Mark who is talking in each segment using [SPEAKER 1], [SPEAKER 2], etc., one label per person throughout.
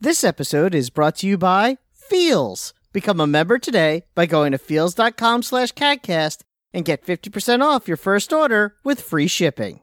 [SPEAKER 1] This episode is brought to you by Feels. Become a member today by going to feels.com slash CADcast and get 50% off your first order with free shipping.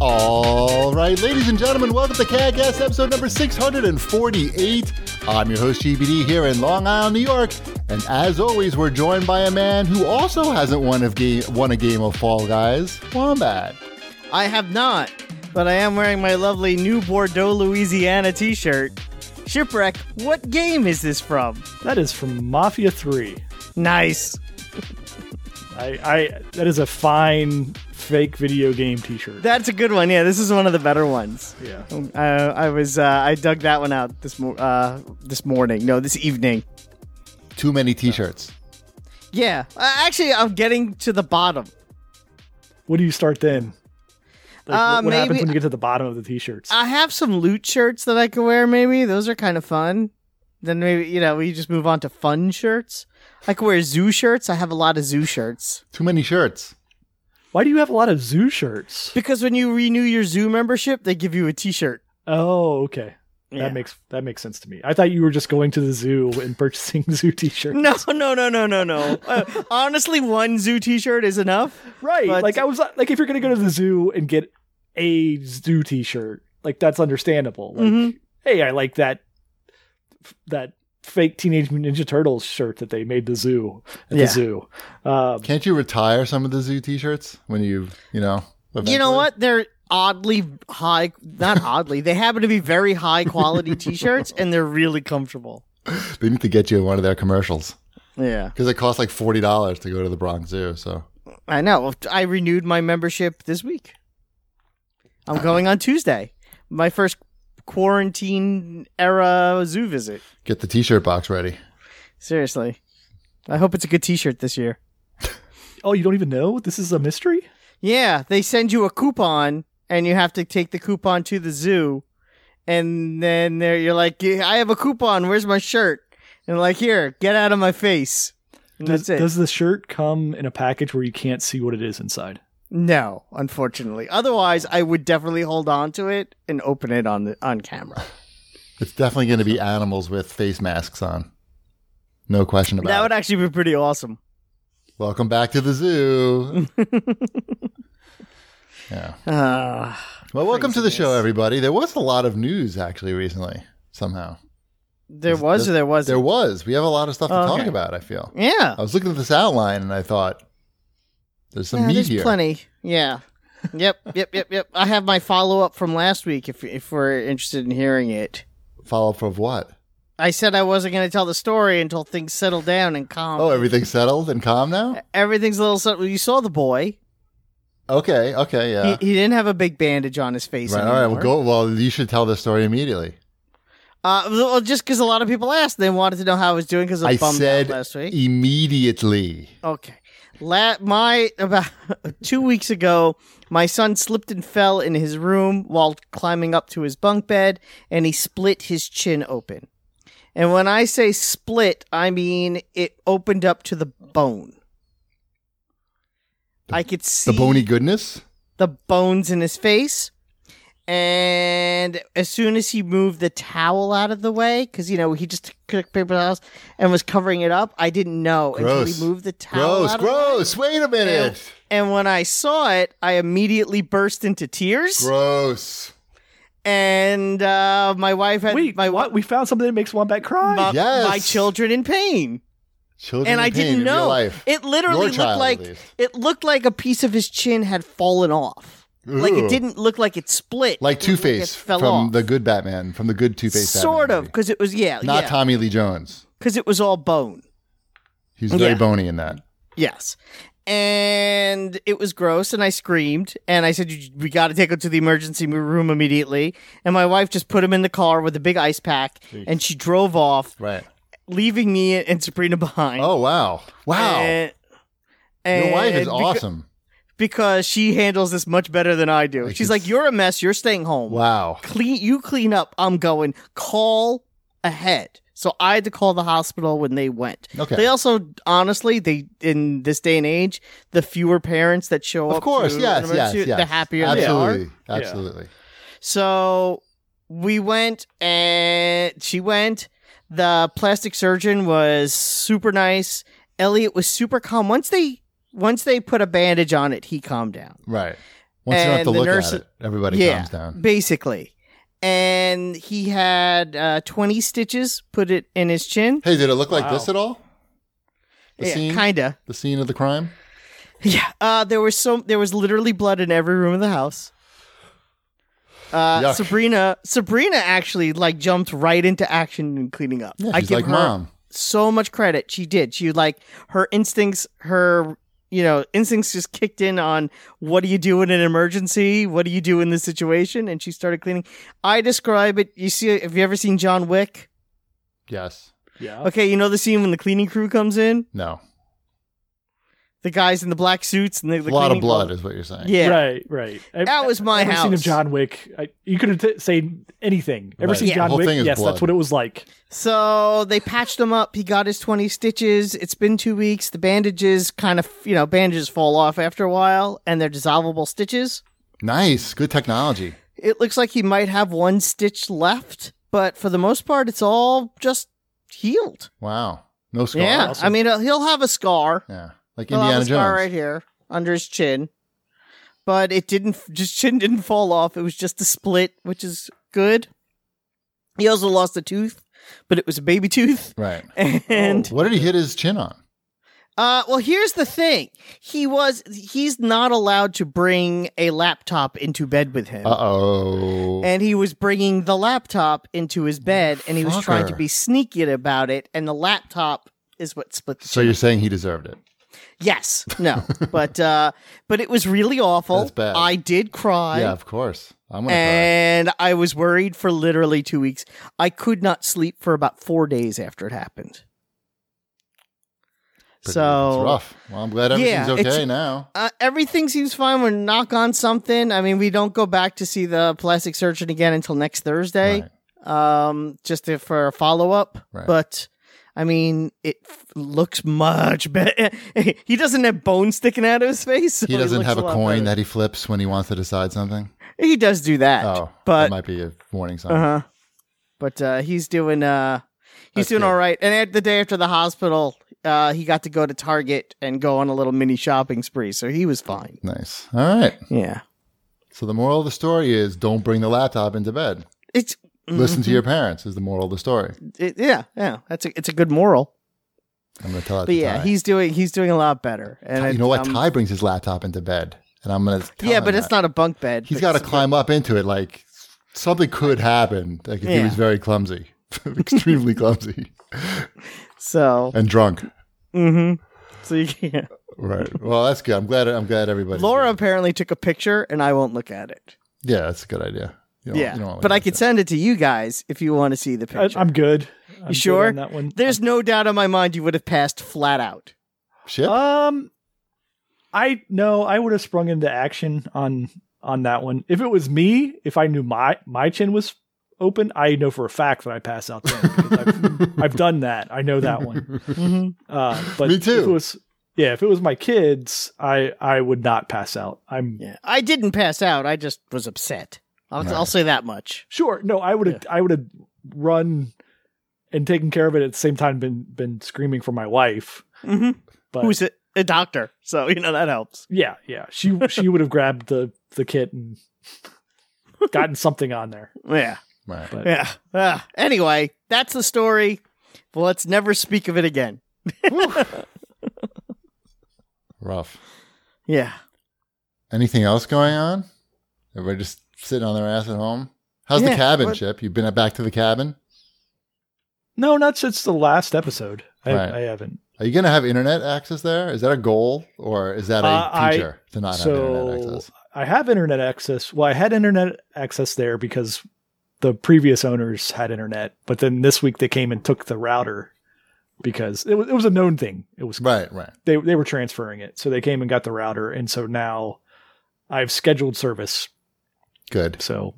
[SPEAKER 2] All right, ladies and gentlemen, welcome to CADcast episode number 648. I'm your host, GBD, here in Long Island, New York. And as always, we're joined by a man who also hasn't won a game, won a game of Fall Guys, Wombat.
[SPEAKER 1] I have not, but I am wearing my lovely new Bordeaux, Louisiana t shirt. Shipwreck, what game is this from?
[SPEAKER 3] That is from Mafia 3.
[SPEAKER 1] Nice.
[SPEAKER 3] I, I that is a fine fake video game t-shirt.
[SPEAKER 1] That's a good one. Yeah, this is one of the better ones.
[SPEAKER 3] yeah.
[SPEAKER 1] Um, Uh, I was uh, I dug that one out this mo- uh, this morning. No, this evening.
[SPEAKER 2] Too many t shirts.
[SPEAKER 1] Yeah, uh, actually, I'm getting to the bottom.
[SPEAKER 3] What do you start then? Like,
[SPEAKER 1] Uh,
[SPEAKER 3] what what happens
[SPEAKER 1] maybe-
[SPEAKER 3] when you get to the bottom of the t-shirts?
[SPEAKER 1] I have some loot shirts that I could wear. Maybe those are kind of fun. Then maybe you know we just move on to fun shirts. I could wear zoo shirts. I have a lot of zoo shirts
[SPEAKER 2] Too many shirts.
[SPEAKER 3] Why do you have a lot of zoo shirts?
[SPEAKER 1] because when you renew your zoo membership, they give you a T-shirt.
[SPEAKER 3] Oh, okay.
[SPEAKER 1] Yeah.
[SPEAKER 3] That makes that makes sense to me. I thought you were just going to the zoo and purchasing zoo t-shirts.
[SPEAKER 1] No, no, no, no, no, no. Uh, honestly, one zoo T-shirt is enough.
[SPEAKER 3] Right.
[SPEAKER 1] But-
[SPEAKER 3] like I was like if you're going to go to the zoo and get a zoo t-shirt, like that's understandable. Like
[SPEAKER 1] Mhm.
[SPEAKER 3] hey, I like that that fake teenage Mutant ninja turtles shirt that they made the zoo at
[SPEAKER 1] Yeah.
[SPEAKER 3] the zoo. Um,
[SPEAKER 2] Can't you retire some of the zoo t shirts when you, you know?
[SPEAKER 1] You know
[SPEAKER 2] eventually?
[SPEAKER 1] what? They're oddly high. Not oddly, they happen to be very high quality T-shirts, and they're really comfortable.
[SPEAKER 2] They need to get you one of their commercials
[SPEAKER 1] Yeah.
[SPEAKER 2] because it costs like $40 to go to the Bronx Zoo. So
[SPEAKER 1] I know. I renewed my membership this week. I'm going on Tuesday. My first quarantine era zoo visit.
[SPEAKER 2] get the t shirt box ready.
[SPEAKER 1] Seriously. I hope it's a good t shirt this year.
[SPEAKER 3] oh, you don't even know? This is a mystery?
[SPEAKER 1] Yeah, they send you a coupon and you have to take the coupon to the zoo. And then there you're like, I have a coupon. Where's my shirt? And like, here, get out of my face. And
[SPEAKER 3] Does,
[SPEAKER 1] that's it.
[SPEAKER 3] does the shirt come in a package where you can't see what it is inside?
[SPEAKER 1] No, unfortunately. Otherwise, I would definitely hold on to it and open it on the on camera.
[SPEAKER 2] It's definitely going to be animals with face masks on. No question about
[SPEAKER 1] That
[SPEAKER 2] it.
[SPEAKER 1] would actually be pretty awesome.
[SPEAKER 2] Welcome back to the zoo. yeah.
[SPEAKER 1] Uh,
[SPEAKER 2] Well, welcome to the show,
[SPEAKER 1] Craziness.
[SPEAKER 2] everybody. There was a lot of news actually recently, somehow.
[SPEAKER 1] there was or there
[SPEAKER 2] There
[SPEAKER 1] wasn't.
[SPEAKER 2] was. We have a lot of stuff to
[SPEAKER 1] Oh, okay.
[SPEAKER 2] talk about, I feel.
[SPEAKER 1] yeah.
[SPEAKER 2] I was looking at this outline and I thought, there's some
[SPEAKER 1] Yeah,
[SPEAKER 2] meat
[SPEAKER 1] there's
[SPEAKER 2] here.
[SPEAKER 1] plenty. Yeah. yep, yep, yep, yep. I have my follow up from last week if if we're interested in hearing it.
[SPEAKER 2] Follow up of what?
[SPEAKER 1] I said I wasn't going to tell the story until things settle down and calm.
[SPEAKER 2] Oh, everything's settled and calm now?
[SPEAKER 1] Everything's a little settled. You saw the boy.
[SPEAKER 2] Okay, okay, yeah.
[SPEAKER 1] He, he didn't have a big bandage on his face.
[SPEAKER 2] Right, all
[SPEAKER 1] anymore.
[SPEAKER 2] right, well, go. Well, you should tell this story immediately.
[SPEAKER 1] Uh, well, just because a lot of people asked, they wanted to know how I was doing because I
[SPEAKER 2] I
[SPEAKER 1] was bummed
[SPEAKER 2] said
[SPEAKER 1] out last week.
[SPEAKER 2] immediately.
[SPEAKER 1] Okay. La- my about two weeks ago, my son slipped and fell in his room while climbing up to his bunk bed, and he split his chin open. And when I say split, I mean it opened up to the bone. I could see
[SPEAKER 2] The bony goodness?
[SPEAKER 1] the bones in his face. And as soon as he moved the towel out of the way, because you know he just took paper towels and was covering it up, I didn't know
[SPEAKER 2] Gross.
[SPEAKER 1] until he moved the towel
[SPEAKER 2] Gross,
[SPEAKER 1] out. of the way.
[SPEAKER 2] gross. Wait a minute.
[SPEAKER 1] And when I saw it, I immediately burst into tears.
[SPEAKER 2] Gross.
[SPEAKER 1] And uh, my wife had
[SPEAKER 3] Wait,
[SPEAKER 1] my
[SPEAKER 3] what? We found something that makes Wombat cry.
[SPEAKER 1] my,
[SPEAKER 2] Yes.
[SPEAKER 1] my children in pain.
[SPEAKER 2] Children
[SPEAKER 1] and
[SPEAKER 2] in
[SPEAKER 1] I
[SPEAKER 2] pain
[SPEAKER 1] didn't
[SPEAKER 2] in real
[SPEAKER 1] know.
[SPEAKER 2] life.
[SPEAKER 1] It literally
[SPEAKER 2] Your
[SPEAKER 1] looked
[SPEAKER 2] child, at
[SPEAKER 1] like
[SPEAKER 2] least.
[SPEAKER 1] it looked like a piece of his chin had fallen off. Like
[SPEAKER 2] Ooh.
[SPEAKER 1] it didn't look like it split.
[SPEAKER 2] Like
[SPEAKER 1] It looked
[SPEAKER 2] Two
[SPEAKER 1] like it
[SPEAKER 2] Face
[SPEAKER 1] fell
[SPEAKER 2] from
[SPEAKER 1] off.
[SPEAKER 2] the good Batman, from the good Two Face.
[SPEAKER 1] sort of because it was yeah
[SPEAKER 2] not
[SPEAKER 1] yeah.
[SPEAKER 2] Tommy Lee Jones.
[SPEAKER 1] because it was all bone.
[SPEAKER 2] He was very
[SPEAKER 1] Yeah.
[SPEAKER 2] bony in that.
[SPEAKER 1] Yes. and it was gross and i screamed and i said "You- we got to take him to the emergency room immediately and my wife just put him in the car with a big ice pack and she drove off
[SPEAKER 2] Right.
[SPEAKER 1] leaving me and sabrina behind
[SPEAKER 2] Oh wow, wow.
[SPEAKER 1] And-
[SPEAKER 2] Your wife is
[SPEAKER 1] and beca-
[SPEAKER 2] awesome.
[SPEAKER 1] because she handles this much better than i do
[SPEAKER 2] I
[SPEAKER 1] she's
[SPEAKER 2] can
[SPEAKER 1] like
[SPEAKER 2] s-
[SPEAKER 1] you're a mess you're staying home
[SPEAKER 2] Wow.
[SPEAKER 1] clean you clean up i'm going call ahead so i had to call the hospital when they went
[SPEAKER 2] Okay.
[SPEAKER 1] they also honestly they in this day and age the fewer parents that show up
[SPEAKER 2] of course,
[SPEAKER 1] to
[SPEAKER 2] yes,
[SPEAKER 1] an
[SPEAKER 2] yes,
[SPEAKER 1] emergency,
[SPEAKER 2] yes.
[SPEAKER 1] the happier they
[SPEAKER 2] Absolutely,
[SPEAKER 1] are
[SPEAKER 3] are. Yeah.
[SPEAKER 2] absolutely.
[SPEAKER 1] so we went and she went the plastic surgeon was super nice elliot was super calm once they once they put a bandage on it he calmed down
[SPEAKER 2] Right. Once you don't have
[SPEAKER 1] And
[SPEAKER 2] to
[SPEAKER 1] the
[SPEAKER 2] look
[SPEAKER 1] nurse-
[SPEAKER 2] at it, everybody
[SPEAKER 1] Yeah.
[SPEAKER 2] calms down.
[SPEAKER 1] basically and he had uh, 20 stitches put it in his chin
[SPEAKER 2] Hey, did it look like
[SPEAKER 3] Wow.
[SPEAKER 2] this at all? The
[SPEAKER 1] yeah,
[SPEAKER 2] scene,
[SPEAKER 1] kinda
[SPEAKER 2] the scene of the crime.
[SPEAKER 1] Yeah, uh, there was so there was literally blood in every room of the house. Uh,
[SPEAKER 2] Yuck.
[SPEAKER 1] Sabrina, Sabrina actually like jumped right into action and cleaning up.
[SPEAKER 2] Yeah,
[SPEAKER 1] I
[SPEAKER 2] she's
[SPEAKER 1] give
[SPEAKER 2] like
[SPEAKER 1] her
[SPEAKER 2] mom.
[SPEAKER 1] so much credit. She did. She like her instincts, her you know instincts just kicked in on what do you do in an emergency? What do you do in this situation? And she started cleaning. I describe it. You see, have you ever seen John Wick?
[SPEAKER 2] Yes.
[SPEAKER 3] Yeah.
[SPEAKER 1] Okay, you know the scene when the cleaning crew comes in,
[SPEAKER 2] No.
[SPEAKER 1] the guys in the black suits and the, the
[SPEAKER 2] a lot of
[SPEAKER 1] cleaning-
[SPEAKER 2] blood is what you're saying.
[SPEAKER 1] Yeah,
[SPEAKER 3] Right, right. I-
[SPEAKER 1] That was my
[SPEAKER 3] every
[SPEAKER 1] house.
[SPEAKER 3] Scene of John Wick. I, you could have said anything. Ever
[SPEAKER 2] Right.
[SPEAKER 3] seen
[SPEAKER 1] Yeah.
[SPEAKER 3] John
[SPEAKER 2] Whole
[SPEAKER 3] Wick?
[SPEAKER 2] thing is
[SPEAKER 3] yes,
[SPEAKER 2] blood.
[SPEAKER 3] that's what it was like.
[SPEAKER 1] So they patched him up. He got his 20 stitches. It's been two weeks. The bandages kind of, you know, bandages fall off after a while and they're dissolvable stitches.
[SPEAKER 2] Nice. Good technology.
[SPEAKER 1] It looks like he might have one stitch left, but for the most part, it's all just healed.
[SPEAKER 2] Wow. No scar.
[SPEAKER 1] yeah.
[SPEAKER 3] awesome.
[SPEAKER 1] I mean, uh, he'll have a scar.
[SPEAKER 2] Yeah. Like
[SPEAKER 1] He'll have
[SPEAKER 2] Indiana
[SPEAKER 1] a scar
[SPEAKER 2] Jones.
[SPEAKER 1] right here under his chin. But it didn't, his chin didn't fall off. It was just a split, which is good. He also lost a tooth, but it was a baby tooth.
[SPEAKER 2] Right.
[SPEAKER 1] And
[SPEAKER 2] What did he hit his chin on?
[SPEAKER 1] Uh, well, here's the thing. He was he's not allowed to bring a laptop into bed with him.
[SPEAKER 2] Uh oh.
[SPEAKER 1] And he was bringing the laptop into his bed and he was trying to
[SPEAKER 2] Fucker.
[SPEAKER 1] be sneaky about it and the laptop is what split the
[SPEAKER 2] So you're saying he deserved it?
[SPEAKER 1] Yes. No. but uh but it was really awful.
[SPEAKER 2] That's bad.
[SPEAKER 1] I did cry.
[SPEAKER 2] yeah, of course. I'm gonna cry.
[SPEAKER 1] And I was worried for literally 2 weeks. I could not sleep for about 4 days after it happened.
[SPEAKER 2] But
[SPEAKER 1] so
[SPEAKER 2] it's rough. Well, I'm glad
[SPEAKER 1] Yeah,
[SPEAKER 2] everything's
[SPEAKER 1] it's-
[SPEAKER 2] okay now.
[SPEAKER 1] uh, everything seems fine. We're knock on something. I mean, we don't go back to see the plastic surgeon again until next Thursday, um, just to, for a follow up.
[SPEAKER 2] Right.
[SPEAKER 1] But I mean, it f- looks much better. he doesn't have bone sticking out of his face. so
[SPEAKER 2] He
[SPEAKER 1] it
[SPEAKER 2] doesn't
[SPEAKER 1] looks
[SPEAKER 2] have a
[SPEAKER 1] lot
[SPEAKER 2] coin
[SPEAKER 1] better.
[SPEAKER 2] that he flips when he wants to decide something.
[SPEAKER 1] he does do that.
[SPEAKER 2] Oh, that
[SPEAKER 1] but
[SPEAKER 2] might be a warning sign.
[SPEAKER 1] uh huh. But uh, he's doing uh, he's
[SPEAKER 2] That's
[SPEAKER 1] doing
[SPEAKER 2] good.
[SPEAKER 1] all right. And at the day after the hospital, uh, he got to go to Target and go on a little mini shopping spree, so he was fine.
[SPEAKER 2] Nice. All right.
[SPEAKER 1] Yeah.
[SPEAKER 2] So the moral of the story is don't bring the laptop into bed.
[SPEAKER 1] It's
[SPEAKER 2] Listen
[SPEAKER 1] Mm-hmm.
[SPEAKER 2] to your parents is the moral of the story.
[SPEAKER 1] it, yeah, yeah. That's a it's a good moral.
[SPEAKER 2] I'm going to tell that
[SPEAKER 1] But
[SPEAKER 2] to
[SPEAKER 1] yeah,
[SPEAKER 2] Ty.
[SPEAKER 1] he's doing he's doing a lot better. And
[SPEAKER 2] you know what?
[SPEAKER 1] um,
[SPEAKER 2] Ty brings his laptop into bed, and I'm going to.
[SPEAKER 1] yeah, but it's not a bunk bed.
[SPEAKER 2] He's
[SPEAKER 1] but
[SPEAKER 2] got to
[SPEAKER 1] it's-
[SPEAKER 2] climb up into it. Like something could happen. Like if he
[SPEAKER 1] Yeah.
[SPEAKER 2] was very clumsy, extremely clumsy,
[SPEAKER 1] So
[SPEAKER 2] and drunk.
[SPEAKER 1] hmm so you can't.
[SPEAKER 2] Right. Well, that's good. I'm glad. I'm glad everybody.
[SPEAKER 1] Laura apparently took a picture, and I won't look at it.
[SPEAKER 2] Yeah, that's a good idea. You don't-
[SPEAKER 1] yeah,
[SPEAKER 2] you don't wanna
[SPEAKER 1] but I
[SPEAKER 2] like
[SPEAKER 1] could
[SPEAKER 2] that.
[SPEAKER 1] send it to you guys if you want to see the
[SPEAKER 3] I,
[SPEAKER 1] picture.
[SPEAKER 3] I'm good. I'm good
[SPEAKER 1] sure?
[SPEAKER 3] on that one?
[SPEAKER 1] There's no doubt in my mind you would have passed flat out. Oh.
[SPEAKER 2] Shit.
[SPEAKER 3] Um, I no, I would have sprung into action on on that one. If it was me, if I knew my my chin was open, I know for a fact that I pass out then. 'cause I've, I've done that. I know that one.
[SPEAKER 1] Mhm.
[SPEAKER 3] Uh, but
[SPEAKER 2] Me too.
[SPEAKER 3] If it was, yeah, if it was my kids, I I would not pass out. I'm
[SPEAKER 1] Yeah, I didn't pass out. I just was upset. I'll,
[SPEAKER 2] Right.
[SPEAKER 1] I'll say that much.
[SPEAKER 3] sure. No, I would have. I would have run and taken care of it at the same time. Been been screaming for my wife.
[SPEAKER 1] hmm
[SPEAKER 3] But
[SPEAKER 1] Who's a, a doctor? So you know that helps.
[SPEAKER 3] Yeah, yeah. She she would have grabbed the the kit and gotten something on there.
[SPEAKER 1] Yeah.
[SPEAKER 2] Right.
[SPEAKER 3] But
[SPEAKER 1] Yeah. Uh, anyway, that's the story. But let's never speak of it again.
[SPEAKER 2] Rough.
[SPEAKER 1] Yeah.
[SPEAKER 2] Anything else going on? Everybody just sitting on their ass at home. How's the
[SPEAKER 1] Yeah,
[SPEAKER 2] cabin,
[SPEAKER 1] what-
[SPEAKER 2] Chip? You've been back to the cabin.
[SPEAKER 3] no, not since the last episode. I,
[SPEAKER 2] Right.
[SPEAKER 3] I haven't.
[SPEAKER 2] Are you going to have internet access there? Is that a goal or is that a
[SPEAKER 3] Uh, I-
[SPEAKER 2] feature to not have internet
[SPEAKER 3] so
[SPEAKER 2] access?
[SPEAKER 3] I have internet access. Well, I had internet access there because the previous owners had internet, but then this week they came and took the router because it was, it was a known thing. It was
[SPEAKER 2] Right, right.
[SPEAKER 3] they they were transferring it, so they came and got the router, and so now I've scheduled service.
[SPEAKER 2] Good.
[SPEAKER 3] So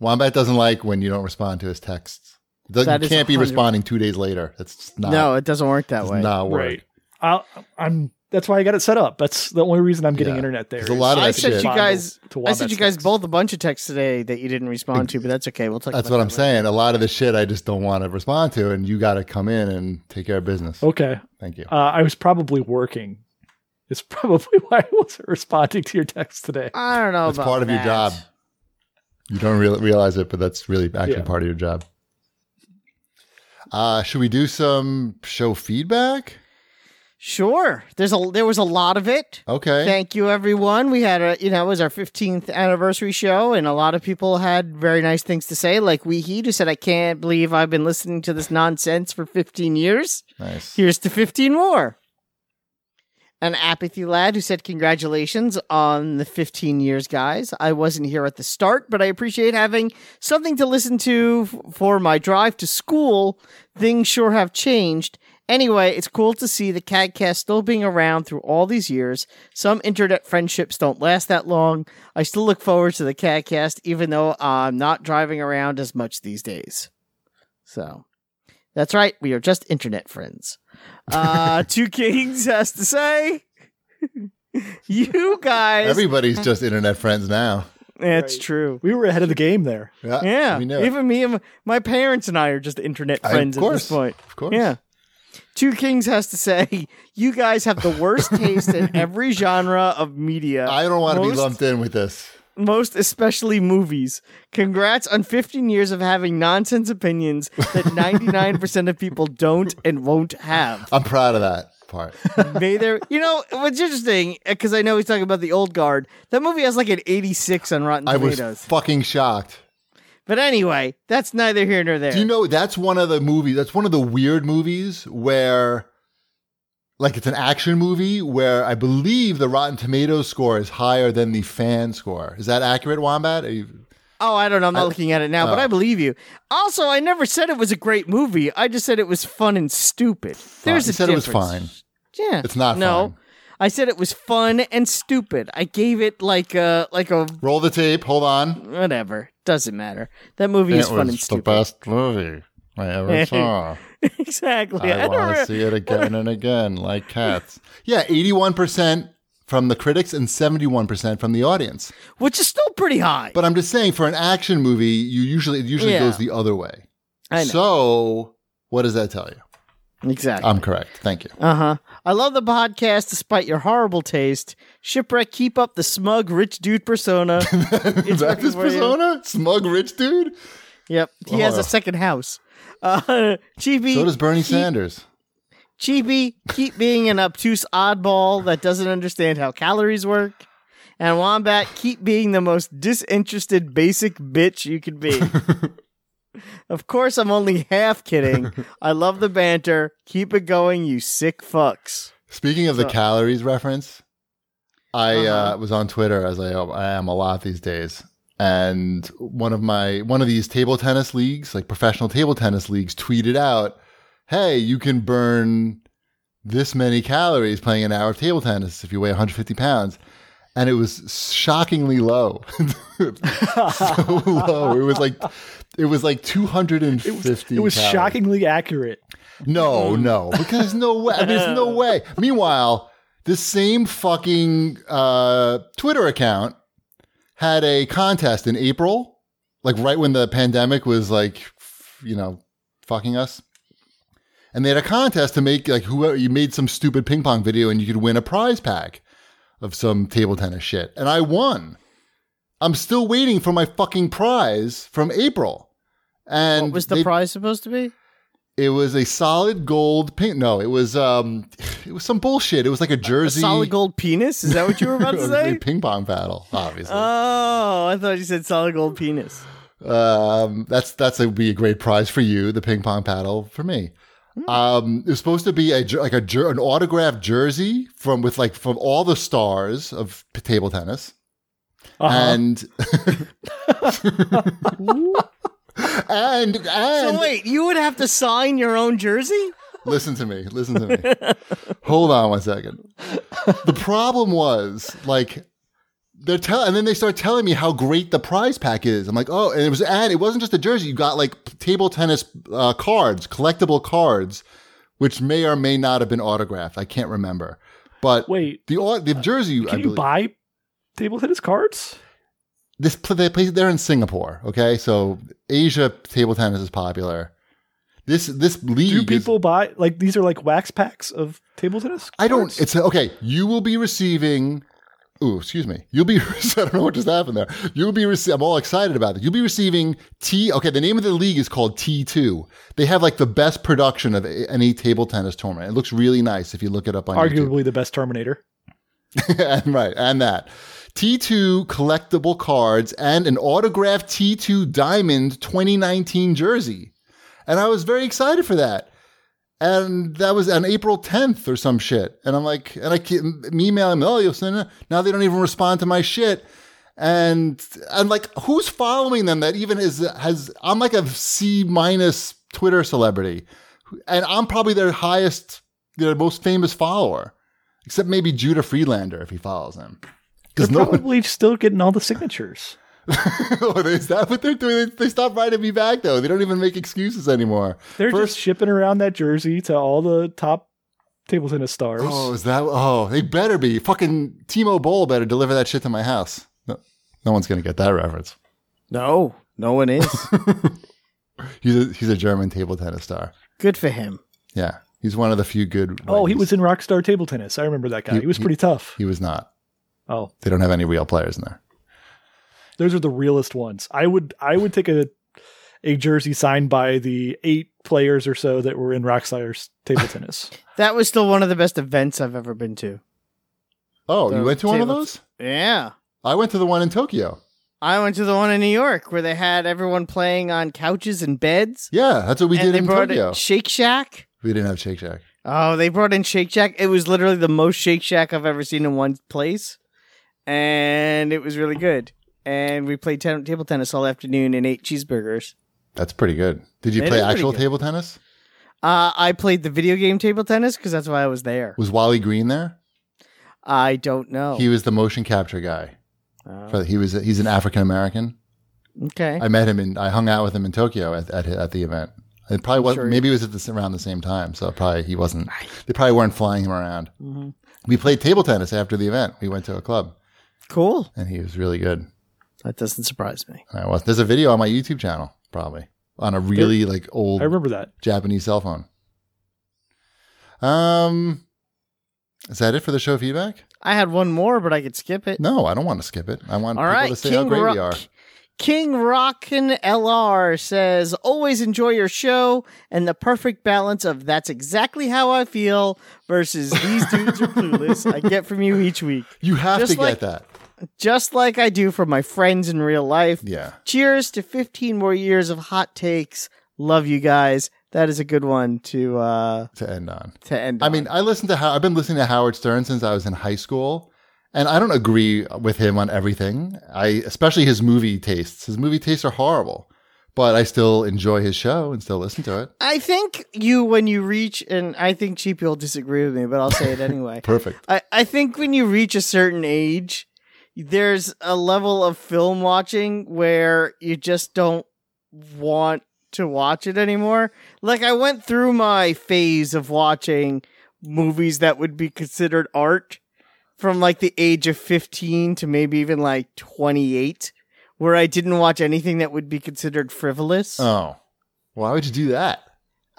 [SPEAKER 2] Wombat doesn't like when you don't respond to his texts. Th-
[SPEAKER 1] That
[SPEAKER 2] you
[SPEAKER 1] is
[SPEAKER 2] can't be
[SPEAKER 1] 100
[SPEAKER 2] responding two days later. That's just not,
[SPEAKER 1] no, it doesn't work that
[SPEAKER 2] does
[SPEAKER 1] way.
[SPEAKER 2] not work.
[SPEAKER 3] I'll, I'm that's why I got it set up. That's the only reason I'm getting
[SPEAKER 2] Yeah.
[SPEAKER 3] internet there.
[SPEAKER 2] There's a lot
[SPEAKER 1] of that shit.
[SPEAKER 3] respond
[SPEAKER 1] I sent
[SPEAKER 3] to
[SPEAKER 1] I
[SPEAKER 3] Wombat's
[SPEAKER 1] sent you guys
[SPEAKER 3] text.
[SPEAKER 1] both a bunch of texts today that you didn't respond to, but that's okay. We'll talk.
[SPEAKER 2] That's
[SPEAKER 1] about
[SPEAKER 2] what I'm
[SPEAKER 1] that later.
[SPEAKER 2] saying. A lot of the shit I just don't want to respond to, and you got to come in and take care of business.
[SPEAKER 3] Okay,
[SPEAKER 2] Thank you.
[SPEAKER 3] uh, I was probably working. It's probably why I wasn't responding to your text today.
[SPEAKER 1] I don't know.
[SPEAKER 2] That's
[SPEAKER 1] about
[SPEAKER 2] part of your
[SPEAKER 1] that.
[SPEAKER 2] job. You don't real realize it, but that's really actually
[SPEAKER 3] Yeah.
[SPEAKER 2] part of your job. Uh, should we do some show feedback?
[SPEAKER 1] Sure. There's a there was a lot of it.
[SPEAKER 2] Okay.
[SPEAKER 1] Thank you, everyone. We had a you know it was our 15th anniversary show, and a lot of people had very nice things to say. Like we he who said, "I can't believe I've been listening to this nonsense for 15 years."
[SPEAKER 2] nice.
[SPEAKER 1] Here's to 15 more. An apathy lad who said, Congratulations on the 15 years, guys. I wasn't here at the start, but I appreciate having something to listen to f- for my drive to school. Things sure have changed. Anyway, it's cool to see the CADcast still being around through all these years. Some internet friendships don't last that long. I still look forward to the CADcast, even though I'm not driving around as much these days. So. That's right. We are just internet friends. Uh, Two Kings has to say, you guys.
[SPEAKER 2] Everybody's just internet friends now.
[SPEAKER 1] That's
[SPEAKER 3] Right.
[SPEAKER 1] true.
[SPEAKER 3] We were ahead of the game there.
[SPEAKER 2] Yeah.
[SPEAKER 1] Yeah.
[SPEAKER 2] We knew it.
[SPEAKER 1] Even me and my parents and I are just internet
[SPEAKER 2] I-
[SPEAKER 1] friends
[SPEAKER 2] of
[SPEAKER 1] at this
[SPEAKER 2] course.
[SPEAKER 1] point.
[SPEAKER 2] Of course.
[SPEAKER 1] Yeah. Two Kings has to say, you guys have the worst taste in every genre of media.
[SPEAKER 2] I don't want to be
[SPEAKER 1] Most-
[SPEAKER 2] lumped in with this.
[SPEAKER 1] most especially movies. Congrats on 15 years of having nonsense opinions that 99% of people don't and won't have.
[SPEAKER 2] I'm proud of that part.
[SPEAKER 1] May there, you know, what's interesting because I know he's talking about the old guard. That movie has like an 86 on Rotten
[SPEAKER 2] I was
[SPEAKER 1] Tomatoes.
[SPEAKER 2] fucking shocked.
[SPEAKER 1] but anyway, that's neither here nor there.
[SPEAKER 2] Do you know that's one of the movies? That's one of the weird movies where, like, it's an action movie where I believe the Rotten Tomatoes score is higher than the fan score. Is that accurate, Wombat? Are you-
[SPEAKER 1] oh, I don't know. I'm not looking at it now, but
[SPEAKER 2] oh.
[SPEAKER 1] I believe you. Also, I never said it was a great movie. I just said it was fun and stupid. There's
[SPEAKER 2] You
[SPEAKER 1] a
[SPEAKER 2] said it was
[SPEAKER 1] difference.
[SPEAKER 2] fine.
[SPEAKER 1] Yeah,
[SPEAKER 2] It's not
[SPEAKER 1] No,
[SPEAKER 2] fine.
[SPEAKER 1] I said it was fun and stupid. I gave it like a like a
[SPEAKER 2] Roll the tape. Hold on.
[SPEAKER 1] whatever. Doesn't matter. That movie is fun and stupid.
[SPEAKER 2] best movie I ever saw.
[SPEAKER 1] exactly.
[SPEAKER 2] I
[SPEAKER 1] don't
[SPEAKER 2] want to
[SPEAKER 1] re-
[SPEAKER 2] see it again and again, like cats. Yeah, eighty-one percent from the critics and seventy-one percent from the audience.
[SPEAKER 1] which is still pretty high.
[SPEAKER 2] But I'm just saying, for an action movie, you usually it usually
[SPEAKER 1] Yeah.
[SPEAKER 2] goes the other way.
[SPEAKER 1] I know.
[SPEAKER 2] So, what does that tell you?
[SPEAKER 1] exactly.
[SPEAKER 2] I'm correct. Thank you.
[SPEAKER 1] Uh huh. I love the podcast despite your horrible taste. Shipwreck, keep up the smug rich dude persona.
[SPEAKER 2] Is that
[SPEAKER 1] working
[SPEAKER 2] his
[SPEAKER 1] for you.
[SPEAKER 2] persona? Smug rich dude?
[SPEAKER 1] yep. He has
[SPEAKER 2] Oh.
[SPEAKER 1] a second house. Uh, Chibi.
[SPEAKER 2] So does Bernie
[SPEAKER 1] keep,
[SPEAKER 2] Sanders.
[SPEAKER 1] Chibi, keep being an obtuse oddball that doesn't understand how calories work. And Wombat, keep being the most disinterested basic bitch you could be. of course, I'm only half kidding. I love the banter. Keep it going, you sick fucks.
[SPEAKER 2] Speaking of the calories reference, I uh
[SPEAKER 1] Uh-huh.
[SPEAKER 2] was on Twitter as I, I am a lot these days, and one of my one of these table tennis leagues, like professional table tennis leagues, tweeted out, "Hey, you can burn this many calories playing an hour of table tennis if you weigh 150 pounds." And it was shockingly low, so low. It was like, it was like 250.
[SPEAKER 3] It was
[SPEAKER 2] calories.
[SPEAKER 3] shockingly accurate.
[SPEAKER 2] No,
[SPEAKER 1] Mm.
[SPEAKER 2] no, because there's no way. I mean, there's no way. Meanwhile, this same fucking uh, Twitter account had a contest in April, like right when the pandemic was like, f- you know, fucking us. And they had a contest to make like whoever you made some stupid ping pong video and you could win a prize pack of some table tennis shit. And I won. I'm still waiting for my fucking prize from April. And
[SPEAKER 1] What was the
[SPEAKER 2] they-
[SPEAKER 1] prize supposed to be?
[SPEAKER 2] it was a solid gold pink. No, it was um, it was some bullshit. It was like a jersey.
[SPEAKER 1] solid gold penis? Is that what you were about
[SPEAKER 2] It
[SPEAKER 1] to
[SPEAKER 2] was a
[SPEAKER 1] say?
[SPEAKER 2] ping pong paddle, obviously.
[SPEAKER 1] Oh, I thought you said solid gold penis.
[SPEAKER 2] um, that's that's a, be a great prize for you. The ping pong paddle for me.
[SPEAKER 1] Hmm.
[SPEAKER 2] Um, it was supposed to be a jer- like a jer- an autographed jersey from with like from all the stars of p- table tennis,
[SPEAKER 3] Uh-huh.
[SPEAKER 2] and and and
[SPEAKER 1] So wait, you would have to sign your own jersey?
[SPEAKER 2] Listen to me. Listen to me. Hold on one second. The problem was like they're tell, and then they start telling me how great the prize pack is. I'm like, oh, and it was and it wasn't just a jersey. You got like p- table tennis uh, cards, collectible cards, which may or may not have been autographed. I can't remember. But
[SPEAKER 3] Wait,
[SPEAKER 2] the au- the jersey, I
[SPEAKER 3] can you
[SPEAKER 2] believe
[SPEAKER 3] buy table tennis cards?
[SPEAKER 2] this pl- they play, they're in Singapore. Okay, so Asia table tennis is popular. This this league
[SPEAKER 3] Do
[SPEAKER 2] is-
[SPEAKER 3] people buy like these are like wax packs of table tennis?
[SPEAKER 2] I don't.
[SPEAKER 3] cards?
[SPEAKER 2] It's okay. You will be receiving. Ooh, excuse me. You'll be. I don't know what just happened there. You'll be. Rece- I'm all excited about it. You'll be receiving T. Okay, the name of the league is called T2. They have like the best production of a- any table tennis tournament. It looks really nice if you look it up on YouTube.
[SPEAKER 3] arguably the best Terminator.
[SPEAKER 2] and right, and that T2 collectible cards and an autographed T2 diamond 2019 jersey. And I was very excited for that. And that was on April 10th or some shit. And I'm like, and I keep emailing them, oh, you'll send it. Now they don't even respond to my shit. And I'm like, who's following them that even is, has, I'm like a C minus Twitter celebrity. And I'm probably their highest, their most famous follower, except maybe Judah Freelander if he follows them.
[SPEAKER 3] They're
[SPEAKER 2] Because no one,
[SPEAKER 3] probably still getting all the signatures.
[SPEAKER 2] is that what they're doing? They, they stop writing me back though. They don't even make excuses anymore.
[SPEAKER 3] They're
[SPEAKER 2] First-
[SPEAKER 3] just shipping around that jersey to all the top table tennis stars.
[SPEAKER 2] Oh, is that? Oh, they better be. Fucking Timo Bowl better deliver that shit to my house. No, no one's gonna get that reference.
[SPEAKER 1] No, no one is.
[SPEAKER 2] He's a, he's a German table tennis star.
[SPEAKER 1] Good for him.
[SPEAKER 2] Yeah, he's one of the few good.
[SPEAKER 3] Oh, he
[SPEAKER 2] righties.
[SPEAKER 3] was in Rockstar Table Tennis. I remember that guy.
[SPEAKER 2] He-
[SPEAKER 3] He, was
[SPEAKER 2] he-
[SPEAKER 3] pretty tough.
[SPEAKER 2] He was not.
[SPEAKER 3] Oh,
[SPEAKER 2] They don't have any real players in there.
[SPEAKER 3] those are the realest ones. I would I would take a a jersey signed by the eight players or so that were in Rockstar's Table Tennis.
[SPEAKER 1] That was still one of the best events I've ever been to.
[SPEAKER 2] Oh, you
[SPEAKER 1] The
[SPEAKER 2] went to one of
[SPEAKER 1] table-
[SPEAKER 2] those?
[SPEAKER 1] Yeah.
[SPEAKER 2] I went to the one in Tokyo.
[SPEAKER 1] I went to the one in New York where they had everyone playing on couches and beds.
[SPEAKER 2] Yeah, that's what we
[SPEAKER 1] and
[SPEAKER 2] did
[SPEAKER 1] they
[SPEAKER 2] in
[SPEAKER 1] brought
[SPEAKER 2] Tokyo.
[SPEAKER 1] in Shake Shack.
[SPEAKER 2] we didn't have Shake Shack.
[SPEAKER 1] Oh, they brought in Shake Shack. It was literally the most Shake Shack I've ever seen in one place, and it was really good. And we played ten- table tennis all afternoon and ate cheeseburgers.
[SPEAKER 2] That's pretty good. Did you
[SPEAKER 1] It
[SPEAKER 2] play
[SPEAKER 1] is pretty
[SPEAKER 2] actual
[SPEAKER 1] good.
[SPEAKER 2] table tennis?
[SPEAKER 1] Uh, I played the video game table tennis because that's why I was there.
[SPEAKER 2] Was Wally Green there?
[SPEAKER 1] I don't know.
[SPEAKER 2] He was the motion capture guy.
[SPEAKER 1] Oh,
[SPEAKER 2] For- He was he's an African American.
[SPEAKER 1] okay.
[SPEAKER 2] I met him in. I hung out with him in Tokyo at at, at the event. It probably was
[SPEAKER 1] sure
[SPEAKER 2] not
[SPEAKER 1] he-
[SPEAKER 2] maybe it was at the, around the same time, so probably he wasn't. They probably weren't flying him around.
[SPEAKER 1] Mhm.
[SPEAKER 2] We played table tennis after the event. We went to a club,
[SPEAKER 1] Cool.
[SPEAKER 2] and he was really good.
[SPEAKER 1] That doesn't surprise me.
[SPEAKER 2] And I was. There's a video on my YouTube channel, probably on a really like old
[SPEAKER 3] I remember that.
[SPEAKER 2] Japanese cell phone. Um, is that it for the show feedback?
[SPEAKER 1] I had one more, but I could skip it.
[SPEAKER 2] No, I don't want to skip it. I want
[SPEAKER 1] All
[SPEAKER 2] people
[SPEAKER 1] right,
[SPEAKER 2] to say
[SPEAKER 1] King
[SPEAKER 2] how great
[SPEAKER 1] Rock.
[SPEAKER 2] we are.
[SPEAKER 1] King Rockin' LR says, always enjoy your show and the perfect balance of that's exactly how I feel versus these dudes are clueless I get from you each week.
[SPEAKER 2] You have
[SPEAKER 1] Just
[SPEAKER 2] to
[SPEAKER 1] like-
[SPEAKER 2] get that.
[SPEAKER 1] Just like I do for my friends in real life.
[SPEAKER 2] Yeah.
[SPEAKER 1] Cheers to 15 more years of hot takes. Love you guys. That is a good one to uh
[SPEAKER 2] To end on.
[SPEAKER 1] to end.
[SPEAKER 2] I
[SPEAKER 1] on.
[SPEAKER 2] mean, I listened to how I've been listening to Howard Stern since I was in high school, and I don't agree with him on everything. I especially his movie tastes. His movie tastes are horrible, but I still enjoy his show and still listen to it.
[SPEAKER 1] I think you when you reach and I think Cheapy will disagree with me, but I'll say it anyway.
[SPEAKER 2] Perfect.
[SPEAKER 1] I, I think when you reach a certain age, there's a level of film watching where you just don't want to watch it anymore. Like I went through my phase of watching movies that would be considered art from like the age of 15 to maybe even like 28 where I didn't watch anything that would be considered frivolous.
[SPEAKER 2] Oh, why would you do that?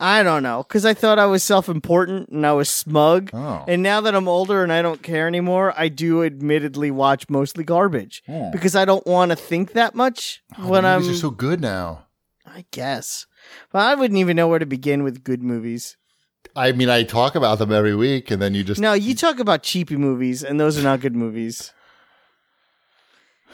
[SPEAKER 1] I don't know cuz I thought I was self-important and I was smug.
[SPEAKER 2] Oh,
[SPEAKER 1] And now that I'm older and I don't care anymore, I do admittedly watch mostly garbage
[SPEAKER 2] Hmm.
[SPEAKER 1] because I don't want to think that much
[SPEAKER 2] Oh,
[SPEAKER 1] when
[SPEAKER 2] the
[SPEAKER 1] I'm.
[SPEAKER 2] movies are so good now.
[SPEAKER 1] I guess, but I wouldn't even know where to begin with good movies.
[SPEAKER 2] I mean, I talk about them every week, and then you just
[SPEAKER 1] No, you talk about cheapy movies, and those are not good movies.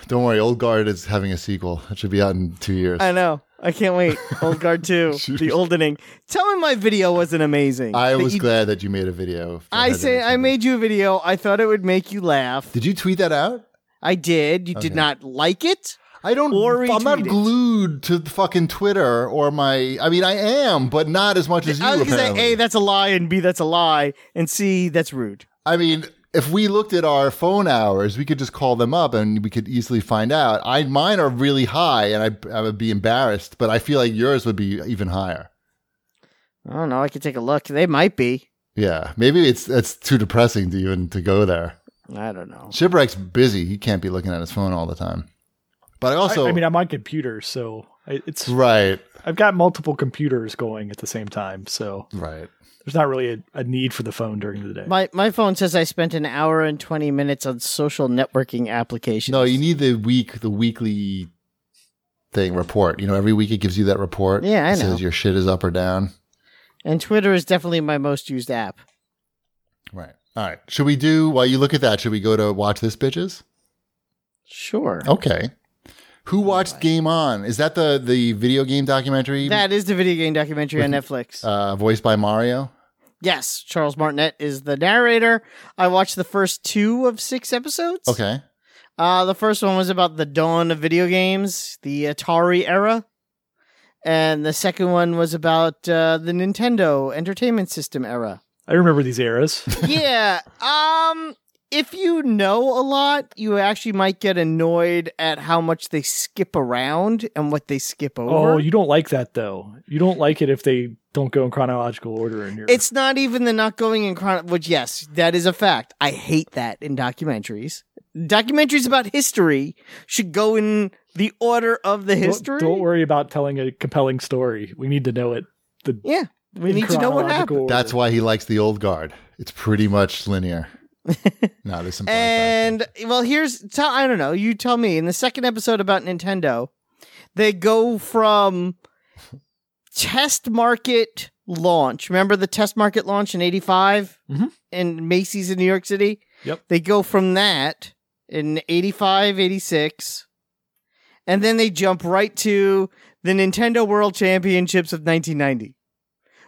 [SPEAKER 2] don't worry. Old Guard is having a sequel. It should be out in two years.
[SPEAKER 1] I know. I can't wait. Old Guard 2, the oldening. Tell me my video wasn't amazing.
[SPEAKER 2] I
[SPEAKER 1] That
[SPEAKER 2] was
[SPEAKER 1] you-
[SPEAKER 2] glad that you made a video. for
[SPEAKER 1] I
[SPEAKER 2] that
[SPEAKER 1] say I
[SPEAKER 2] episode.
[SPEAKER 1] made you a video. I thought it would make you laugh.
[SPEAKER 2] Did you tweet that out?
[SPEAKER 1] I did. You did
[SPEAKER 2] Okay.
[SPEAKER 1] not like it.
[SPEAKER 2] I don't.
[SPEAKER 1] Or
[SPEAKER 2] I'm not
[SPEAKER 1] retweet it.
[SPEAKER 2] glued to the fucking Twitter or my. I mean, I am, but not as much as you.
[SPEAKER 1] I was gonna
[SPEAKER 2] apparently.
[SPEAKER 1] say A, that's a lie, and B, that's a lie, and C, that's rude.
[SPEAKER 2] I mean, if we looked at our phone hours, we could just call them up and we could easily find out. I mine are really high, and I, I would be embarrassed, but I feel like yours would be even higher.
[SPEAKER 1] I don't know. I could take a look. They might be.
[SPEAKER 2] Yeah, maybe it's it's too depressing to even to go there.
[SPEAKER 1] I don't know.
[SPEAKER 2] Shipwreck's busy; he can't be looking at his phone all the time. But I also,
[SPEAKER 3] I, I mean, I'm on computers, so I- it's
[SPEAKER 2] right,
[SPEAKER 3] I've got multiple computers going at the same time, so
[SPEAKER 2] right.
[SPEAKER 3] there's not really a, a need for the phone during the day.
[SPEAKER 1] My my phone says I spent an hour and twenty minutes on social networking applications.
[SPEAKER 2] No, you need the week, the weekly thing report. You know, every week it gives you that report.
[SPEAKER 1] Yeah, I
[SPEAKER 2] It
[SPEAKER 1] know.
[SPEAKER 2] Says your shit is up or down.
[SPEAKER 1] and Twitter is definitely my most used app.
[SPEAKER 2] Right. All right. Should we do while you look at that? Should we go to watch this bitches?
[SPEAKER 1] Sure.
[SPEAKER 2] Okay. Who watched Game On? Is that the the video game documentary?
[SPEAKER 1] That is the video game documentary on Netflix.
[SPEAKER 2] uh, voiced by Mario.
[SPEAKER 1] yes, Charles Martinet is the narrator. I watched the first two of six episodes.
[SPEAKER 2] Okay.
[SPEAKER 1] Uh, the first one was about the dawn of video games, the Atari era. And the second one was about uh, the Nintendo Entertainment System era.
[SPEAKER 3] I remember these eras.
[SPEAKER 1] yeah. Um if you know a lot, you actually might get annoyed at how much they skip around and what they skip over.
[SPEAKER 3] oh, you don't like that though. You don't like it if they don't go in chronological order in your
[SPEAKER 1] it's not even the not going in chron which yes, that is a fact. I hate that in documentaries. Documentaries about history should go in the order of the
[SPEAKER 3] Don't-
[SPEAKER 1] history.
[SPEAKER 3] Don't, worry about telling a compelling story. We need to know it. The
[SPEAKER 1] Yeah. We
[SPEAKER 3] in
[SPEAKER 1] need to know what
[SPEAKER 3] chronological
[SPEAKER 1] happened.
[SPEAKER 3] order.
[SPEAKER 2] That's why he likes the old guard. It's pretty much linear. no, there's some. fun facts.
[SPEAKER 1] And well, here's tell I don't know. You tell me. In the second episode about Nintendo, they go from test market launch. Remember the test market launch in '85
[SPEAKER 3] Mhm.
[SPEAKER 1] in Macy's in New York City.
[SPEAKER 3] Yep.
[SPEAKER 1] They go from that in '85, '86, and then they jump right to the Nintendo World Championships of 1990,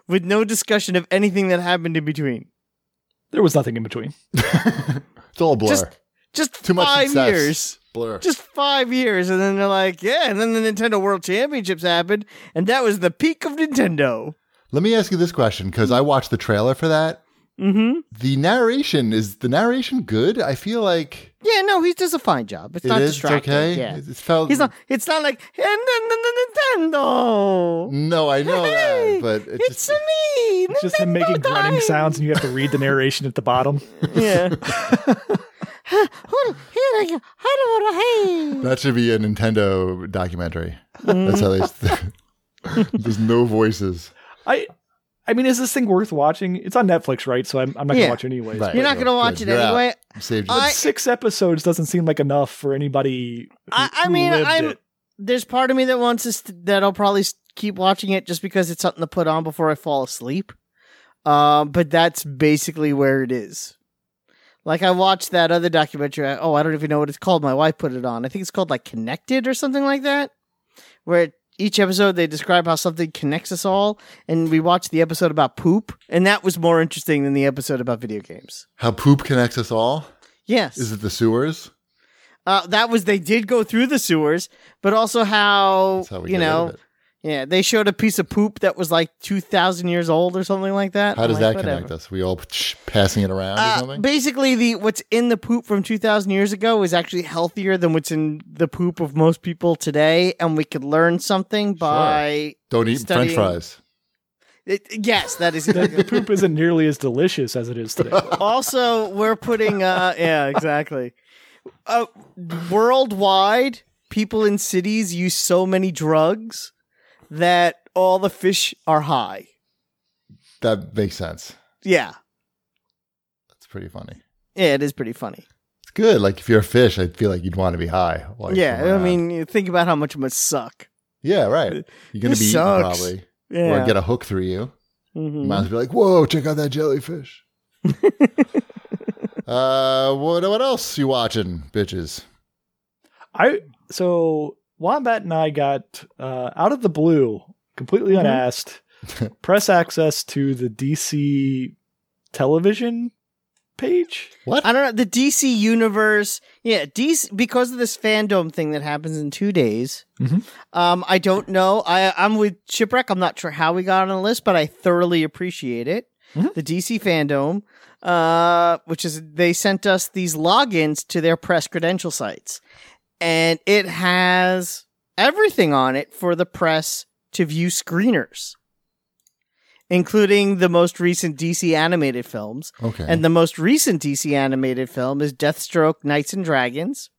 [SPEAKER 1] with no discussion of anything that happened in between.
[SPEAKER 3] there was nothing in between.
[SPEAKER 2] it's all blur.
[SPEAKER 1] Just just
[SPEAKER 2] Too much
[SPEAKER 1] five
[SPEAKER 2] success.
[SPEAKER 1] years.
[SPEAKER 2] blur.
[SPEAKER 1] Just five years, and then they're like, yeah, and then the Nintendo World Championships happened, and that was the peak of Nintendo.
[SPEAKER 2] Let me ask you this question because I watched the trailer for that.
[SPEAKER 1] Mm-hmm.
[SPEAKER 2] The narration is the narration good? I feel like
[SPEAKER 1] Yeah, no, he does a fine job. It's
[SPEAKER 2] it
[SPEAKER 1] not
[SPEAKER 2] is it's
[SPEAKER 1] distracting.
[SPEAKER 2] okay.
[SPEAKER 1] Yeah.
[SPEAKER 2] It felt
[SPEAKER 1] He's not it's not like and then the Nintendo.
[SPEAKER 2] No, I know
[SPEAKER 1] Hey,
[SPEAKER 2] that, but it
[SPEAKER 1] it's
[SPEAKER 2] just,
[SPEAKER 1] a me.
[SPEAKER 3] It's just him
[SPEAKER 1] Nintendo
[SPEAKER 3] making grunting
[SPEAKER 1] time.
[SPEAKER 3] sounds, and you have to read the narration at the bottom.
[SPEAKER 1] Yeah. Huh, hold on, here I go. I don't wanna- hey.
[SPEAKER 2] that should be a Nintendo documentary.
[SPEAKER 1] Mm.
[SPEAKER 2] That's how they. There's no voices.
[SPEAKER 3] I, I mean, is this thing worth watching? It's on Netflix, right? So I'm, I'm not
[SPEAKER 1] Yeah.
[SPEAKER 3] gonna watch it anyways.
[SPEAKER 2] Right.
[SPEAKER 1] You're not gonna watch
[SPEAKER 2] Good,
[SPEAKER 1] it
[SPEAKER 2] you're out.
[SPEAKER 1] anyway.
[SPEAKER 2] Saved you.
[SPEAKER 1] I-
[SPEAKER 3] Six episodes doesn't seem like enough for anybody. Who,
[SPEAKER 1] I- I
[SPEAKER 3] who
[SPEAKER 1] mean,
[SPEAKER 3] lived
[SPEAKER 1] I'm-
[SPEAKER 3] it.
[SPEAKER 1] there's part of me that wants us to, that I'll probably s- keep watching it just because it's something to put on before I fall asleep. Um, but that's basically where it is. Like I watched that other documentary. I, oh, I don't even know what it's called. My wife put it on. I think it's called like Connected or something like that. Where each episode they describe how something connects us all, and we watched the episode about poop, and that was more interesting than the episode about video games.
[SPEAKER 2] how poop connects us all?
[SPEAKER 1] Yes,
[SPEAKER 2] Is it the sewers?
[SPEAKER 1] uh, that was they did go through the sewers, but also how,
[SPEAKER 2] That's how we
[SPEAKER 1] you
[SPEAKER 2] get rid
[SPEAKER 1] know
[SPEAKER 2] of it.
[SPEAKER 1] yeah, they showed a piece of poop that was like 2,000 years old or something like that.
[SPEAKER 2] How
[SPEAKER 1] I'm
[SPEAKER 2] does
[SPEAKER 1] like,
[SPEAKER 2] that connect
[SPEAKER 1] whatever.
[SPEAKER 2] us? We all psh, passing it around or
[SPEAKER 1] Uh,
[SPEAKER 2] something?
[SPEAKER 1] basically, the what's in the poop from 2,000 years ago is actually healthier than what's in the poop of most people today, and we could learn something by.
[SPEAKER 2] Don't eat
[SPEAKER 1] studying-
[SPEAKER 2] French fries.
[SPEAKER 1] It, yes, that is.
[SPEAKER 3] the, the poop isn't nearly as delicious as it is today.
[SPEAKER 1] also, we're putting. Uh, yeah, exactly. Uh, worldwide, people in cities use so many drugs that all the fish are high.
[SPEAKER 2] That makes sense.
[SPEAKER 1] Yeah,
[SPEAKER 2] That's pretty funny.
[SPEAKER 1] yeah, it is pretty funny.
[SPEAKER 2] It's good. Like if you're a fish, I feel like you'd want to be high. while you're
[SPEAKER 1] yeah,
[SPEAKER 2] swimming
[SPEAKER 1] I
[SPEAKER 2] around.
[SPEAKER 1] mean, you think about how much it must suck.
[SPEAKER 2] yeah, right. You're gonna
[SPEAKER 1] this
[SPEAKER 2] be eaten
[SPEAKER 1] sucks.
[SPEAKER 2] probably,
[SPEAKER 1] Yeah.
[SPEAKER 2] or get a hook through you.
[SPEAKER 1] Mhm.
[SPEAKER 2] Might as well be like, "Whoa, check out that jellyfish." uh, what what else you watching, bitches?
[SPEAKER 3] I so Wombat and I got uh, out of the blue, completely
[SPEAKER 2] Mm-hmm.
[SPEAKER 3] unasked, press access to the DC television page.
[SPEAKER 2] What?
[SPEAKER 1] I don't know the DC universe. Yeah, DC because of this fandom thing that happens in two days.
[SPEAKER 3] Mhm.
[SPEAKER 1] Um, I don't know. I I'm with shipwreck. I'm not sure how we got on the list, but I thoroughly appreciate it.
[SPEAKER 3] Mhm.
[SPEAKER 1] The DC fandom, uh, which is they sent us these logins to their press credential sites, and it has everything on it for the press to view screeners, including the most recent DC animated films.
[SPEAKER 2] okay.
[SPEAKER 1] And the most recent DC animated film is Deathstroke Knights and Dragons,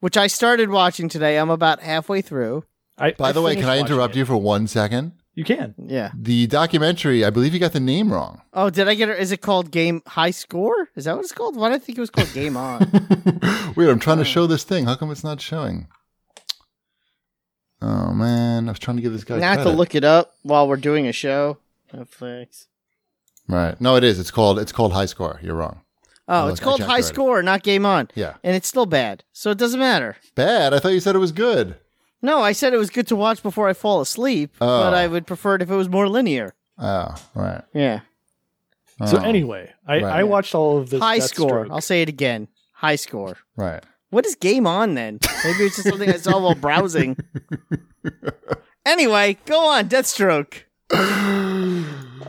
[SPEAKER 1] which I started watching today. I'm about halfway through.
[SPEAKER 3] I,
[SPEAKER 2] By the way, can I interrupt you for one second?
[SPEAKER 3] You can.
[SPEAKER 1] Yeah.
[SPEAKER 2] The documentary, I believe you got the name wrong.
[SPEAKER 1] Oh, did I get it? Is it called Game High Score? Is that what it's called? Why did I think it was called Game On?
[SPEAKER 2] Weird. I'm
[SPEAKER 1] Uh.
[SPEAKER 2] trying to show this thing. How come it's not showing? Oh man, I was trying to give this guy.
[SPEAKER 1] now I have to
[SPEAKER 2] credit.
[SPEAKER 1] look it up while we're doing a show. Netflix.
[SPEAKER 2] Right. No, it is. It's called. It's called High Score. You're wrong.
[SPEAKER 1] Oh,
[SPEAKER 2] Look,
[SPEAKER 1] it's
[SPEAKER 2] I
[SPEAKER 1] called
[SPEAKER 2] checked
[SPEAKER 1] High
[SPEAKER 2] already.
[SPEAKER 1] Score, not Game On.
[SPEAKER 2] Yeah.
[SPEAKER 1] And it's still bad. So it doesn't matter.
[SPEAKER 2] Bad. I thought you said it was good.
[SPEAKER 1] No, I said it was good to watch before I fall asleep, but
[SPEAKER 2] Oh.
[SPEAKER 1] I would prefer it if it was more linear.
[SPEAKER 2] Oh, right.
[SPEAKER 1] Yeah.
[SPEAKER 3] So
[SPEAKER 2] Oh,
[SPEAKER 3] anyway, I,
[SPEAKER 2] Right.
[SPEAKER 3] I watched all of this.
[SPEAKER 1] High Score.
[SPEAKER 3] Deathstroke.
[SPEAKER 1] I'll say it again. High Score.
[SPEAKER 2] Right.
[SPEAKER 1] What is game on then? Maybe it's just something I saw while browsing. Anyway, go on, Deathstroke.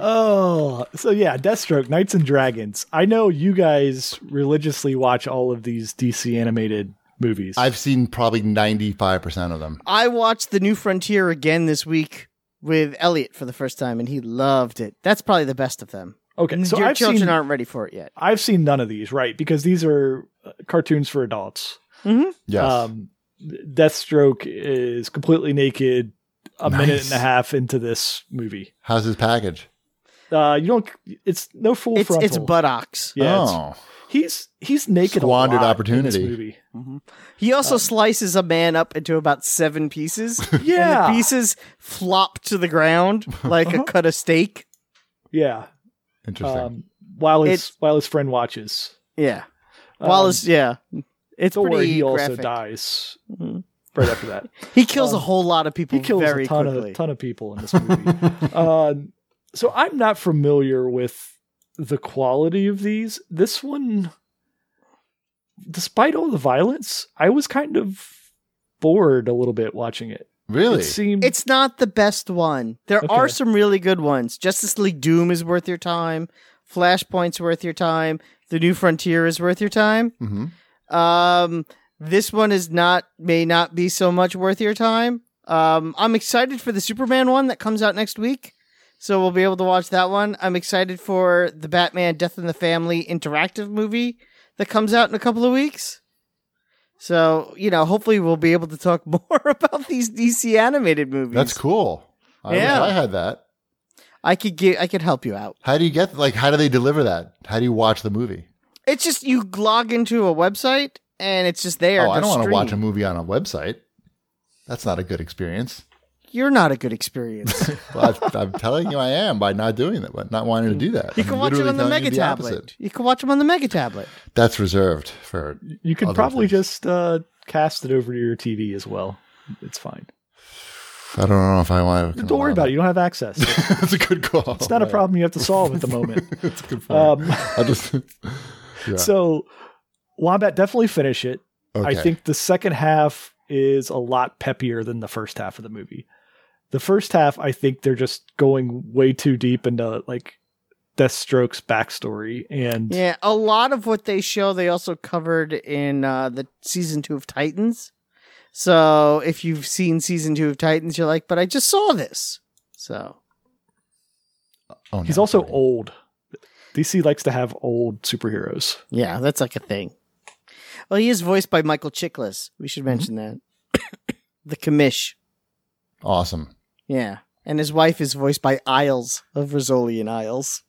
[SPEAKER 3] Oh, so yeah, Deathstroke, Knights and Dragons. I know you guys religiously watch all of these DC animated movies.
[SPEAKER 2] I've seen probably 95% of them.
[SPEAKER 1] I watched The New Frontier again this week with Elliot for the first time, and he loved it. That's probably the best of them.
[SPEAKER 3] okay, so
[SPEAKER 1] Your
[SPEAKER 3] I've
[SPEAKER 1] children
[SPEAKER 3] seen
[SPEAKER 1] aren't ready for it yet.
[SPEAKER 3] I've seen none of these, right? Because these are uh, cartoons for adults.
[SPEAKER 1] hmm
[SPEAKER 2] Yes.
[SPEAKER 3] Um, Deathstroke is completely naked. A minute and
[SPEAKER 2] Nice.
[SPEAKER 3] a half into this movie,
[SPEAKER 2] How's his package?
[SPEAKER 3] uh, you don't. It's no full
[SPEAKER 1] It's
[SPEAKER 3] frontal.
[SPEAKER 1] it's buttocks.
[SPEAKER 3] yeah, it's-
[SPEAKER 2] oh,
[SPEAKER 3] he's he's naked.
[SPEAKER 2] Squandered
[SPEAKER 3] a lot in this
[SPEAKER 2] opportunity.
[SPEAKER 3] movie.
[SPEAKER 1] He also
[SPEAKER 3] Um,
[SPEAKER 1] slices a man up into about seven pieces.
[SPEAKER 3] Yeah, Uh-huh.
[SPEAKER 1] And the pieces flop to the ground like a cut of steak.
[SPEAKER 3] yeah.
[SPEAKER 2] interesting.
[SPEAKER 3] Um, while his
[SPEAKER 1] It's-
[SPEAKER 3] while his friend watches.
[SPEAKER 1] Yeah.
[SPEAKER 3] Um,
[SPEAKER 1] Wallace, yeah. It's
[SPEAKER 3] don't worry,
[SPEAKER 1] pretty
[SPEAKER 3] he also
[SPEAKER 1] graphic.
[SPEAKER 3] dies
[SPEAKER 1] Mhm.
[SPEAKER 3] right after that.
[SPEAKER 1] He kills a
[SPEAKER 3] Um,
[SPEAKER 1] whole lot of people
[SPEAKER 3] he kills
[SPEAKER 1] very
[SPEAKER 3] a ton
[SPEAKER 1] quickly.
[SPEAKER 3] of ton of people in this movie. Um so I'm not familiar with the quality of these. This one, despite all the violence, I was kind of bored a little bit watching it.
[SPEAKER 2] really?
[SPEAKER 3] It seemed
[SPEAKER 1] It's not the best one. There
[SPEAKER 3] Okay.
[SPEAKER 1] are some really good ones. Justice League Doom is worth your time. Flashpoint's worth your time. The New Frontier is worth your time.
[SPEAKER 2] hmm
[SPEAKER 1] Um, this one is not may not be so much worth your time. Um, I'm excited for the Superman one that comes out next week, so we'll be able to watch that one. I'm excited for the Batman Death in the Family interactive movie that comes out in a couple of weeks. So you know, hopefully, we'll be able to talk more about these DC animated movies.
[SPEAKER 2] That's cool. I wish
[SPEAKER 1] Yeah.
[SPEAKER 2] I had that.
[SPEAKER 1] I could get I could help you out.
[SPEAKER 2] How do you get, like, how do they deliver that? How do you watch the movie?
[SPEAKER 1] It's just you log into a website and it's just there.
[SPEAKER 2] oh, I
[SPEAKER 1] to
[SPEAKER 2] don't want to
[SPEAKER 1] stream.
[SPEAKER 2] watch a movie on a website. That's not a good experience.
[SPEAKER 1] You're not a good experience.
[SPEAKER 2] Well, I, I'm telling you, I am by not doing that, but not wanting to do that.
[SPEAKER 1] You
[SPEAKER 2] I'm
[SPEAKER 1] can watch it
[SPEAKER 2] literally
[SPEAKER 1] on the
[SPEAKER 2] telling
[SPEAKER 1] mega
[SPEAKER 2] you
[SPEAKER 1] tablet.
[SPEAKER 2] opposite.
[SPEAKER 1] you can watch them on the mega tablet.
[SPEAKER 2] That's reserved for
[SPEAKER 3] you could
[SPEAKER 2] other
[SPEAKER 3] probably
[SPEAKER 2] things.
[SPEAKER 3] just uh, cast it over to your TV as well. It's fine.
[SPEAKER 2] I don't know if I want to.
[SPEAKER 3] Don't worry about it. You don't have access. It's
[SPEAKER 2] That's a good call. It's
[SPEAKER 3] not a problem you have to solve at the moment.
[SPEAKER 2] That's a good point.
[SPEAKER 3] Um,
[SPEAKER 2] I just. Yeah.
[SPEAKER 3] So Wombat definitely finish it.
[SPEAKER 2] okay.
[SPEAKER 3] I think the second half is a lot peppier than the first half of the movie. The first half, I think they're just going way too deep into like Deathstroke's backstory and
[SPEAKER 1] Yeah, a lot of what they show they also covered in uh, the season two of Titans. So if you've seen season two of Titans, you're like, but I just saw this. So
[SPEAKER 2] Oh, no,
[SPEAKER 3] he's also
[SPEAKER 2] sorry.
[SPEAKER 3] old. DC likes to have old superheroes.
[SPEAKER 1] yeah, that's like a thing. Well, he is voiced by Michael Chiklis. We should mention that. the commish.
[SPEAKER 2] Awesome.
[SPEAKER 1] Yeah. And his wife is voiced by Isles of Rizzoli and Isles.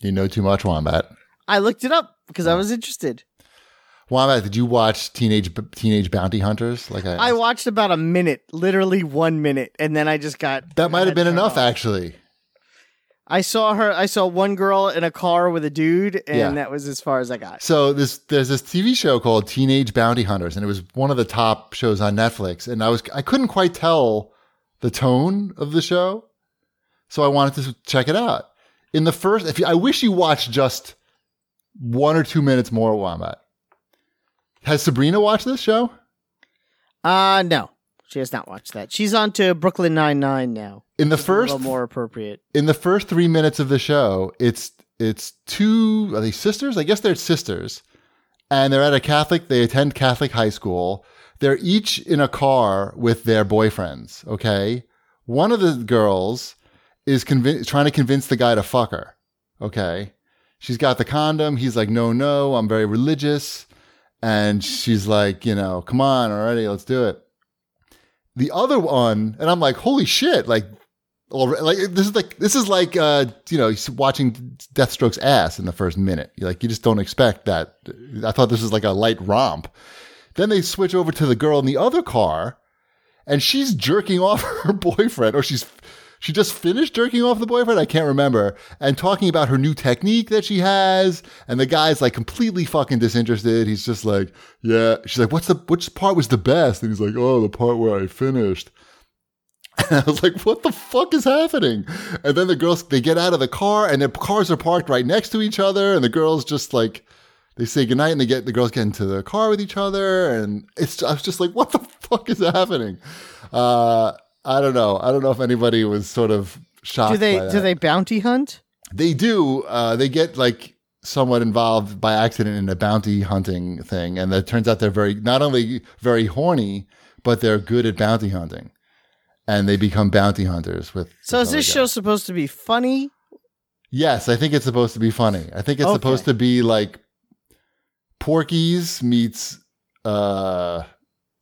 [SPEAKER 2] You know too much, Wombat.
[SPEAKER 1] I looked it up because I was interested.
[SPEAKER 2] Wombat, did you watch Teenage Teenage Bounty Hunters? Like I,
[SPEAKER 1] I watched about a minute, literally one minute, and then I just got
[SPEAKER 2] that might have been
[SPEAKER 1] had turned
[SPEAKER 2] enough
[SPEAKER 1] off.
[SPEAKER 2] actually.
[SPEAKER 1] I saw her. I saw one girl in a car with a dude, and
[SPEAKER 2] Yeah.
[SPEAKER 1] that was as far as I got.
[SPEAKER 2] So this there's this TV show called Teenage Bounty Hunters, and it was one of the top shows on Netflix. And I was I couldn't quite tell the tone of the show, so I wanted to check it out. In the first, if you, I wish you watched just one or two minutes more, Wombat. Has Sabrina watched this show?
[SPEAKER 1] Uh no, she has not watched that. She's on to Brooklyn Nine Nine now.
[SPEAKER 2] In the
[SPEAKER 1] It's a
[SPEAKER 2] first
[SPEAKER 1] little more appropriate.
[SPEAKER 2] in the first three minutes of the show, it's it's two are they sisters? I guess they're sisters, and they're at a Catholic. They attend Catholic high school. They're each in a car with their boyfriends. Okay, one of the girls is convin- trying to convince the guy to fuck her. Okay, she's got the condom. He's like, no, no, I'm very religious, and she's like, you know, come on, already, let's do it. The other one, and I'm like, holy shit, like already. Like this is like this is like uh, you know watching Deathstroke's ass in the first minute. You like you just don't expect that. I thought this was like a light romp. Then they switch over to the girl in the other car, and she's jerking off her boyfriend, or she's she just finished jerking off the boyfriend. I can't remember, and talking about her new technique that she has, and the guy's like completely fucking disinterested. He's just like, yeah. She's like, what's the which part was the best? And he's like, oh, the part where I finished. And I was like, what the fuck is happening? And then the girls, they get out of the car and their cars are parked right next to each other. And the girls just like, they say goodnight and they get, the girls get into the car with each other. And it's, I was just like, what the fuck is happening? Uh, I don't know. I don't know if anybody was sort of shocked.
[SPEAKER 1] Do they
[SPEAKER 2] by that.
[SPEAKER 1] do they bounty hunt?
[SPEAKER 2] They do. Uh, they get like somewhat involved by accident in a bounty hunting thing, and it turns out they're very not only very horny, but they're good at bounty hunting, and they become bounty hunters with.
[SPEAKER 1] So is
[SPEAKER 2] with
[SPEAKER 1] this
[SPEAKER 2] other
[SPEAKER 1] show
[SPEAKER 2] guys.
[SPEAKER 1] supposed to be funny?
[SPEAKER 2] Yes, I think it's supposed to be funny. I think it's
[SPEAKER 1] Okay.
[SPEAKER 2] supposed to be like Porky's meets uh,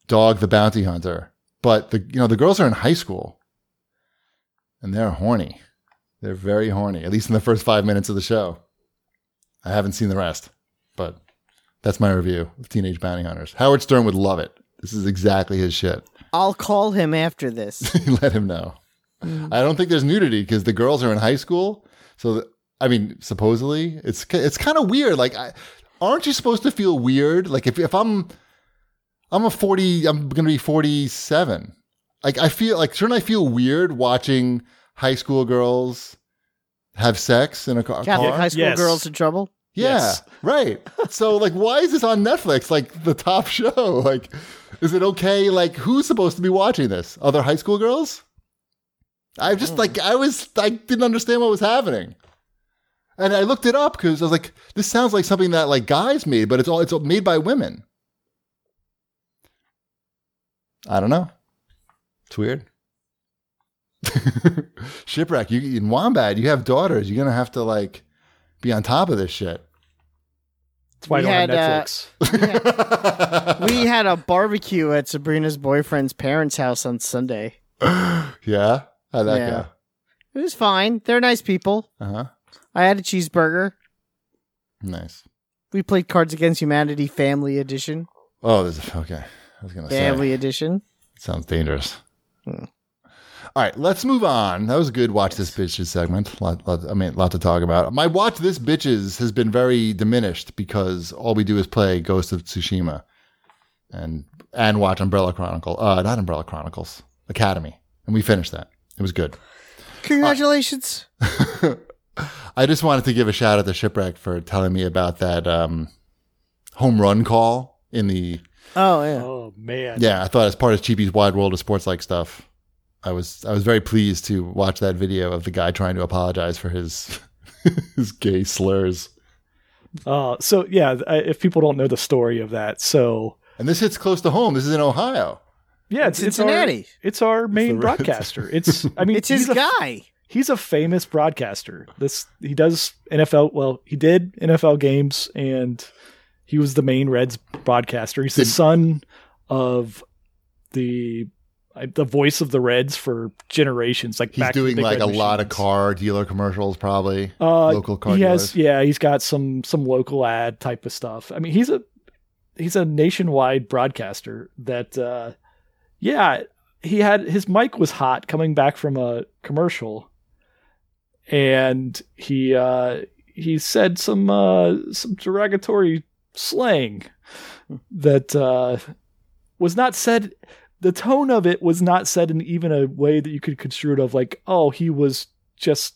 [SPEAKER 2] Dog the Bounty Hunter, but the you know the girls are in high school, and they're horny. They're very horny, at least in the first five minutes of the show. I haven't seen the rest, but that's my review of Teenage Bounty Hunters. Howard Stern would love it. This is exactly his shit.
[SPEAKER 1] I'll call him after this.
[SPEAKER 2] Let him know. I don't think there's nudity because the girls are in high school. So the, I mean, supposedly it's ki- it's kind of weird. Like, I, aren't you supposed to feel weird? Like if if I'm I'm a forty, I'm gonna be forty seven. Like I feel like shouldn't I feel weird watching high school girls have sex in a ca-
[SPEAKER 1] Catholic
[SPEAKER 2] car?
[SPEAKER 1] high school
[SPEAKER 3] Yes.
[SPEAKER 1] girls in trouble.
[SPEAKER 2] Yeah,
[SPEAKER 3] Yes.
[SPEAKER 2] right. So, like, why is this on Netflix? Like, the top show. Like, is it okay? Like, who's supposed to be watching this? Other high school girls? I just like I was I didn't understand what was happening, and I looked it up because I was like, this sounds like something that like guys made, but it's all it's all made by women. I don't know. It's weird. Shipwreck, you in Wombat, you have daughters. You're gonna have to like be on top of this shit.
[SPEAKER 3] That's why I
[SPEAKER 1] We
[SPEAKER 3] don't have
[SPEAKER 1] had, uh,
[SPEAKER 3] Netflix.
[SPEAKER 1] We had a barbecue at Sabrina's boyfriend's parents' house on Sunday.
[SPEAKER 2] yeah, how'd that
[SPEAKER 1] Yeah. It was fine. They're nice people.
[SPEAKER 2] go? Uh huh.
[SPEAKER 1] I had a cheeseburger.
[SPEAKER 2] Nice.
[SPEAKER 1] We played Cards Against Humanity Family Edition.
[SPEAKER 2] Oh, there's a, okay. I was gonna say
[SPEAKER 1] Family Edition.
[SPEAKER 2] sounds dangerous.
[SPEAKER 1] Hmm.
[SPEAKER 2] All right, let's move on. That was a good watch this bitches segment. Lot, lot, I mean, lot to talk about. My watch this bitches has been very diminished because all we do is play Ghost of Tsushima, and and watch Umbrella Chronicle. Uh, not Umbrella Chronicles, Academy, and we finished that. It was good.
[SPEAKER 1] Congratulations.
[SPEAKER 2] I just wanted to give a shout out to Shipwreck for telling me about that um, home run call in the.
[SPEAKER 1] oh yeah.
[SPEAKER 3] Oh man.
[SPEAKER 2] Yeah, I thought as part of Cheapy's Wide World of Sports Like Stuff, I was I was very pleased to watch that video of the guy trying to apologize for his his gay slurs.
[SPEAKER 3] Uh, so yeah, th- I- if people don't know the story of that, so
[SPEAKER 2] And this hits close to home. This is in Ohio.
[SPEAKER 3] yeah, it's, it's our-
[SPEAKER 1] Cincinnati.
[SPEAKER 3] It's our, main
[SPEAKER 2] the Reds.
[SPEAKER 3] broadcaster. It's I mean
[SPEAKER 1] It's his
[SPEAKER 3] he's a-
[SPEAKER 1] guy.
[SPEAKER 3] he's a famous broadcaster. This he does NFL. Well, he did NFL games, and he was the main Reds broadcaster. He's the
[SPEAKER 2] Did-
[SPEAKER 3] son of the I- the voice of the Reds for generations. Like
[SPEAKER 2] He's
[SPEAKER 3] back to the
[SPEAKER 2] doing
[SPEAKER 3] big
[SPEAKER 2] like
[SPEAKER 3] red
[SPEAKER 2] a lot of
[SPEAKER 3] machines.
[SPEAKER 2] car dealer commercials, probably
[SPEAKER 3] Uh,
[SPEAKER 2] local car
[SPEAKER 3] he
[SPEAKER 2] dealers.
[SPEAKER 3] has, yeah, he's got some some local ad type of stuff. I mean, he's a he's a nationwide broadcaster that uh yeah, he had his mic was hot coming back from a commercial and he uh, he said some uh, some derogatory slang that uh, was not said. The tone of it was not said in even a way that you could construe it of like, oh, he was just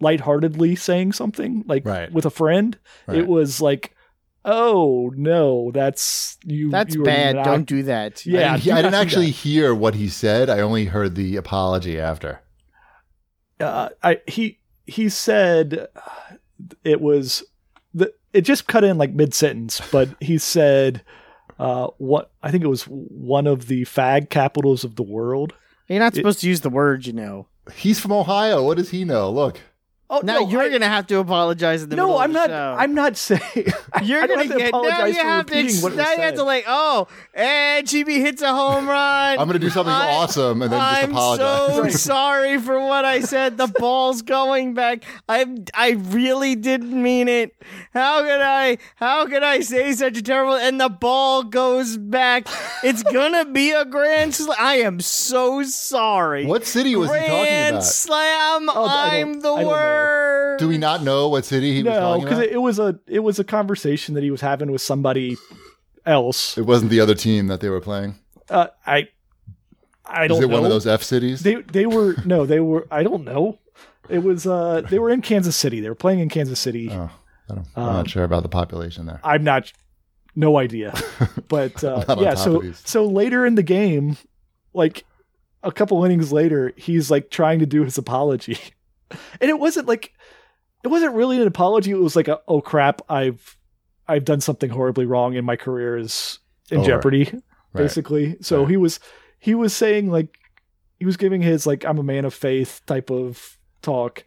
[SPEAKER 3] lightheartedly saying something like
[SPEAKER 2] Right.
[SPEAKER 3] with a friend. It
[SPEAKER 2] Right.
[SPEAKER 3] was like, oh no, that's you.
[SPEAKER 1] That's
[SPEAKER 3] you are
[SPEAKER 1] bad.
[SPEAKER 3] not-
[SPEAKER 1] Don't do that.
[SPEAKER 2] I
[SPEAKER 3] Yeah,
[SPEAKER 2] didn't he- I
[SPEAKER 3] do
[SPEAKER 2] didn't
[SPEAKER 3] not do
[SPEAKER 2] actually hear what he said. I only heard the apology after.
[SPEAKER 3] uh, I he he said uh, it was the it just cut in like mid sentence, but he said uh, what I think it was one of the fag capitals of the world.
[SPEAKER 1] You're not
[SPEAKER 3] It-
[SPEAKER 1] supposed to use the word, you know.
[SPEAKER 2] He's from Ohio. What does he know? Look,
[SPEAKER 3] Oh
[SPEAKER 1] Now you're
[SPEAKER 3] I,
[SPEAKER 1] gonna have to apologize in the middle
[SPEAKER 3] no,
[SPEAKER 1] of
[SPEAKER 3] I'm
[SPEAKER 1] the
[SPEAKER 3] not.
[SPEAKER 1] show.
[SPEAKER 3] I'm not saying
[SPEAKER 1] You're
[SPEAKER 3] I
[SPEAKER 1] gonna
[SPEAKER 3] don't have to
[SPEAKER 1] get now.
[SPEAKER 3] apologize
[SPEAKER 1] You
[SPEAKER 3] for
[SPEAKER 1] have to
[SPEAKER 3] repeating what it was
[SPEAKER 1] now you have
[SPEAKER 3] said.
[SPEAKER 1] to like oh and GB hits a home run.
[SPEAKER 2] I'm going to do something
[SPEAKER 1] I-
[SPEAKER 2] awesome and then just
[SPEAKER 1] I'm
[SPEAKER 2] apologize.
[SPEAKER 1] so
[SPEAKER 3] Right.
[SPEAKER 1] sorry for what I said. The ball's going back. I I really didn't mean it. How could I how could I say such a terrible and the ball goes back? It's gonna be a grand slam. I am so sorry.
[SPEAKER 2] What city was he talking
[SPEAKER 1] grand
[SPEAKER 2] about?
[SPEAKER 1] slam.
[SPEAKER 3] Oh, I don't-
[SPEAKER 1] I'm the
[SPEAKER 3] I don't know.
[SPEAKER 1] worst.
[SPEAKER 2] Do we not know what city he was
[SPEAKER 3] no
[SPEAKER 2] talking
[SPEAKER 3] because
[SPEAKER 2] about?
[SPEAKER 3] it, it was a it was a conversation that he was having with somebody else.
[SPEAKER 2] It wasn't the other team that they were playing.
[SPEAKER 3] Uh, I I don't
[SPEAKER 2] Is it
[SPEAKER 3] know.
[SPEAKER 2] one of those F cities?
[SPEAKER 3] They they were no, they were I don't know. It was uh they were in Kansas City. They were playing in Kansas City.
[SPEAKER 2] oh, I don't, I'm
[SPEAKER 3] Um,
[SPEAKER 2] not sure about the population there.
[SPEAKER 3] I'm not no idea. But
[SPEAKER 2] I'm
[SPEAKER 3] uh,
[SPEAKER 2] not on
[SPEAKER 3] yeah,
[SPEAKER 2] top of
[SPEAKER 3] so
[SPEAKER 2] these.
[SPEAKER 3] so later in the game, like a couple innings later, he's like trying to do his apology. And it wasn't like it wasn't really an apology. It was like a oh crap, I've I've done something horribly wrong and my career is in
[SPEAKER 2] Over.
[SPEAKER 3] jeopardy
[SPEAKER 2] Oh, Right.
[SPEAKER 3] basically. So
[SPEAKER 2] Right.
[SPEAKER 3] he was he was saying like he was giving his like I'm a man of faith type of talk,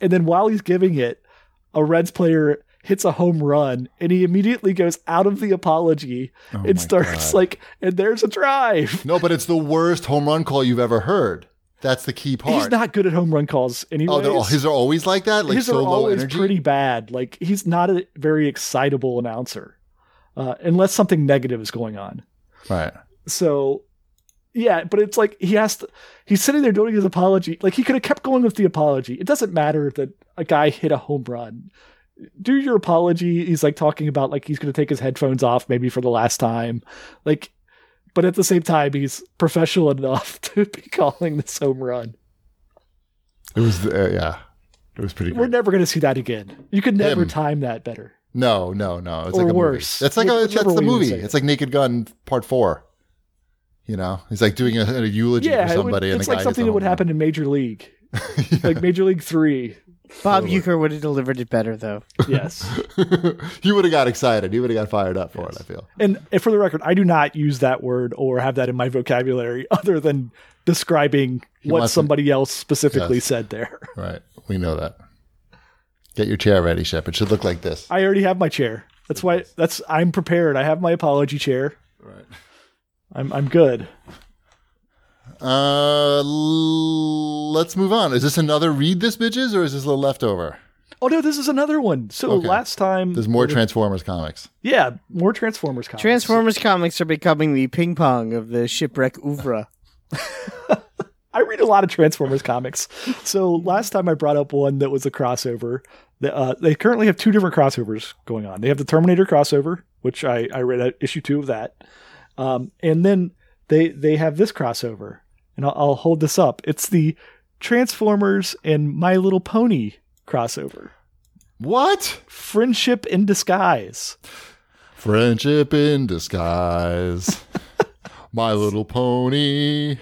[SPEAKER 3] and then while he's giving it, a Reds player hits a home run, and he immediately goes out of the apology
[SPEAKER 2] Oh my
[SPEAKER 3] and starts
[SPEAKER 2] God.
[SPEAKER 3] like, and there's a drive.
[SPEAKER 2] No, but it's the worst home run call you've ever heard. That's the key part.
[SPEAKER 3] He's not good at home run calls anyway.
[SPEAKER 2] Oh, they're all, his are always like that, like
[SPEAKER 3] his
[SPEAKER 2] so
[SPEAKER 3] are
[SPEAKER 2] low
[SPEAKER 3] always
[SPEAKER 2] energy.
[SPEAKER 3] pretty bad. Like he's not a very excitable announcer, uh, unless something negative is going on.
[SPEAKER 2] Right.
[SPEAKER 3] So yeah, but it's like he has to he's sitting there doing his apology. Like he could have kept going with the apology. It doesn't matter that a guy hit a home run. Do your apology. He's like talking about like he's gonna take his headphones off maybe for the last time. Like but at the same time he's professional enough to be calling this home run.
[SPEAKER 2] It was uh, yeah. It was pretty.
[SPEAKER 3] We're
[SPEAKER 2] Good.
[SPEAKER 3] never gonna see that again. You could never
[SPEAKER 2] Him.
[SPEAKER 3] time that better.
[SPEAKER 2] No, no, no. It's
[SPEAKER 3] Or
[SPEAKER 2] like a
[SPEAKER 3] worse.
[SPEAKER 2] Movie. That's like a,
[SPEAKER 3] Whichever
[SPEAKER 2] that's the
[SPEAKER 3] way you
[SPEAKER 2] movie.
[SPEAKER 3] say it.
[SPEAKER 2] It's like Naked Gun Part Four. You know, he's like doing a, a eulogy
[SPEAKER 3] Yeah,
[SPEAKER 2] for
[SPEAKER 3] it would,
[SPEAKER 2] somebody, and
[SPEAKER 3] it's
[SPEAKER 2] the guy hits
[SPEAKER 3] like something
[SPEAKER 2] a
[SPEAKER 3] that would
[SPEAKER 2] home
[SPEAKER 3] happen in Major League.
[SPEAKER 2] run. Yeah.
[SPEAKER 3] Like Major League Three.
[SPEAKER 1] Bob
[SPEAKER 2] Totally.
[SPEAKER 1] Euchre would have delivered it better though.
[SPEAKER 3] Yes.
[SPEAKER 2] he would have got excited. He would have got fired up for it. I feel.
[SPEAKER 3] And for the record, I do not use that word or have that in my vocabulary other than describing what
[SPEAKER 2] mustn't-
[SPEAKER 3] somebody else specifically
[SPEAKER 2] Yes.
[SPEAKER 3] said there.
[SPEAKER 2] Right. We know that. Get your chair ready, Shep. It should look like this.
[SPEAKER 3] I already have my chair. That's why that's I'm prepared. I have my apology chair.
[SPEAKER 2] Right.
[SPEAKER 3] I'm I'm good.
[SPEAKER 2] Uh, l- let's move on. Is this another read this bitches, or is this a leftover?
[SPEAKER 3] Oh no, this is another one. So
[SPEAKER 2] Okay.
[SPEAKER 3] last time
[SPEAKER 2] There's more Transformers comics.
[SPEAKER 3] Yeah, more Transformers comics.
[SPEAKER 1] Transformers comics are becoming the ping pong of the shipwreck oeuvre.
[SPEAKER 3] I read a lot of Transformers comics. So last time I brought up one that was a crossover. The, uh, they currently have two different crossovers going on. They have the Terminator crossover, which I, I read uh, issue two of that, um, and then they they have this crossover, and I'll, I'll hold this up. It's the Transformers and My Little Pony crossover,
[SPEAKER 2] What?
[SPEAKER 3] Friendship in Disguise.
[SPEAKER 2] Friendship in disguise. My Little Pony.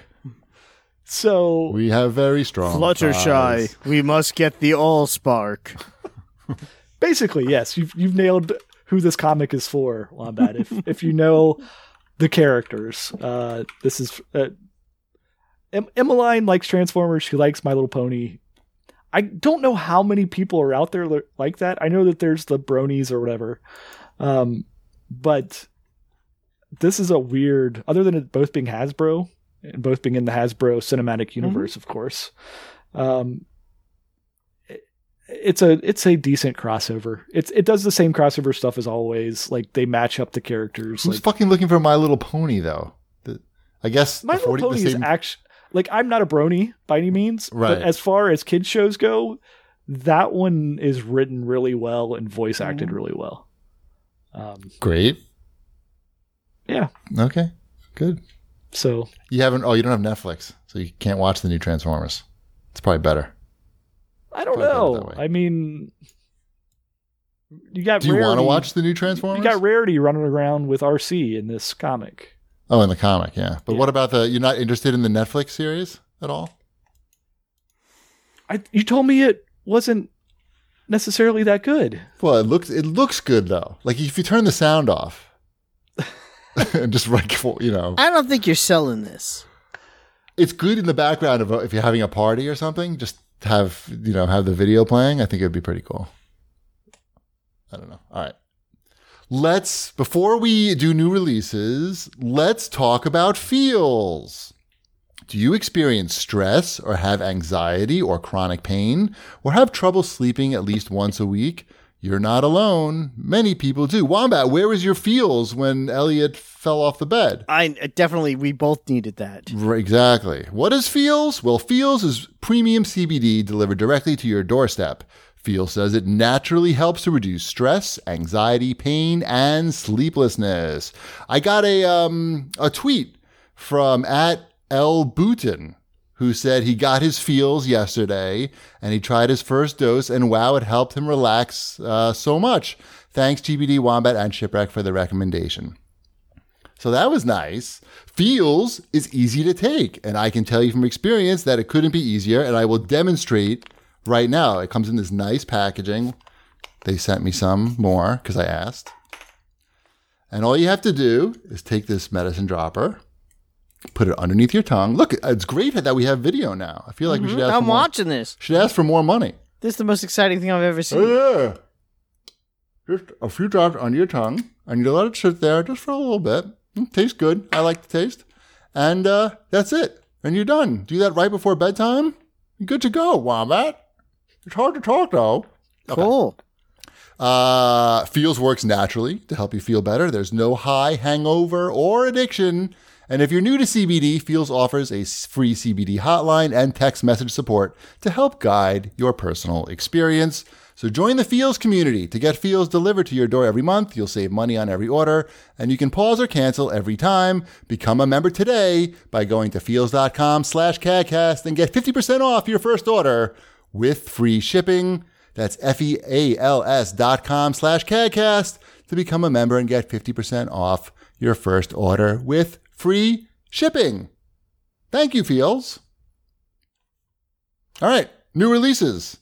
[SPEAKER 3] So
[SPEAKER 2] We have very strong ties.
[SPEAKER 1] we must get the all spark.
[SPEAKER 3] basically, yes, you've you've nailed who this comic is for, Wombat. if if you know the characters, uh, this is uh, em- Emmeline likes Transformers. She likes My Little Pony. I don't know how many people are out there li- like that. I know that there's the bronies or whatever, um, but this is a weird. Other than it both being Hasbro and both being in the Hasbro cinematic universe, of course. Um, it's a it's a decent crossover. It's it does the same crossover stuff as always. Like they match up the characters.
[SPEAKER 2] Who's
[SPEAKER 3] Like,
[SPEAKER 2] fucking looking for My Little Pony, though? The- I guess
[SPEAKER 3] My
[SPEAKER 2] the 40
[SPEAKER 3] Little
[SPEAKER 2] the
[SPEAKER 3] Pony is
[SPEAKER 2] same-
[SPEAKER 3] actually like I'm not a brony by any means,
[SPEAKER 2] Right.
[SPEAKER 3] but as far as kids shows go, that one is written really well and voice acted really well. Um,
[SPEAKER 2] Great.
[SPEAKER 3] yeah.
[SPEAKER 2] Okay. Good.
[SPEAKER 3] So
[SPEAKER 2] You haven't. Oh, you don't have Netflix, so you can't watch the new Transformers. It's probably better.
[SPEAKER 3] I don't
[SPEAKER 2] Probably better
[SPEAKER 3] know.
[SPEAKER 2] that way.
[SPEAKER 3] I mean, you got
[SPEAKER 2] Do you want to
[SPEAKER 3] Rarity-
[SPEAKER 2] watch the new
[SPEAKER 3] You
[SPEAKER 2] Transformers?
[SPEAKER 3] got Rarity running around with RC in this comic.
[SPEAKER 2] oh, in the comic, yeah. But
[SPEAKER 3] Yeah.
[SPEAKER 2] what about the? You're not interested in the Netflix series at all?
[SPEAKER 3] I, you told me it wasn't necessarily that good.
[SPEAKER 2] Well, it looks it looks good though. Like if you turn the sound off and just like you know,
[SPEAKER 1] I don't think you're selling this.
[SPEAKER 2] it's good in the background of if you're having a party or something. Just have you know have the video playing. I think it'd be pretty cool. I don't know. All right, let's before we do new releases, let's talk about feels. Do you experience stress or have anxiety or chronic pain or have trouble sleeping at least once a week? You're not alone. Many people do. Wombat, where was your feels when Elliot fell off the bed?
[SPEAKER 1] I uh, definitely we both needed that.
[SPEAKER 2] Right, exactly. What is Feels? Well, Feels is premium CBD delivered directly to your doorstep. Feels says it naturally helps to reduce stress, anxiety, pain, and sleeplessness. I got a um a tweet from at L Booten who said he got his feels yesterday and he tried his first dose and wow, it helped him relax uh, so much. Thanks, GBD Wombat and Shipwreck for the recommendation. So that was nice. Feels is easy to take. And I can tell you from experience that it couldn't be easier. And I will demonstrate right now. It comes in this nice packaging. They sent me some more because I asked. And all you have to do is take this medicine dropper, put it underneath your tongue. Look, it's great that we have video now. I feel like we should ask, for
[SPEAKER 1] I'm
[SPEAKER 2] more,
[SPEAKER 1] watching this.
[SPEAKER 2] should ask for more money.
[SPEAKER 1] This is the most exciting thing I've ever
[SPEAKER 2] Uh,
[SPEAKER 1] seen.
[SPEAKER 2] Yeah. Oh, Just a few drops on your tongue, and you let it sit there just for a little bit. Mm, tastes good. I like the taste. And uh, that's it. And you're done. Do that right before bedtime. You're good to go, Wombat. It's hard to talk, though.
[SPEAKER 1] Cool.
[SPEAKER 2] Uh, feels works naturally to help you feel better. There's no high, hangover, or addiction. And if you're new to CBD, Feels offers a s- free CBD hotline and text message support to help guide your personal experience. So join the Feels community to get Feels delivered to your door every month. You'll save money on every order, and you can pause or cancel every time. Become a member today by going to feels.com slash cadcast and get 50% off your first order with free shipping. That's E F-E-A-L-S dot com slash CADcast to become a member and get 50% off your first order with free shipping. Thank you, Feels. All right, new releases.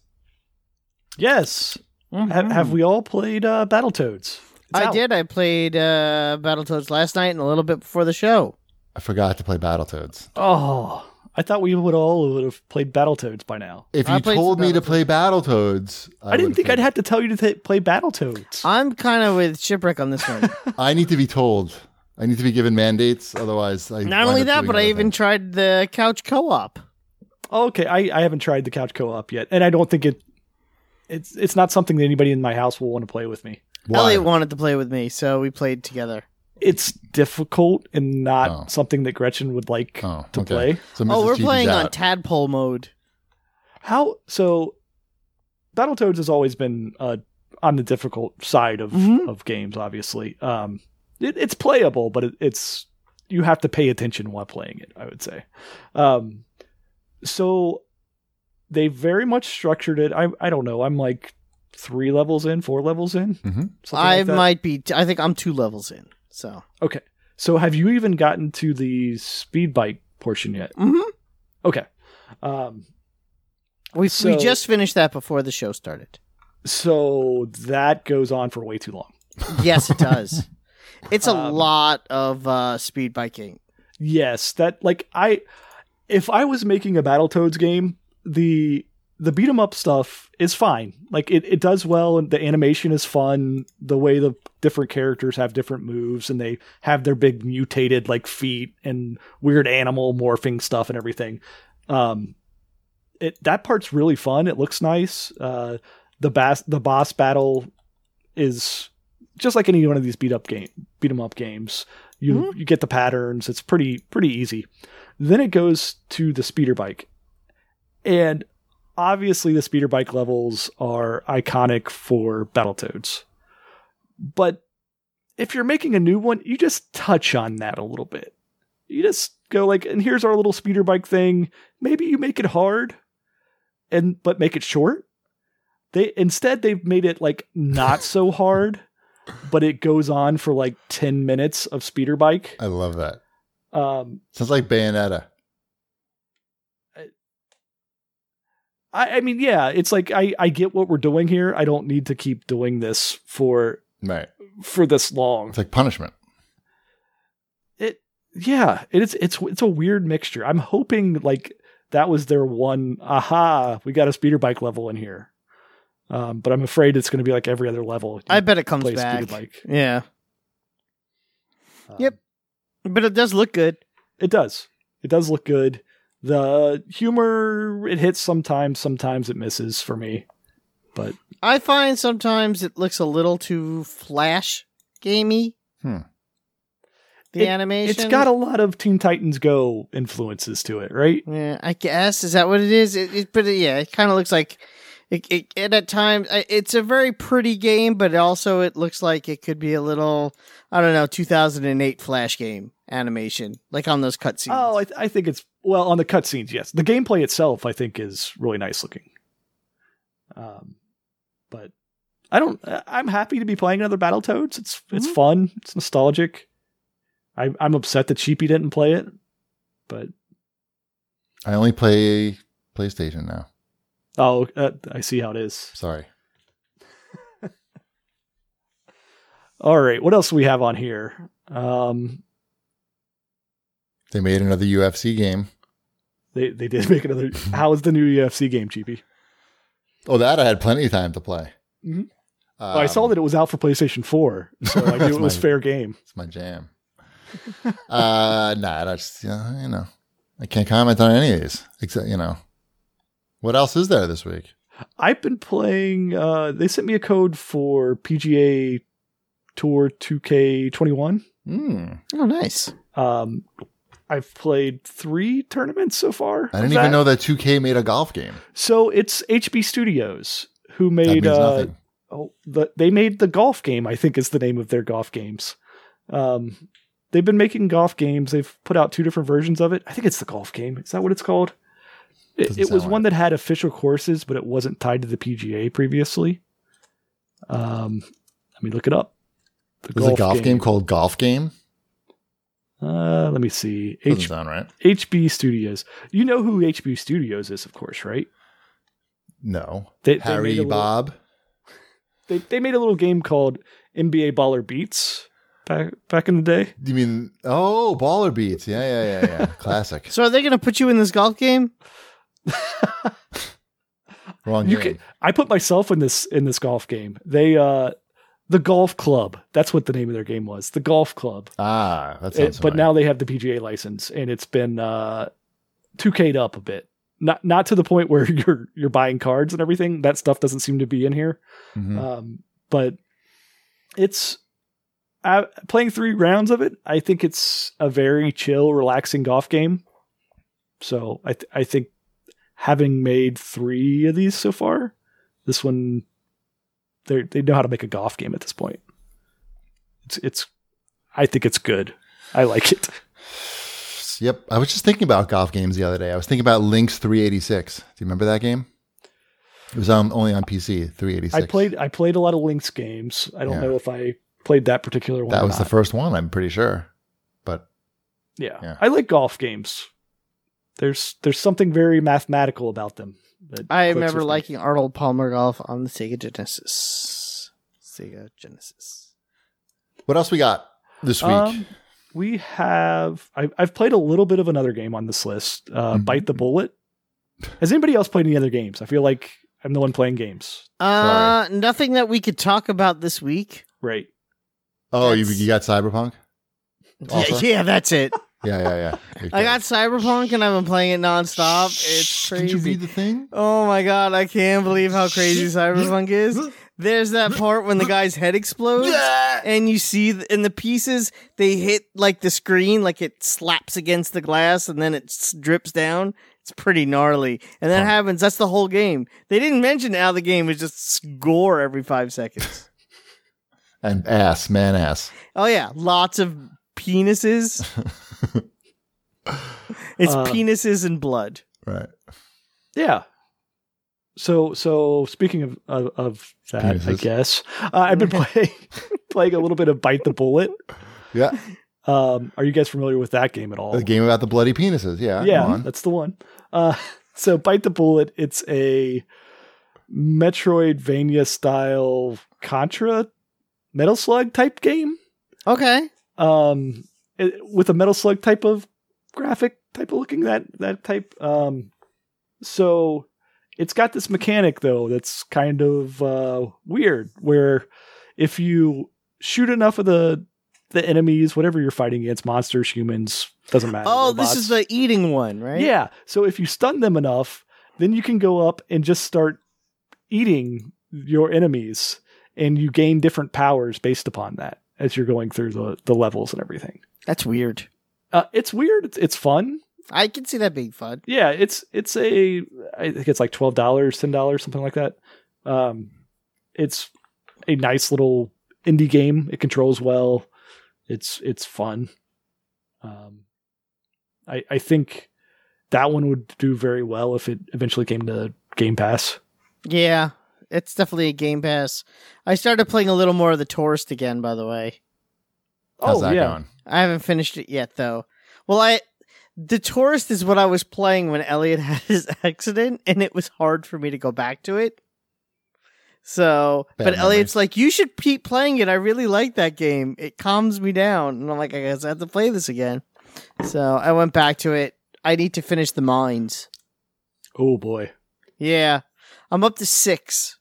[SPEAKER 3] Yes. Have, have we all played uh, Battletoads? It's
[SPEAKER 1] I
[SPEAKER 3] out.
[SPEAKER 1] did. I played uh, Battletoads last night and a little bit before the show.
[SPEAKER 2] I forgot to play Battletoads.
[SPEAKER 3] Oh, I thought we would all would have played Battletoads by now.
[SPEAKER 2] If
[SPEAKER 1] I
[SPEAKER 2] you
[SPEAKER 1] played
[SPEAKER 2] told me to
[SPEAKER 1] Battletoads.
[SPEAKER 2] play Battletoads,
[SPEAKER 3] I, didn't
[SPEAKER 2] would've
[SPEAKER 3] think I'd
[SPEAKER 2] played-
[SPEAKER 3] have to tell you to t- play Battletoads.
[SPEAKER 1] I'm kind of with shipwreck on this one.
[SPEAKER 2] I need to be told. I need to be given mandates, otherwise I
[SPEAKER 1] Not
[SPEAKER 2] wind
[SPEAKER 1] only
[SPEAKER 2] up
[SPEAKER 1] that,
[SPEAKER 2] doing
[SPEAKER 1] but I
[SPEAKER 2] other
[SPEAKER 1] even
[SPEAKER 2] things.
[SPEAKER 1] tried the couch co-op.
[SPEAKER 3] Oh, okay, I, I haven't tried the couch co-op yet, and I don't think it. It's it's not something that anybody in my house will want to play with me.
[SPEAKER 2] Why?
[SPEAKER 1] Elliot wanted to play with me, so we played together.
[SPEAKER 3] It's difficult and not
[SPEAKER 2] Oh. something
[SPEAKER 3] something that Gretchen would like
[SPEAKER 2] Oh,
[SPEAKER 3] to
[SPEAKER 2] okay.
[SPEAKER 3] play.
[SPEAKER 2] So
[SPEAKER 1] oh,
[SPEAKER 2] Mrs.
[SPEAKER 1] we're
[SPEAKER 2] Cheeky's
[SPEAKER 1] playing on
[SPEAKER 2] out.
[SPEAKER 1] tadpole mode.
[SPEAKER 3] How so? Battletoads has always been uh, on the difficult side of
[SPEAKER 1] Mhm.
[SPEAKER 3] of games. Obviously, um, it, it's playable, but it, it's you have to pay attention while playing it. I would say. Um, so they very much structured it. I I don't know. I'm like three levels in, four levels in.
[SPEAKER 2] Mhm.
[SPEAKER 3] something
[SPEAKER 1] I
[SPEAKER 3] like that.
[SPEAKER 1] might be. I think I'm two levels in. So
[SPEAKER 3] Okay. So have you even gotten to the speed bike portion yet?
[SPEAKER 1] Mhm.
[SPEAKER 3] Okay. Um,
[SPEAKER 1] we we
[SPEAKER 3] So-
[SPEAKER 1] just finished that before the show started.
[SPEAKER 3] so that goes on for way too long.
[SPEAKER 1] Yes, it does. it's a
[SPEAKER 3] Um,
[SPEAKER 1] lot of uh, speed biking.
[SPEAKER 3] Yes, that like I if I was making a Battletoads game, the the beat 'em up stuff is fine. Like it, it does well and the animation is fun, the way the different characters have different moves and they have their big mutated like feet and weird animal morphing stuff and everything. Um it that part's really fun. It looks nice. Uh the bass the boss battle is just like any one of these beat up game beat 'em up games. You you get the patterns. It's pretty pretty easy. Then it goes to the speeder bike, and obviously the speeder bike levels are iconic for Battletoads. But if you're making a new one, you just touch on that a little bit. You just go like, and here's our little speeder bike thing. Maybe you make it hard and but make it short. They instead they've made it like not so hard, but it goes on for like 10 minutes of speeder bike.
[SPEAKER 2] I love that.
[SPEAKER 3] Um
[SPEAKER 2] Sounds like Bayonetta.
[SPEAKER 3] I, I mean, yeah, it's like I, I get what we're doing here. I don't need to keep doing this for
[SPEAKER 2] Right.
[SPEAKER 3] for this long.
[SPEAKER 2] It's like punishment.
[SPEAKER 3] It yeah, it's it's it's a weird mixture. I'm hoping like that was their one aha, we got a speeder bike level in here. Um, but I'm afraid it's going to be like every other level.
[SPEAKER 1] I bet it comes
[SPEAKER 3] play speeder
[SPEAKER 1] back.
[SPEAKER 3] bike.
[SPEAKER 1] Yeah,
[SPEAKER 3] Um,
[SPEAKER 1] Yep. but it does look good.
[SPEAKER 3] It does. It does look good. The humor it hits sometimes, sometimes it misses for me. But
[SPEAKER 1] I find sometimes it looks a little too flash gamey.
[SPEAKER 2] Hmm.
[SPEAKER 1] The
[SPEAKER 3] It-
[SPEAKER 1] animation.
[SPEAKER 3] it's got a lot of Teen Titans Go influences to it, right?
[SPEAKER 1] Yeah, I guess is that what it is. It, it but it, yeah, it kind of looks like. It, it, and at times, I- it's a very pretty game, but also it looks like it could be a little, I don't know, 2008 Flash game animation, like on those cutscenes.
[SPEAKER 3] Oh, I, th- I think it's well on the cutscenes. Yes, the gameplay itself, I think, is really nice looking. Um, but I don't. I- I'm happy to be playing another Battletoads. It's it's
[SPEAKER 1] Mhm.
[SPEAKER 3] fun. It's nostalgic. I, I'm upset that Cheapy didn't play it, but
[SPEAKER 2] I only play PlayStation now.
[SPEAKER 3] oh, uh, I see how it is.
[SPEAKER 2] Sorry.
[SPEAKER 3] All right, what else do we have on here? Um,
[SPEAKER 2] They made another UFC game.
[SPEAKER 3] they they did make another. how is the new UFC game, Cheapy?
[SPEAKER 2] Oh, that I had plenty of time to play.
[SPEAKER 3] Mhm. oh, I saw
[SPEAKER 2] Um,
[SPEAKER 3] that it was out for PlayStation 4, so I knew
[SPEAKER 2] That's
[SPEAKER 3] it was
[SPEAKER 2] my-
[SPEAKER 3] fair game.
[SPEAKER 2] It's my jam. uh, nah, that's uh, you know, I can't comment on any of these except you know, what else is there this week?
[SPEAKER 3] I've been playing. Uh, they sent me a code for PGA Tour 2K21.
[SPEAKER 2] Hmm.
[SPEAKER 1] oh nice.
[SPEAKER 3] Um, I've played three tournaments so far.
[SPEAKER 2] I
[SPEAKER 3] of
[SPEAKER 2] didn't
[SPEAKER 3] that.
[SPEAKER 2] even know that 2K made a golf game.
[SPEAKER 3] So it's HB Studios who
[SPEAKER 2] That
[SPEAKER 3] made.
[SPEAKER 2] means
[SPEAKER 3] Uh,
[SPEAKER 2] nothing.
[SPEAKER 3] oh, the, they made the golf game. I think is the name of their golf games. Um, they've been making golf games. They've put out two different versions of it. I think it's the golf game. Is that what it's called? It,
[SPEAKER 2] Doesn't
[SPEAKER 3] it was
[SPEAKER 2] sound
[SPEAKER 3] one that had official courses, but it wasn't tied to the PGA previously. Um, let me look it up. The
[SPEAKER 2] There's a golf game. called Golf Game.
[SPEAKER 3] Uh, let me see.
[SPEAKER 2] Doesn't
[SPEAKER 3] H-
[SPEAKER 2] sound right.
[SPEAKER 3] HB Studios. You know who HB Studios is, of course, right?
[SPEAKER 2] No.
[SPEAKER 3] They, they
[SPEAKER 2] Harry
[SPEAKER 3] made a little-
[SPEAKER 2] Bob.
[SPEAKER 3] they, they made a little game called NBA Baller Beats back back in the day.
[SPEAKER 2] You mean oh baller beats? Yeah, yeah, yeah, yeah. Classic.
[SPEAKER 1] So are they going to put you in this golf game?
[SPEAKER 2] Wrong
[SPEAKER 3] You
[SPEAKER 2] game.
[SPEAKER 3] can- I put myself in this in this golf game. They uh the golf club. That's what the name of their game was. The golf club.
[SPEAKER 2] ah, that
[SPEAKER 3] It-
[SPEAKER 2] sounds.
[SPEAKER 3] but
[SPEAKER 2] familiar.
[SPEAKER 3] now they have the PGA license and it's been uh 2K'd up a bit. Not not to the point where you're you're buying cards and everything. That stuff doesn't seem to be in here.
[SPEAKER 2] Mhm.
[SPEAKER 3] Um, but it's I, playing three rounds of it. I think it's a very chill, relaxing golf game. So I th- I think having made three of these so far, this one they they know how to make a golf game at this point. It's it's I think it's good. I like it.
[SPEAKER 2] Yep. I was just thinking about golf games the other day. I was thinking about Lynx 386. Do you remember that game? It was on, only on PC, 386.
[SPEAKER 3] I played I played a lot of Lynx games. I don't
[SPEAKER 2] Yeah.
[SPEAKER 3] know if I played that particular one.
[SPEAKER 2] That
[SPEAKER 3] or
[SPEAKER 2] was the
[SPEAKER 3] not.
[SPEAKER 2] first one, I'm pretty sure. But
[SPEAKER 3] Yeah.
[SPEAKER 2] Yeah.
[SPEAKER 3] I like golf games. There's there's something very mathematical about them. that
[SPEAKER 1] I
[SPEAKER 3] clicks
[SPEAKER 1] remember
[SPEAKER 3] with me.
[SPEAKER 1] liking Arnold Palmer golf on the Sega Genesis. Sega Genesis.
[SPEAKER 2] what else we got this week?
[SPEAKER 3] Um, we have I, I've played a little bit of another game on this list. Uh,
[SPEAKER 2] Mhm.
[SPEAKER 3] Bite the Bullet. Has anybody else played any other games? I feel like I'm the one playing games.
[SPEAKER 1] Uh, nothing that we could talk about this week.
[SPEAKER 3] Right.
[SPEAKER 2] oh, you,
[SPEAKER 1] that's-
[SPEAKER 2] you got Cyberpunk?
[SPEAKER 1] Yeah,
[SPEAKER 2] Offer?
[SPEAKER 1] yeah, that's it.
[SPEAKER 2] Yeah, yeah, yeah.
[SPEAKER 1] I got Cyberpunk and I've been playing it nonstop. It's
[SPEAKER 2] Shh, Did you read
[SPEAKER 1] crazy.
[SPEAKER 2] the thing?
[SPEAKER 1] Oh my god, I can't believe how crazy
[SPEAKER 2] Shit.
[SPEAKER 1] Cyberpunk is. There's that part when the guy's head explodes
[SPEAKER 2] Yeah.
[SPEAKER 1] and you see th- and the pieces they hit like the screen like it slaps against the glass and then it s- drips down. It's It's pretty gnarly, and that
[SPEAKER 2] Huh.
[SPEAKER 1] happens. That's the whole game. They didn't mention how the game is just gore every five seconds.
[SPEAKER 2] And ass, man ass.
[SPEAKER 1] oh yeah, lots of penises. it's
[SPEAKER 3] Uh,
[SPEAKER 1] penises and blood.
[SPEAKER 2] Right.
[SPEAKER 3] Yeah. So so speaking of of, of that, I
[SPEAKER 2] Penises.
[SPEAKER 3] guess uh, I've
[SPEAKER 1] Mm-hmm.
[SPEAKER 3] been playing playing a little bit of Bite the Bullet.
[SPEAKER 2] Yeah.
[SPEAKER 3] Um, are you guys familiar with that game at all?
[SPEAKER 2] The game about the bloody penises. Yeah.
[SPEAKER 3] Oh. yeah,
[SPEAKER 2] go on.
[SPEAKER 3] that's the one. Uh, so Bite the Bullet, it's a Metroidvania style Contra Metal Slug type game.
[SPEAKER 1] Okay,
[SPEAKER 3] um, it- with a metal slug type of graphic type of looking that that type. Um, so it's got this mechanic though that's kind of uh, weird, where if you shoot enough of the the enemies, whatever you're fighting against, monsters, humans, doesn't matter.
[SPEAKER 1] Oh, this
[SPEAKER 3] robots.
[SPEAKER 1] is the eating one, right?
[SPEAKER 3] Yeah. So if you stun them enough, then you can go up and just start eating your enemies and you gain different powers based upon that as you're going through the, the levels and everything.
[SPEAKER 1] That's weird.
[SPEAKER 3] Uh, it's weird. It's, it's fun.
[SPEAKER 1] I can see that being fun.
[SPEAKER 3] Yeah. It's, it's a, I think it's like $12, $10, something like that. Um, it's a nice little indie game. It controls well. It's, it's fun. Um, I, I think that one would do very well if it eventually came to Game Pass.
[SPEAKER 1] Yeah, it's definitely a Game Pass. I started playing a little more of the Tourist again, by the way.
[SPEAKER 2] How's
[SPEAKER 3] oh
[SPEAKER 2] that
[SPEAKER 3] yeah,
[SPEAKER 2] going?
[SPEAKER 1] I haven't finished it yet, though. Well, I the Tourist is what I was playing when Elliot had his accident, and it was hard for me to go back to it. So,
[SPEAKER 2] Bad
[SPEAKER 1] but Elliot's like, "You should keep playing it. I really like that game. It calms me down." And I'm like, "I guess I have to play this again." So I went back to it. I need to finish the mines.
[SPEAKER 3] Oh boy.
[SPEAKER 1] Yeah. I'm up to six.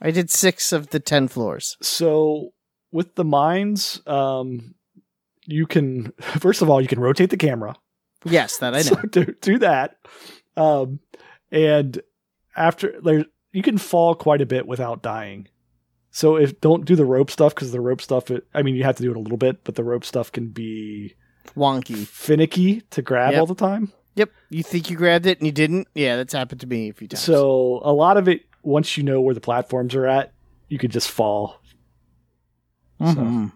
[SPEAKER 1] I did six of the ten floors.
[SPEAKER 3] So with the mines, um, you can first of all you can rotate the camera.
[SPEAKER 1] Yes, that I
[SPEAKER 3] So
[SPEAKER 1] know.
[SPEAKER 3] do, do that, um, and after there you can fall quite a bit without dying. So if don't do the rope stuff because the rope stuff, it, I mean you have to do it a little bit, but the rope stuff can be
[SPEAKER 1] Wonky.
[SPEAKER 3] finicky to grab
[SPEAKER 1] Yep.
[SPEAKER 3] all the time.
[SPEAKER 1] Yep. You think you grabbed it and you didn't? Yeah, that's happened to me a few times.
[SPEAKER 3] So a lot of it, once you know where the platforms are at, you could just fall.
[SPEAKER 2] Mm-hmm,
[SPEAKER 1] Mhm.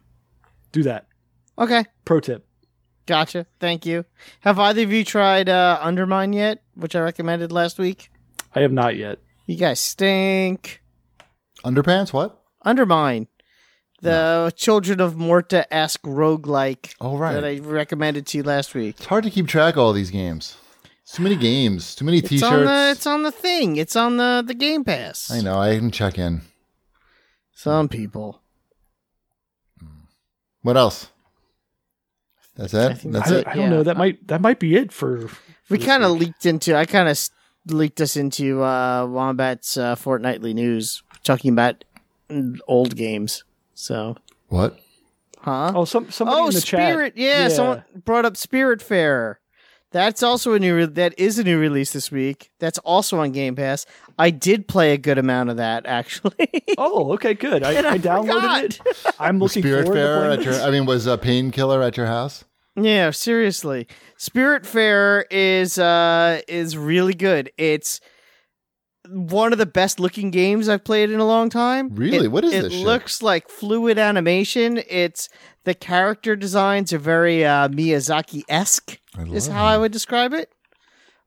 [SPEAKER 3] Do that.
[SPEAKER 1] Okay.
[SPEAKER 3] Pro tip.
[SPEAKER 1] Gotcha. Thank you. Have either of you tried uh, Undermine yet, which I recommended last week?
[SPEAKER 3] I have not yet.
[SPEAKER 1] You guys stink.
[SPEAKER 2] Underpants? What?
[SPEAKER 1] Undermine. The Children of Morta esque roguelike
[SPEAKER 2] Oh,
[SPEAKER 1] that
[SPEAKER 2] right.
[SPEAKER 1] I recommended to you last week.
[SPEAKER 2] It's hard to keep track of all these games. Too many games. Too many
[SPEAKER 1] It's on the
[SPEAKER 2] T-shirts.
[SPEAKER 1] it's on the thing. It's on the, the Game Pass.
[SPEAKER 2] I know. I didn't check in.
[SPEAKER 1] Some people.
[SPEAKER 2] What else? That's
[SPEAKER 1] I
[SPEAKER 2] it.
[SPEAKER 1] think
[SPEAKER 2] That's
[SPEAKER 3] I,
[SPEAKER 2] it.
[SPEAKER 3] I don't
[SPEAKER 1] Yeah.
[SPEAKER 3] know. That might that might be it for.
[SPEAKER 1] We
[SPEAKER 3] this
[SPEAKER 1] kind of
[SPEAKER 3] week.
[SPEAKER 1] leaked into. I kind of leaked us into uh, Wombat's uh, fortnightly news, talking about mm, old games. So,
[SPEAKER 2] What?
[SPEAKER 1] huh?
[SPEAKER 3] Oh, some somebody
[SPEAKER 1] Oh,
[SPEAKER 3] in the
[SPEAKER 1] Spirit.
[SPEAKER 3] chat.
[SPEAKER 1] Yeah, someone brought up Spirit Fair. That's also a new. Re- that is a new release this week. That's also on Game Pass. I did play a good amount of that actually.
[SPEAKER 3] Oh, okay, good. I, I, downloaded it. I'm
[SPEAKER 2] Was
[SPEAKER 3] looking
[SPEAKER 2] Spirit
[SPEAKER 3] forward
[SPEAKER 2] Fair
[SPEAKER 3] to
[SPEAKER 2] at
[SPEAKER 3] playing
[SPEAKER 2] your?
[SPEAKER 3] this.
[SPEAKER 2] I mean, was a painkiller at your house?
[SPEAKER 1] Yeah, seriously. Spirit Fair is uh is really good. It's one of the best looking games I've played in a long time.
[SPEAKER 2] Really?
[SPEAKER 1] It-
[SPEAKER 2] What is
[SPEAKER 1] it
[SPEAKER 2] this shit?
[SPEAKER 1] looks like fluid animation. It's the character designs are very uh, Miyazaki esque.
[SPEAKER 2] I love
[SPEAKER 1] Is how I would describe it.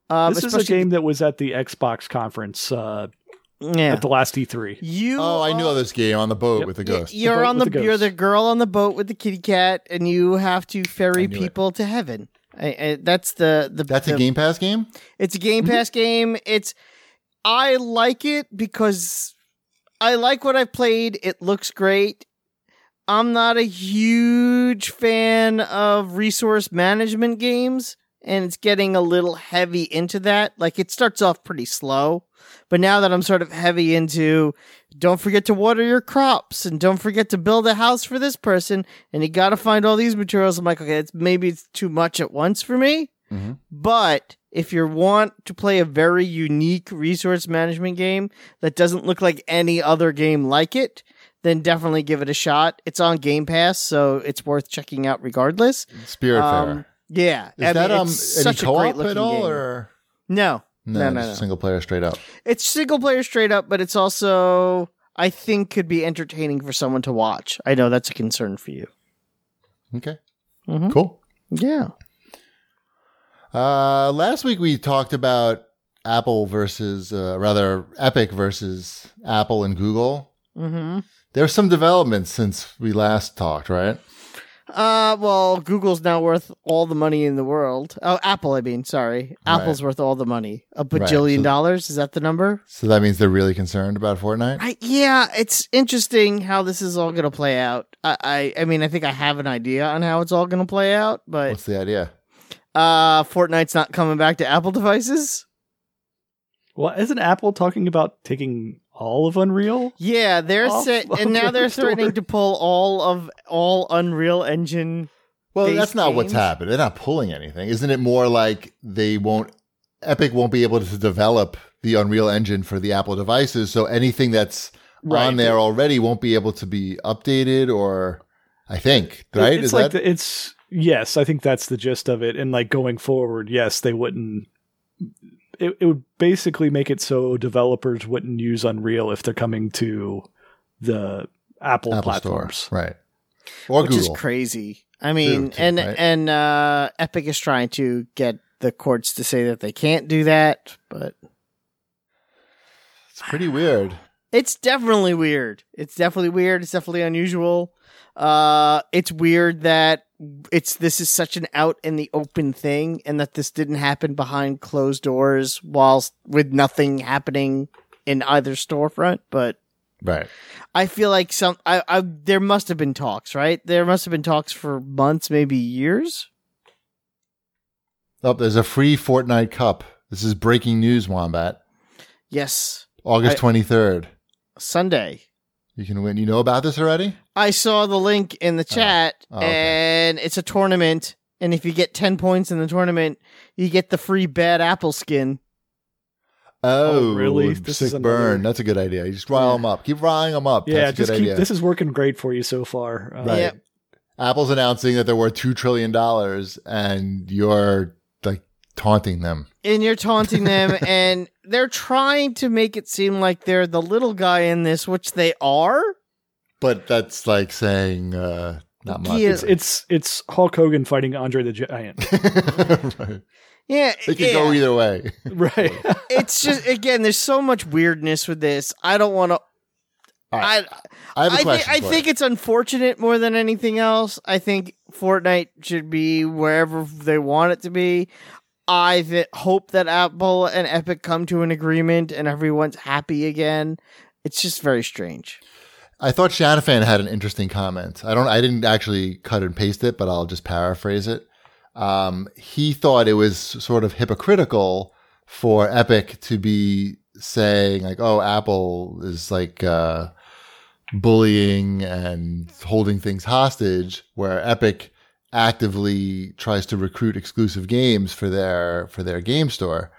[SPEAKER 1] Um,
[SPEAKER 3] This is a
[SPEAKER 1] especially-
[SPEAKER 3] game that was at the Xbox conference uh,
[SPEAKER 1] Yeah.
[SPEAKER 3] at the last E E3.
[SPEAKER 1] You.
[SPEAKER 2] Oh, I
[SPEAKER 1] are-
[SPEAKER 2] know this game on the boat
[SPEAKER 3] Yep.
[SPEAKER 2] with the
[SPEAKER 1] y-
[SPEAKER 2] ghost.
[SPEAKER 1] You're
[SPEAKER 3] The boat
[SPEAKER 1] on the,
[SPEAKER 3] with the
[SPEAKER 1] you're
[SPEAKER 3] ghost.
[SPEAKER 1] the girl on the boat with the kitty cat, and you have to ferry
[SPEAKER 2] knew it.
[SPEAKER 1] people to heaven. I, I, that's the the
[SPEAKER 2] That's
[SPEAKER 1] the,
[SPEAKER 2] a Game Pass game.
[SPEAKER 1] It's a Game Pass game. It's I like it because I like what I've played. It looks great. I'm not a huge fan of resource management games, and it's getting a little heavy into that. Like it starts off pretty slow, but now that I'm sort of heavy into don't forget to water your crops and don't forget to build a house for this person and you got to find all these materials. I'm like, okay, it's maybe it's too much at once for me.
[SPEAKER 2] Mhm.
[SPEAKER 1] But if you want to play a very unique resource management game that doesn't look like any other game like it, then definitely give it a shot. It's on Game Pass, so it's worth checking out regardless.
[SPEAKER 2] Spirit
[SPEAKER 1] Um,
[SPEAKER 2] Fair.
[SPEAKER 1] Yeah,
[SPEAKER 2] Is that
[SPEAKER 1] mean,
[SPEAKER 2] um
[SPEAKER 1] it's
[SPEAKER 2] any
[SPEAKER 1] such a
[SPEAKER 2] co-op
[SPEAKER 1] great-looking
[SPEAKER 2] at all
[SPEAKER 1] game.
[SPEAKER 2] or
[SPEAKER 1] no?
[SPEAKER 2] No,
[SPEAKER 1] No, no,
[SPEAKER 2] just
[SPEAKER 1] no.
[SPEAKER 2] single player straight up.
[SPEAKER 1] It's single player straight up, but it's also I think could be entertaining for someone to watch. I know that's a concern for you.
[SPEAKER 2] Okay.
[SPEAKER 1] Mhm.
[SPEAKER 2] Cool.
[SPEAKER 1] Yeah.
[SPEAKER 2] Uh, last week we talked about Apple versus, uh, rather, Epic versus Apple and Google.
[SPEAKER 1] Mm-hmm.
[SPEAKER 2] There's some developments since we last talked, right?
[SPEAKER 1] Uh, well, Google's now worth all the money in the world. Oh, Apple, I mean, sorry,
[SPEAKER 2] Right.
[SPEAKER 1] Apple's worth all the money, a
[SPEAKER 2] Right,
[SPEAKER 1] bajillion
[SPEAKER 2] so-
[SPEAKER 1] dollars. Is that the number?
[SPEAKER 2] So that means they're really concerned about Fortnite.
[SPEAKER 1] I, yeah, it's interesting how this is all gonna play out. I, I, I mean, I think I have an idea on how it's all gonna play out, but
[SPEAKER 2] What's the idea?
[SPEAKER 1] uh, Fortnite's not coming back to Apple devices.
[SPEAKER 3] Well, isn't Apple talking about taking all of Unreal?
[SPEAKER 1] Yeah, they're
[SPEAKER 2] Oh,
[SPEAKER 3] Off
[SPEAKER 1] set,
[SPEAKER 3] of
[SPEAKER 1] and now
[SPEAKER 3] the
[SPEAKER 1] they're
[SPEAKER 3] store.
[SPEAKER 1] threatening to pull all of all Unreal Engine.
[SPEAKER 2] Well,
[SPEAKER 1] Base
[SPEAKER 2] that's not what's
[SPEAKER 1] games?
[SPEAKER 2] happened. They're not pulling anything. Isn't it more like they won't, Epic won't be able to develop the Unreal Engine for the Apple devices. So anything that's on there already won't be able to be updated or, I think, right?
[SPEAKER 3] It's
[SPEAKER 2] Is
[SPEAKER 3] like
[SPEAKER 2] that-
[SPEAKER 3] the, it's yes, I think that's the gist of it. And like going forward, yes, they wouldn't. It, it would basically make it so developers wouldn't use Unreal if they're coming to the Apple,
[SPEAKER 2] Apple
[SPEAKER 3] platforms.
[SPEAKER 2] Store. Right. Or
[SPEAKER 1] which
[SPEAKER 2] Google.
[SPEAKER 1] is crazy. I mean,
[SPEAKER 2] too,
[SPEAKER 1] and
[SPEAKER 2] right?
[SPEAKER 1] and uh, Epic is trying to get the courts to say that they can't do that, but
[SPEAKER 2] it's pretty weird.
[SPEAKER 1] it's definitely weird. It's definitely weird. It's definitely unusual. Uh, it's weird that it's this is such an out in the open thing, and that this didn't happen behind closed doors, whilst with nothing happening in either storefront. But
[SPEAKER 2] Right.
[SPEAKER 1] I feel like some, I, I there must have been talks, right? There must have been talks for months, maybe years.
[SPEAKER 2] Oh, there's a free Fortnite Cup. This is breaking news, Wombat.
[SPEAKER 1] Yes,
[SPEAKER 2] August
[SPEAKER 1] I-
[SPEAKER 2] 23rd.
[SPEAKER 1] Sunday.
[SPEAKER 2] You can win. You know about this already?
[SPEAKER 1] I saw the link in the chat,
[SPEAKER 2] Oh, okay.
[SPEAKER 1] and it's a tournament. And if you get ten points in the tournament, you get the free bad apple skin.
[SPEAKER 2] Oh,
[SPEAKER 3] Oh, really? This
[SPEAKER 2] Sick
[SPEAKER 3] is another-
[SPEAKER 2] burn. That's a good idea. You just rile them up. Keep riling them up.
[SPEAKER 3] Yeah,
[SPEAKER 2] That's a good
[SPEAKER 3] just keep.
[SPEAKER 2] idea.
[SPEAKER 3] This is working great for you so far. Uh,
[SPEAKER 2] right.
[SPEAKER 1] Yeah.
[SPEAKER 2] Apple's announcing that they're worth $2 trillion and you're like taunting them.
[SPEAKER 1] And you're taunting them, and they're trying to make it seem like they're the little guy in this, which they are.
[SPEAKER 2] But that's like saying, uh, not much.
[SPEAKER 1] Yeah.
[SPEAKER 2] is
[SPEAKER 3] It's it's it's Hulk Hogan fighting Andre the Giant.
[SPEAKER 2] it? right.
[SPEAKER 1] Yeah,
[SPEAKER 2] It could
[SPEAKER 1] yeah.
[SPEAKER 2] go either way.
[SPEAKER 3] right.
[SPEAKER 1] it's just again, there's so much weirdness with this. I don't want to.
[SPEAKER 2] All right.
[SPEAKER 1] I
[SPEAKER 2] I have a
[SPEAKER 1] I, thi-
[SPEAKER 2] question.
[SPEAKER 1] I
[SPEAKER 2] for
[SPEAKER 1] think
[SPEAKER 2] you.
[SPEAKER 1] it's unfortunate more than anything else. I think Fortnite should be wherever they want it to be. I th- hope that Apple and Epic come to an agreement and everyone's happy again. It's just very strange.
[SPEAKER 2] I thought Shanafan had an interesting comment. I don't. I didn't actually cut and paste it, but I'll just paraphrase it. Um, he thought it was sort of hypocritical for Epic to be saying like, "Oh, Apple is like uh, bullying and holding things hostage," where Epic actively tries to recruit exclusive games for their for their game store.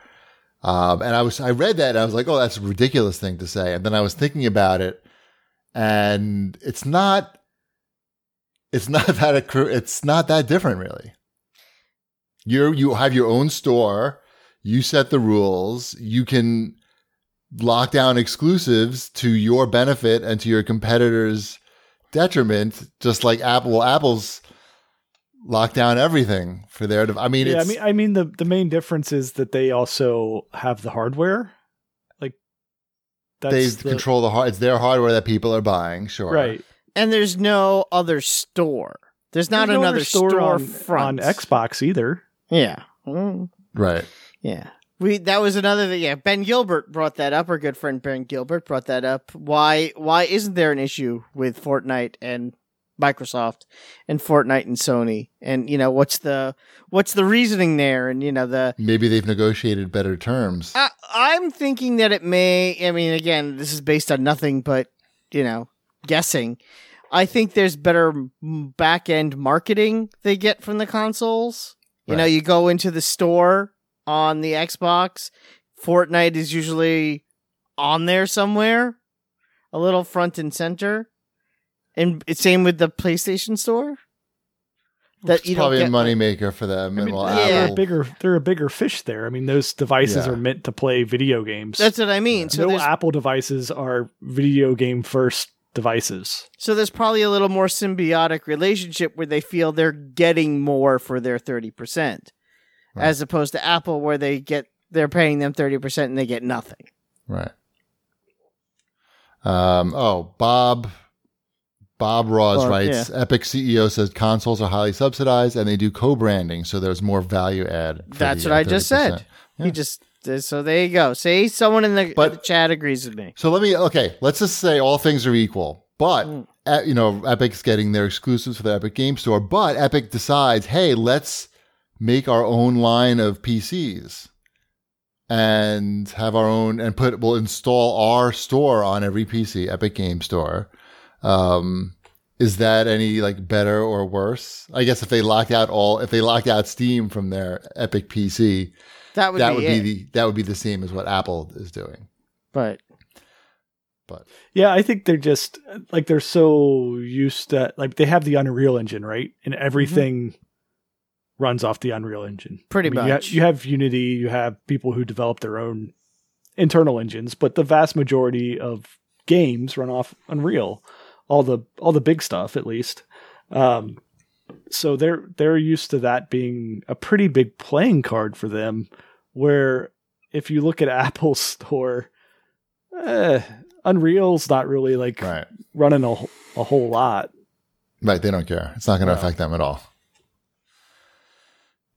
[SPEAKER 2] Um, and I was I read that and I was like, "Oh, that's a ridiculous thing to say." And then I was thinking about it and it's not it's not that accru- it's not that different really you you have your own store you set the rules you can lock down exclusives to your benefit and to your competitors detriment just like apple well, apple's lock down everything for their dev- i mean
[SPEAKER 3] yeah, I
[SPEAKER 2] it's
[SPEAKER 3] mean, I mean, the the main difference is that they also have the hardware, like that's
[SPEAKER 2] they
[SPEAKER 3] the-
[SPEAKER 2] control the hard it's their hardware that people are buying sure
[SPEAKER 3] right.
[SPEAKER 1] And there's no other store. There's not
[SPEAKER 3] There's no
[SPEAKER 1] another
[SPEAKER 3] other store on,
[SPEAKER 1] front
[SPEAKER 3] on Xbox either.
[SPEAKER 1] Yeah. Mm,
[SPEAKER 2] right
[SPEAKER 1] Yeah. We that was another thing. Yeah, Ben Gilbert brought that up. Our good friend Ben Gilbert brought that up. Why why isn't there an issue with Fortnite and Microsoft and Fortnite and Sony? And you know, what's the what's the reasoning there? And you know, the
[SPEAKER 2] maybe they've negotiated better terms
[SPEAKER 1] I, I'm thinking that it may. I mean, again, this is based on nothing but you know guessing. I think there's better back end marketing they get from the consoles. You know,
[SPEAKER 2] Right.
[SPEAKER 1] you go into the store on the Xbox. Fortnite is usually on there somewhere, a little front and center, and it's same with the PlayStation Store. That
[SPEAKER 2] It's
[SPEAKER 1] you
[SPEAKER 2] probably
[SPEAKER 1] don't
[SPEAKER 2] a
[SPEAKER 1] get.
[SPEAKER 2] moneymaker for them.
[SPEAKER 3] I
[SPEAKER 2] and
[SPEAKER 3] mean,
[SPEAKER 2] well,
[SPEAKER 1] yeah.
[SPEAKER 3] they're a
[SPEAKER 2] Apple,
[SPEAKER 3] bigger they're a bigger fish there. I mean, those devices
[SPEAKER 2] Yeah.
[SPEAKER 3] are meant to play video games.
[SPEAKER 1] That's what I mean. So
[SPEAKER 3] no
[SPEAKER 1] there's
[SPEAKER 3] Apple devices are video game first devices.
[SPEAKER 1] so there's probably a little more symbiotic relationship where they feel they're getting more for their thirty percent,
[SPEAKER 2] Right.
[SPEAKER 1] as opposed to Apple where they get they're paying them thirty percent and they get nothing.
[SPEAKER 2] Right. Um, oh, Bob. Bob Ross
[SPEAKER 1] Bob,
[SPEAKER 2] writes, Epic CEO says consoles are highly subsidized and they do co-branding, so there's more value add. for
[SPEAKER 1] That's
[SPEAKER 2] the,
[SPEAKER 1] what
[SPEAKER 2] uh,
[SPEAKER 1] I just
[SPEAKER 2] 30%.
[SPEAKER 1] said. You just so there you go. See, someone in the,
[SPEAKER 2] But-
[SPEAKER 1] the chat agrees with me.
[SPEAKER 2] So let me okay. Let's just say all things are equal, but
[SPEAKER 1] Mm.
[SPEAKER 2] uh, you know, Epic's getting their exclusives for the Epic Game Store. But Epic decides, hey, let's make our own line of PCs and have our own and put we'll install our store on every PC, Epic Game Store. Um, is that any like better or worse? I guess if they locked out all if they locked out Steam from their Epic PC,
[SPEAKER 1] That would
[SPEAKER 2] that
[SPEAKER 1] be
[SPEAKER 2] would
[SPEAKER 1] it.
[SPEAKER 2] be the that would be the same as what Apple is doing.
[SPEAKER 1] but
[SPEAKER 2] But
[SPEAKER 3] Yeah, I think they're just like they're so used to like they have the Unreal Engine, right? And
[SPEAKER 1] Mm-hmm.
[SPEAKER 3] everything runs off the Unreal Engine.
[SPEAKER 1] Pretty
[SPEAKER 3] I mean, you ha-
[SPEAKER 1] much.
[SPEAKER 3] You, have Unity, you have people who develop their own internal engines, but the vast majority of games run off Unreal. All the all the big stuff, at least. Um, so they're they're used to that being a pretty big playing card for them. Where if you look at Apple's store, eh, Unreal's not really like
[SPEAKER 2] right.
[SPEAKER 3] running a, wh- a whole lot.
[SPEAKER 2] Right, they don't care. It's not going to
[SPEAKER 3] No.
[SPEAKER 2] affect them at all.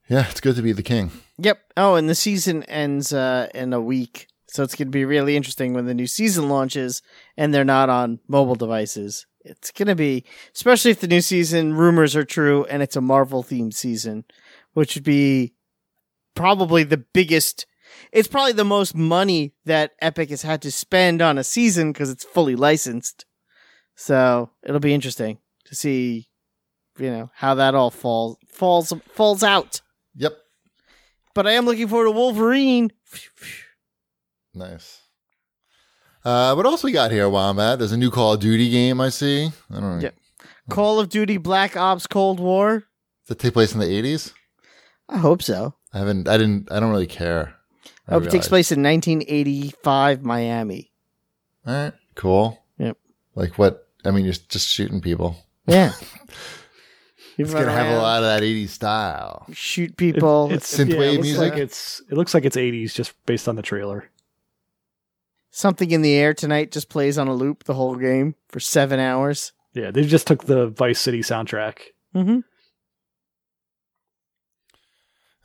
[SPEAKER 2] Yeah, it's good to be the king.
[SPEAKER 1] yep. Oh, and the season ends uh, in a week, so it's gonna be really interesting when the new season launches and they're not on mobile devices. It's gonna be especially if the new season rumors are true and it's a Marvel themed season, which would be probably the biggest. It's probably the most money that Epic has had to spend on a season because it's fully licensed. So it'll be interesting to see, you know, how that all falls falls falls out.
[SPEAKER 2] Yep.
[SPEAKER 1] but I am looking forward to Wolverine.
[SPEAKER 2] Nice. Uh, what else we got here, Wombat? There's a new Call of Duty game I see. I don't know.
[SPEAKER 1] Yep. Call of Duty Black Ops Cold War.
[SPEAKER 2] Does it take place in the 80s?
[SPEAKER 1] I hope so.
[SPEAKER 2] I haven't, I didn't, I don't really care.
[SPEAKER 1] I hope it takes
[SPEAKER 2] realize.
[SPEAKER 1] place in 1985 Miami.
[SPEAKER 2] All right, cool.
[SPEAKER 1] Yep.
[SPEAKER 2] Like what? I mean, you're just shooting people.
[SPEAKER 1] Yeah. You
[SPEAKER 2] It's
[SPEAKER 1] run
[SPEAKER 2] going to have a
[SPEAKER 1] around,
[SPEAKER 2] lot of that 80s style.
[SPEAKER 1] Shoot people.
[SPEAKER 3] it's
[SPEAKER 2] Synthwave
[SPEAKER 3] it looks
[SPEAKER 2] music?
[SPEAKER 3] Like it's it looks like it's eighties just based on the trailer.
[SPEAKER 1] Something in the air tonight just plays on a loop the whole game for seven hours.
[SPEAKER 3] Yeah, they just took the Vice City soundtrack.
[SPEAKER 1] Mm-hmm.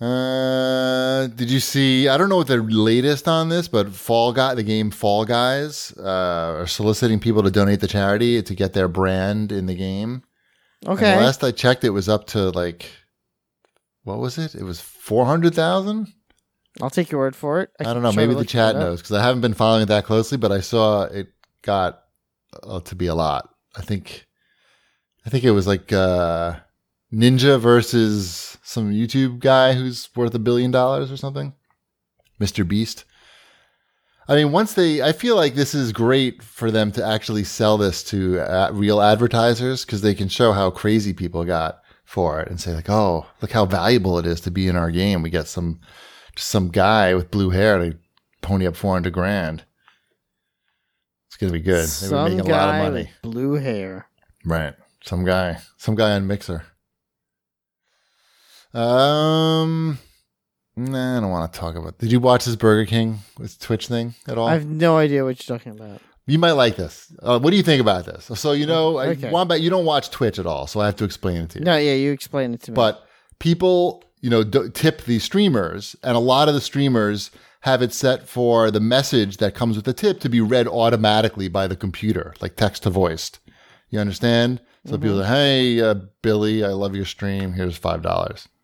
[SPEAKER 2] Uh, did you see? I don't know what the latest on this, but Fall Guy, the game Fall Guys, uh, are soliciting people to donate to charity to get their brand in the game. And
[SPEAKER 1] Okay.
[SPEAKER 2] the last I checked, it was up to like, what was it? It was four hundred thousand.
[SPEAKER 1] I'll take your word for it.
[SPEAKER 2] I,
[SPEAKER 1] can
[SPEAKER 2] don't know.
[SPEAKER 1] try to
[SPEAKER 2] Maybe the
[SPEAKER 1] look
[SPEAKER 2] chat
[SPEAKER 1] that up.
[SPEAKER 2] knows because I haven't been following it that closely, but I saw it got uh, to be a lot. I think, I think it was like uh, Ninja versus some YouTube guy who's worth a billion dollars or something, Mr. Beast. I mean, once they, I feel like this is great for them to actually sell this to uh, real advertisers because they can show how crazy people got for it and say like, oh, look how valuable it is to be in our game. We got some just some guy with blue hair to pony up 400 grand. It's going to be good. They were
[SPEAKER 1] Some
[SPEAKER 2] making a
[SPEAKER 1] guy
[SPEAKER 2] lot of money.
[SPEAKER 1] with blue hair.
[SPEAKER 2] Right. Some guy, some guy on Mixer. Um, nah, I don't want to talk about. Did you watch this Burger King with Twitch thing at all?
[SPEAKER 1] I have no idea what you're talking about.
[SPEAKER 2] You might like this. Uh, what do you think about this? So you know,
[SPEAKER 1] Okay.
[SPEAKER 2] I, Wombat, you don't watch Twitch at all, so I have to explain it to you.
[SPEAKER 1] No, yeah, you explain it to me.
[SPEAKER 2] But people, you know, do- tip the streamers, and a lot of the streamers have it set for the message that comes with the tip to be read automatically by the computer, like text to voiced. You understand? So people say, "Hey, uh, Billy, I love your stream. Here's five dollars."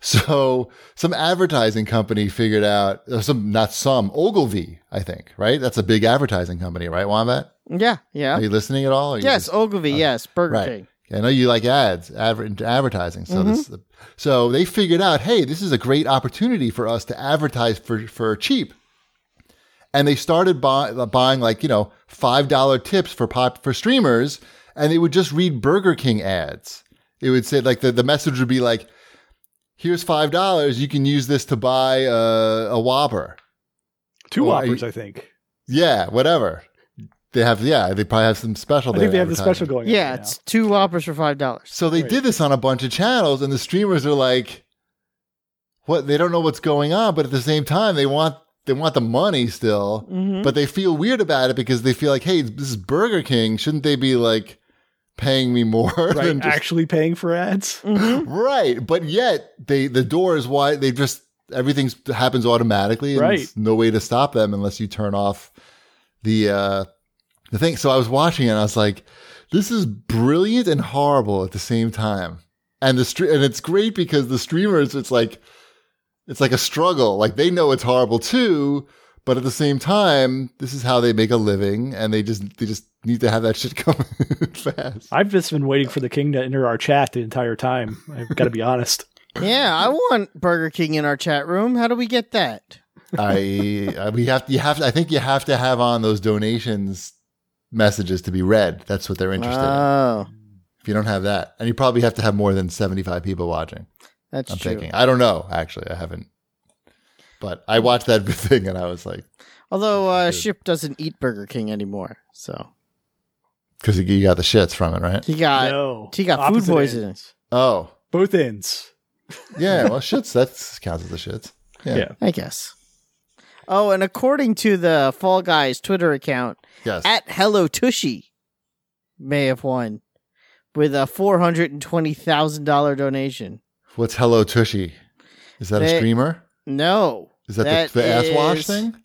[SPEAKER 2] So some advertising company figured out or some not some Ogilvy, I think, right? That's a big advertising company, right, Wombat?
[SPEAKER 1] yeah, yeah.
[SPEAKER 2] Are you listening at all? Or you
[SPEAKER 1] Yes, Ogilvy, yes, Burger
[SPEAKER 2] uh, right.
[SPEAKER 1] King.
[SPEAKER 2] I know you like ads, adver- advertising. So
[SPEAKER 3] Mm-hmm.
[SPEAKER 2] this, so they figured out, hey, this is a great opportunity for us to advertise for for cheap. And they started buy, uh, buying like you know five dollar tips for pop for streamers, and they would just read Burger King ads. It would say like the, the message would be like, "Here's five dollars. You can use this to buy a, a Whopper."
[SPEAKER 3] Two
[SPEAKER 2] Well,
[SPEAKER 3] Whoppers, I, think.
[SPEAKER 2] Yeah, whatever. They have yeah, they probably have some special.
[SPEAKER 3] I think they have the
[SPEAKER 2] advertising.
[SPEAKER 3] special going. on
[SPEAKER 1] Yeah,
[SPEAKER 3] right now.
[SPEAKER 1] it's two whoppers for five dollars.
[SPEAKER 2] So they
[SPEAKER 3] Right.
[SPEAKER 2] did this on a bunch of channels, and the streamers are like, "What? They don't know what's going on, but at the same time, they want they want the money still,
[SPEAKER 3] Mm-hmm.
[SPEAKER 1] Mhm.
[SPEAKER 2] but they feel weird about it because they feel like, hey, this is Burger King. Shouldn't they be like paying me more
[SPEAKER 3] right.
[SPEAKER 2] than just
[SPEAKER 3] Actually paying for ads.
[SPEAKER 1] Mm.
[SPEAKER 2] right?" But yet they the door is wide. They just everything happens automatically, and
[SPEAKER 3] Right.
[SPEAKER 2] there's no way to stop them unless you turn off the uh, the thing. So I was watching it, and I was like, "This is brilliant and horrible at the same time." And the stre- and it's great because the streamers, it's like it's like a struggle. Like they know it's horrible too, but at the same time, this is how they make a living, and they just they just need to have that shit coming fast.
[SPEAKER 3] I've just been waiting for the king to enter our chat the entire time. I've got to be honest.
[SPEAKER 1] Yeah, I want Burger King in our chat room. How do we get that?
[SPEAKER 2] I I- we have you have I think you have to have on those donations messages to be read. That's what they're interested in.
[SPEAKER 1] Oh,
[SPEAKER 2] If you don't have that, and you probably have to have more than seventy five people watching.
[SPEAKER 1] that's
[SPEAKER 2] I'm
[SPEAKER 1] true.
[SPEAKER 2] thinking. I don't know. Actually, I haven't. But I watched that thing and I was like,
[SPEAKER 1] Although uh,
[SPEAKER 2] Good.
[SPEAKER 1] Ship doesn't eat Burger King anymore, so
[SPEAKER 2] because you got the shits from it, right?
[SPEAKER 1] he got
[SPEAKER 3] no,
[SPEAKER 1] he got food
[SPEAKER 3] Opposite
[SPEAKER 1] poisoning.
[SPEAKER 3] ends.
[SPEAKER 2] Oh,
[SPEAKER 3] Both ends.
[SPEAKER 2] yeah. Well, shits. That counts as the shits. Yeah.
[SPEAKER 3] Yeah.
[SPEAKER 1] I guess. Oh, and according to the Fall Guys Twitter account,
[SPEAKER 2] Yes.
[SPEAKER 1] at Hello Tushy may have won with a four hundred and twenty thousand dollar donation.
[SPEAKER 2] What's Hello Tushy? Is that a
[SPEAKER 1] They-
[SPEAKER 2] streamer?
[SPEAKER 1] No,
[SPEAKER 2] Is that,
[SPEAKER 1] that
[SPEAKER 2] the, the ass wash
[SPEAKER 1] is-
[SPEAKER 2] thing?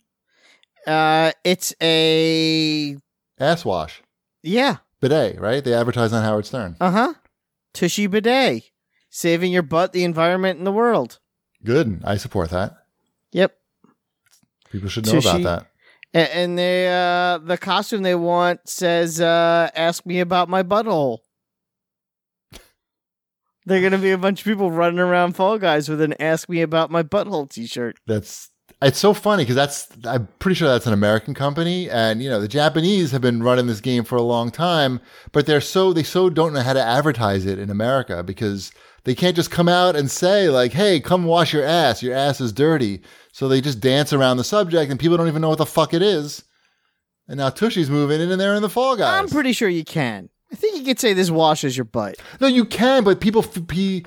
[SPEAKER 1] uh, it's a
[SPEAKER 2] Ass wash
[SPEAKER 1] yeah,
[SPEAKER 2] bidet, right? They advertise on Howard Stern.
[SPEAKER 1] uh huh, Tushy bidet, saving your butt, the environment, and the world.
[SPEAKER 2] Good. I support that.
[SPEAKER 1] Yep,
[SPEAKER 2] People should know
[SPEAKER 1] Tushy.
[SPEAKER 2] about that.
[SPEAKER 1] A- and they uh, the costume they want says, uh, "Ask me about my butthole." They're gonna be a bunch of people running around Fall Guys with an "Ask me about my butthole" T-shirt.
[SPEAKER 2] That's it's so funny because that's I'm pretty sure that's an American company, and you know the Japanese have been running this game for a long time, but they're so they so don't know how to advertise it in America because they can't just come out and say like, "Hey, come wash your ass. Your ass is dirty." So they just dance around the subject, and people don't even know what the fuck it is. And now Tushy's moving in, and they're in the Fall Guys.
[SPEAKER 1] I'm pretty sure you can. I think you could say this washes your butt.
[SPEAKER 2] No, you can, but people f- pe-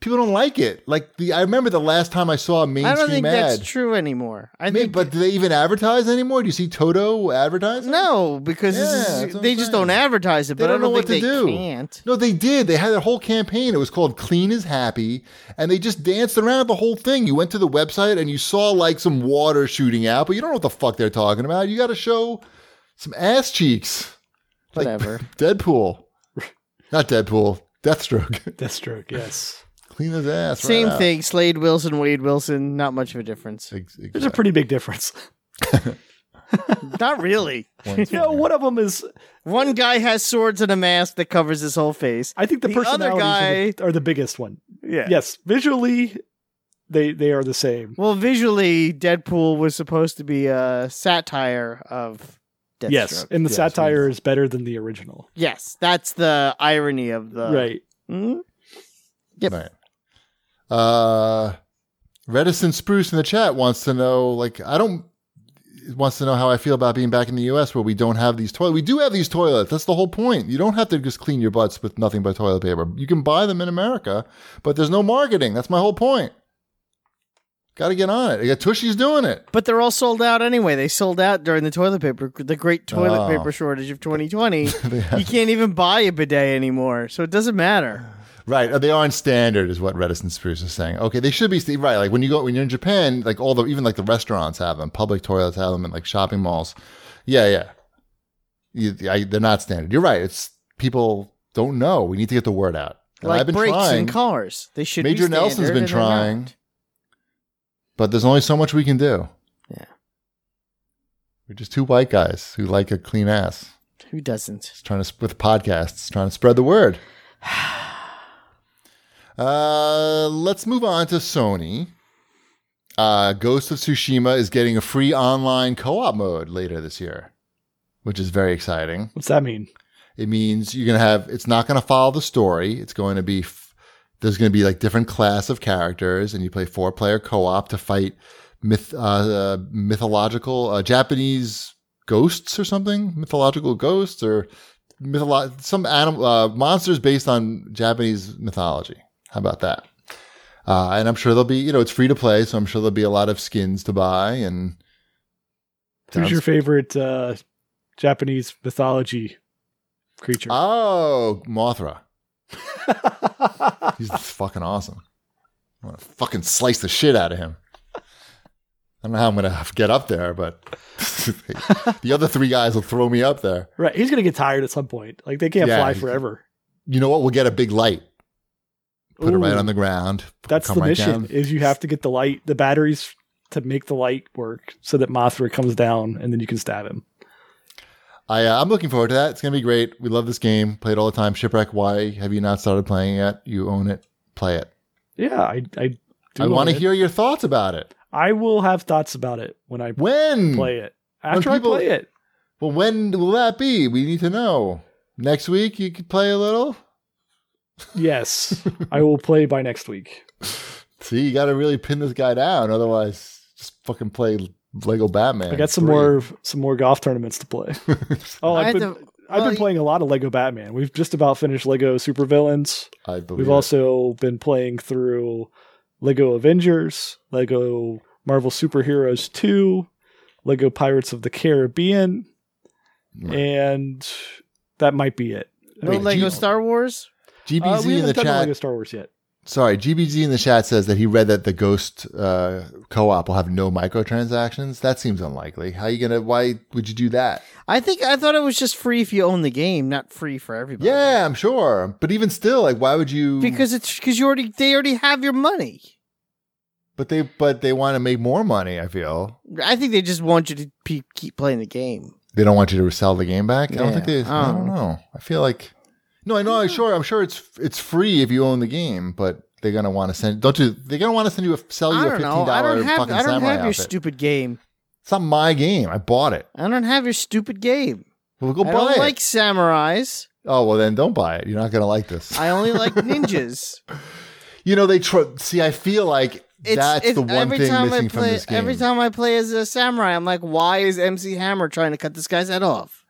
[SPEAKER 2] people don't like it. Like the I remember the last time I saw a mainstream
[SPEAKER 1] I don't think
[SPEAKER 2] ad.
[SPEAKER 1] that's true anymore. I
[SPEAKER 2] Maybe,
[SPEAKER 1] think,
[SPEAKER 2] but do they even advertise anymore? Do you see Toto advertise?
[SPEAKER 1] no, because this
[SPEAKER 2] Yeah,
[SPEAKER 1] is-
[SPEAKER 2] that's what
[SPEAKER 1] they
[SPEAKER 2] I'm
[SPEAKER 1] just
[SPEAKER 2] saying.
[SPEAKER 1] don't advertise it.
[SPEAKER 2] They
[SPEAKER 1] But
[SPEAKER 2] don't
[SPEAKER 1] I
[SPEAKER 2] know
[SPEAKER 1] don't
[SPEAKER 2] what
[SPEAKER 1] think
[SPEAKER 2] to
[SPEAKER 1] they
[SPEAKER 2] do.
[SPEAKER 1] Can't.
[SPEAKER 2] No, they did. They had their whole campaign. It was called Clean is Happy, and they just danced around the whole thing. You went to the website and you saw like some water shooting out, but you don't know what the fuck they're talking about. You got to show some ass cheeks. Like
[SPEAKER 1] Whatever.
[SPEAKER 2] Deadpool. Not Deadpool, Deathstroke.
[SPEAKER 3] Deathstroke. Yes.
[SPEAKER 2] Clean his ass. right
[SPEAKER 1] Same
[SPEAKER 2] out.
[SPEAKER 1] thing. Slade Wilson, Wade Wilson. Not much of a difference.
[SPEAKER 2] Ex- ex-
[SPEAKER 3] There's a pretty big difference.
[SPEAKER 1] not really.
[SPEAKER 2] points
[SPEAKER 3] You know,
[SPEAKER 2] from
[SPEAKER 3] one of them is.
[SPEAKER 1] One guy has swords and a mask that covers his whole face.
[SPEAKER 3] I think the,
[SPEAKER 1] The other
[SPEAKER 3] personalities are, the, are the biggest one.
[SPEAKER 1] Yeah.
[SPEAKER 3] Yes, visually, they they are the same.
[SPEAKER 1] Well, visually, Deadpool was supposed to be a satire of Deathstroke.
[SPEAKER 3] yes, and the
[SPEAKER 2] Yes,
[SPEAKER 3] satire is better than the original.
[SPEAKER 1] Yes, that's the irony of
[SPEAKER 2] Uh,
[SPEAKER 1] the
[SPEAKER 3] right.
[SPEAKER 1] Hmm?
[SPEAKER 2] Yep. Right. Uh, Reticent Spruce in the chat wants to know, like, I don't wants to know how I feel about being back in the U.S. where we don't have these toilets. We do have these toilets. That's the whole point. You don't have to just clean your butts with nothing but toilet paper. You can buy them in America, but there's no marketing. That's my whole point. Got to get on it. You got Tushy's doing it.
[SPEAKER 1] But they're all sold out anyway. They sold out during the toilet paper, the great toilet
[SPEAKER 2] Oh.
[SPEAKER 1] paper shortage of 2020. you
[SPEAKER 2] They have-
[SPEAKER 1] can't even buy a bidet anymore, so it doesn't matter.
[SPEAKER 2] Right, uh, they aren't standard, is what Reticent Spruce is saying. Okay, they should be st- right. Like when you go when you're in Japan, like all the even like the restaurants have them, public toilets have them, and like shopping malls. Yeah, yeah. You, I, they're not standard. You're right. It's people don't know. We need to get the word out. And
[SPEAKER 1] like
[SPEAKER 2] I've been
[SPEAKER 1] brakes
[SPEAKER 2] trying,
[SPEAKER 1] in cars, they should. be
[SPEAKER 2] Major Nelson's
[SPEAKER 1] standard,
[SPEAKER 2] been
[SPEAKER 1] and they're not.
[SPEAKER 2] trying. but there's only so much we can do.
[SPEAKER 1] Yeah.
[SPEAKER 2] we're just two white guys who like a clean ass.
[SPEAKER 1] Who doesn't?
[SPEAKER 2] Just trying to sp- with podcasts, trying to spread the word. Uh, let's move on to Sony. Uh, Ghost of Tsushima is getting a free online co-op mode later this year, which is very exciting.
[SPEAKER 3] What's that mean?
[SPEAKER 2] It means you're going to have, it's not going to follow the story. It's going to be, f- there's going to be like different class of characters and you play four player co-op to fight myth, uh, uh, mythological, uh, Japanese ghosts or something, mythological ghosts or mytholo- some animal, uh, monsters based on Japanese mythology. How about that? Uh, and I'm sure there'll be, you know, it's free to play, so I'm sure there'll be a lot of skins to buy. And
[SPEAKER 3] Who's your
[SPEAKER 2] Sounds-
[SPEAKER 3] favorite uh, Japanese mythology creature?
[SPEAKER 2] oh, Mothra, he's fucking awesome. I'm gonna fucking slice the shit out of him. I don't know how I'm gonna get up there, but the other three guys will throw me up there.
[SPEAKER 3] right, he's gonna get tired at some point. Like they can't
[SPEAKER 2] Yeah,
[SPEAKER 3] fly
[SPEAKER 2] he-
[SPEAKER 3] forever.
[SPEAKER 2] You know what? We'll get a big light, put it right
[SPEAKER 3] Ooh,
[SPEAKER 2] on the ground.
[SPEAKER 3] That's
[SPEAKER 2] come
[SPEAKER 3] the
[SPEAKER 2] right
[SPEAKER 3] mission:
[SPEAKER 2] down.
[SPEAKER 3] is you have to get the light, the batteries to make the light work, so that Mothra comes down and then you can stab him.
[SPEAKER 2] I, uh, I'm looking forward to that. It's going to be great. We love this game. Play it all the time. Shipwreck, why have you not started playing it yet? You own it. Play it.
[SPEAKER 3] Yeah, I, I do.
[SPEAKER 2] I want to
[SPEAKER 3] it.
[SPEAKER 2] hear your thoughts about it.
[SPEAKER 3] I will have thoughts about it when I
[SPEAKER 2] Hmm. When?
[SPEAKER 3] play it. After
[SPEAKER 2] people-
[SPEAKER 3] I play it,
[SPEAKER 2] Well, when will that be? We need to know. Next week, you could play a little?
[SPEAKER 3] yes, I will play by next week.
[SPEAKER 2] See, you got to really pin this guy down. Otherwise, just fucking play Lego Batman.
[SPEAKER 3] I got some
[SPEAKER 2] 3.
[SPEAKER 3] more some more golf tournaments to play. oh,
[SPEAKER 1] I
[SPEAKER 3] I've
[SPEAKER 1] had
[SPEAKER 3] been,
[SPEAKER 1] to-
[SPEAKER 3] I've
[SPEAKER 1] well,
[SPEAKER 3] been playing a lot of Lego Batman. We've just about finished Lego Supervillains.
[SPEAKER 2] I believe.
[SPEAKER 3] We've
[SPEAKER 2] it.
[SPEAKER 3] also been playing through Lego Avengers, Lego Marvel Superheroes 2, Lego Pirates of the Caribbean,
[SPEAKER 2] Right.
[SPEAKER 3] and that might be it.
[SPEAKER 1] no
[SPEAKER 2] Wait,
[SPEAKER 1] Lego
[SPEAKER 2] G-
[SPEAKER 1] Star Wars.
[SPEAKER 3] Uh,
[SPEAKER 2] GBZ
[SPEAKER 3] we
[SPEAKER 2] in the
[SPEAKER 3] haven't done the
[SPEAKER 2] chat.
[SPEAKER 3] Lego Star Wars yet.
[SPEAKER 2] Sorry, GBZ in the chat says that he read that the Ghost uh, co-op will have no microtransactions. That seems unlikely. How you gonna? Why would you do that?
[SPEAKER 1] I think I thought it was just free if you own the game, not free for everybody.
[SPEAKER 2] Yeah, I'm sure. But even still, like, why would you?
[SPEAKER 1] because it's because you already they already have your money.
[SPEAKER 2] but they but they want to make more money. I feel
[SPEAKER 1] I think they just want you to pe- keep playing the game.
[SPEAKER 2] they don't want you to resell the game back. I don't think they.
[SPEAKER 1] Yeah, Oh. I
[SPEAKER 2] I
[SPEAKER 1] don't
[SPEAKER 2] don't know. I feel like no. I know. I'm sure. I'm sure it's it's free if you own the game, but they're gonna want to send. Don't you? They're gonna want to send you a sell
[SPEAKER 1] I
[SPEAKER 2] you a
[SPEAKER 1] don't
[SPEAKER 2] fifteen
[SPEAKER 1] know. I
[SPEAKER 2] dollar
[SPEAKER 1] don't have
[SPEAKER 2] fucking
[SPEAKER 1] I don't
[SPEAKER 2] samurai
[SPEAKER 1] have your
[SPEAKER 2] outfit.
[SPEAKER 1] stupid game.
[SPEAKER 2] it's not my game. I bought it.
[SPEAKER 1] I don't have your stupid game.
[SPEAKER 2] Well, go
[SPEAKER 1] I
[SPEAKER 2] buy
[SPEAKER 1] don't
[SPEAKER 2] it.
[SPEAKER 1] like samurais.
[SPEAKER 2] oh well, then don't buy it. You're not gonna like this.
[SPEAKER 1] I only like ninjas.
[SPEAKER 2] You know, they tr- see. I feel like
[SPEAKER 1] It's,
[SPEAKER 2] that's
[SPEAKER 1] it's,
[SPEAKER 2] the one
[SPEAKER 1] every
[SPEAKER 2] thing
[SPEAKER 1] time
[SPEAKER 2] missing
[SPEAKER 1] I
[SPEAKER 2] from
[SPEAKER 1] play
[SPEAKER 2] this game.
[SPEAKER 1] every time I play as a samurai, I'm like, why is MC Hammer trying to cut this guy's head off?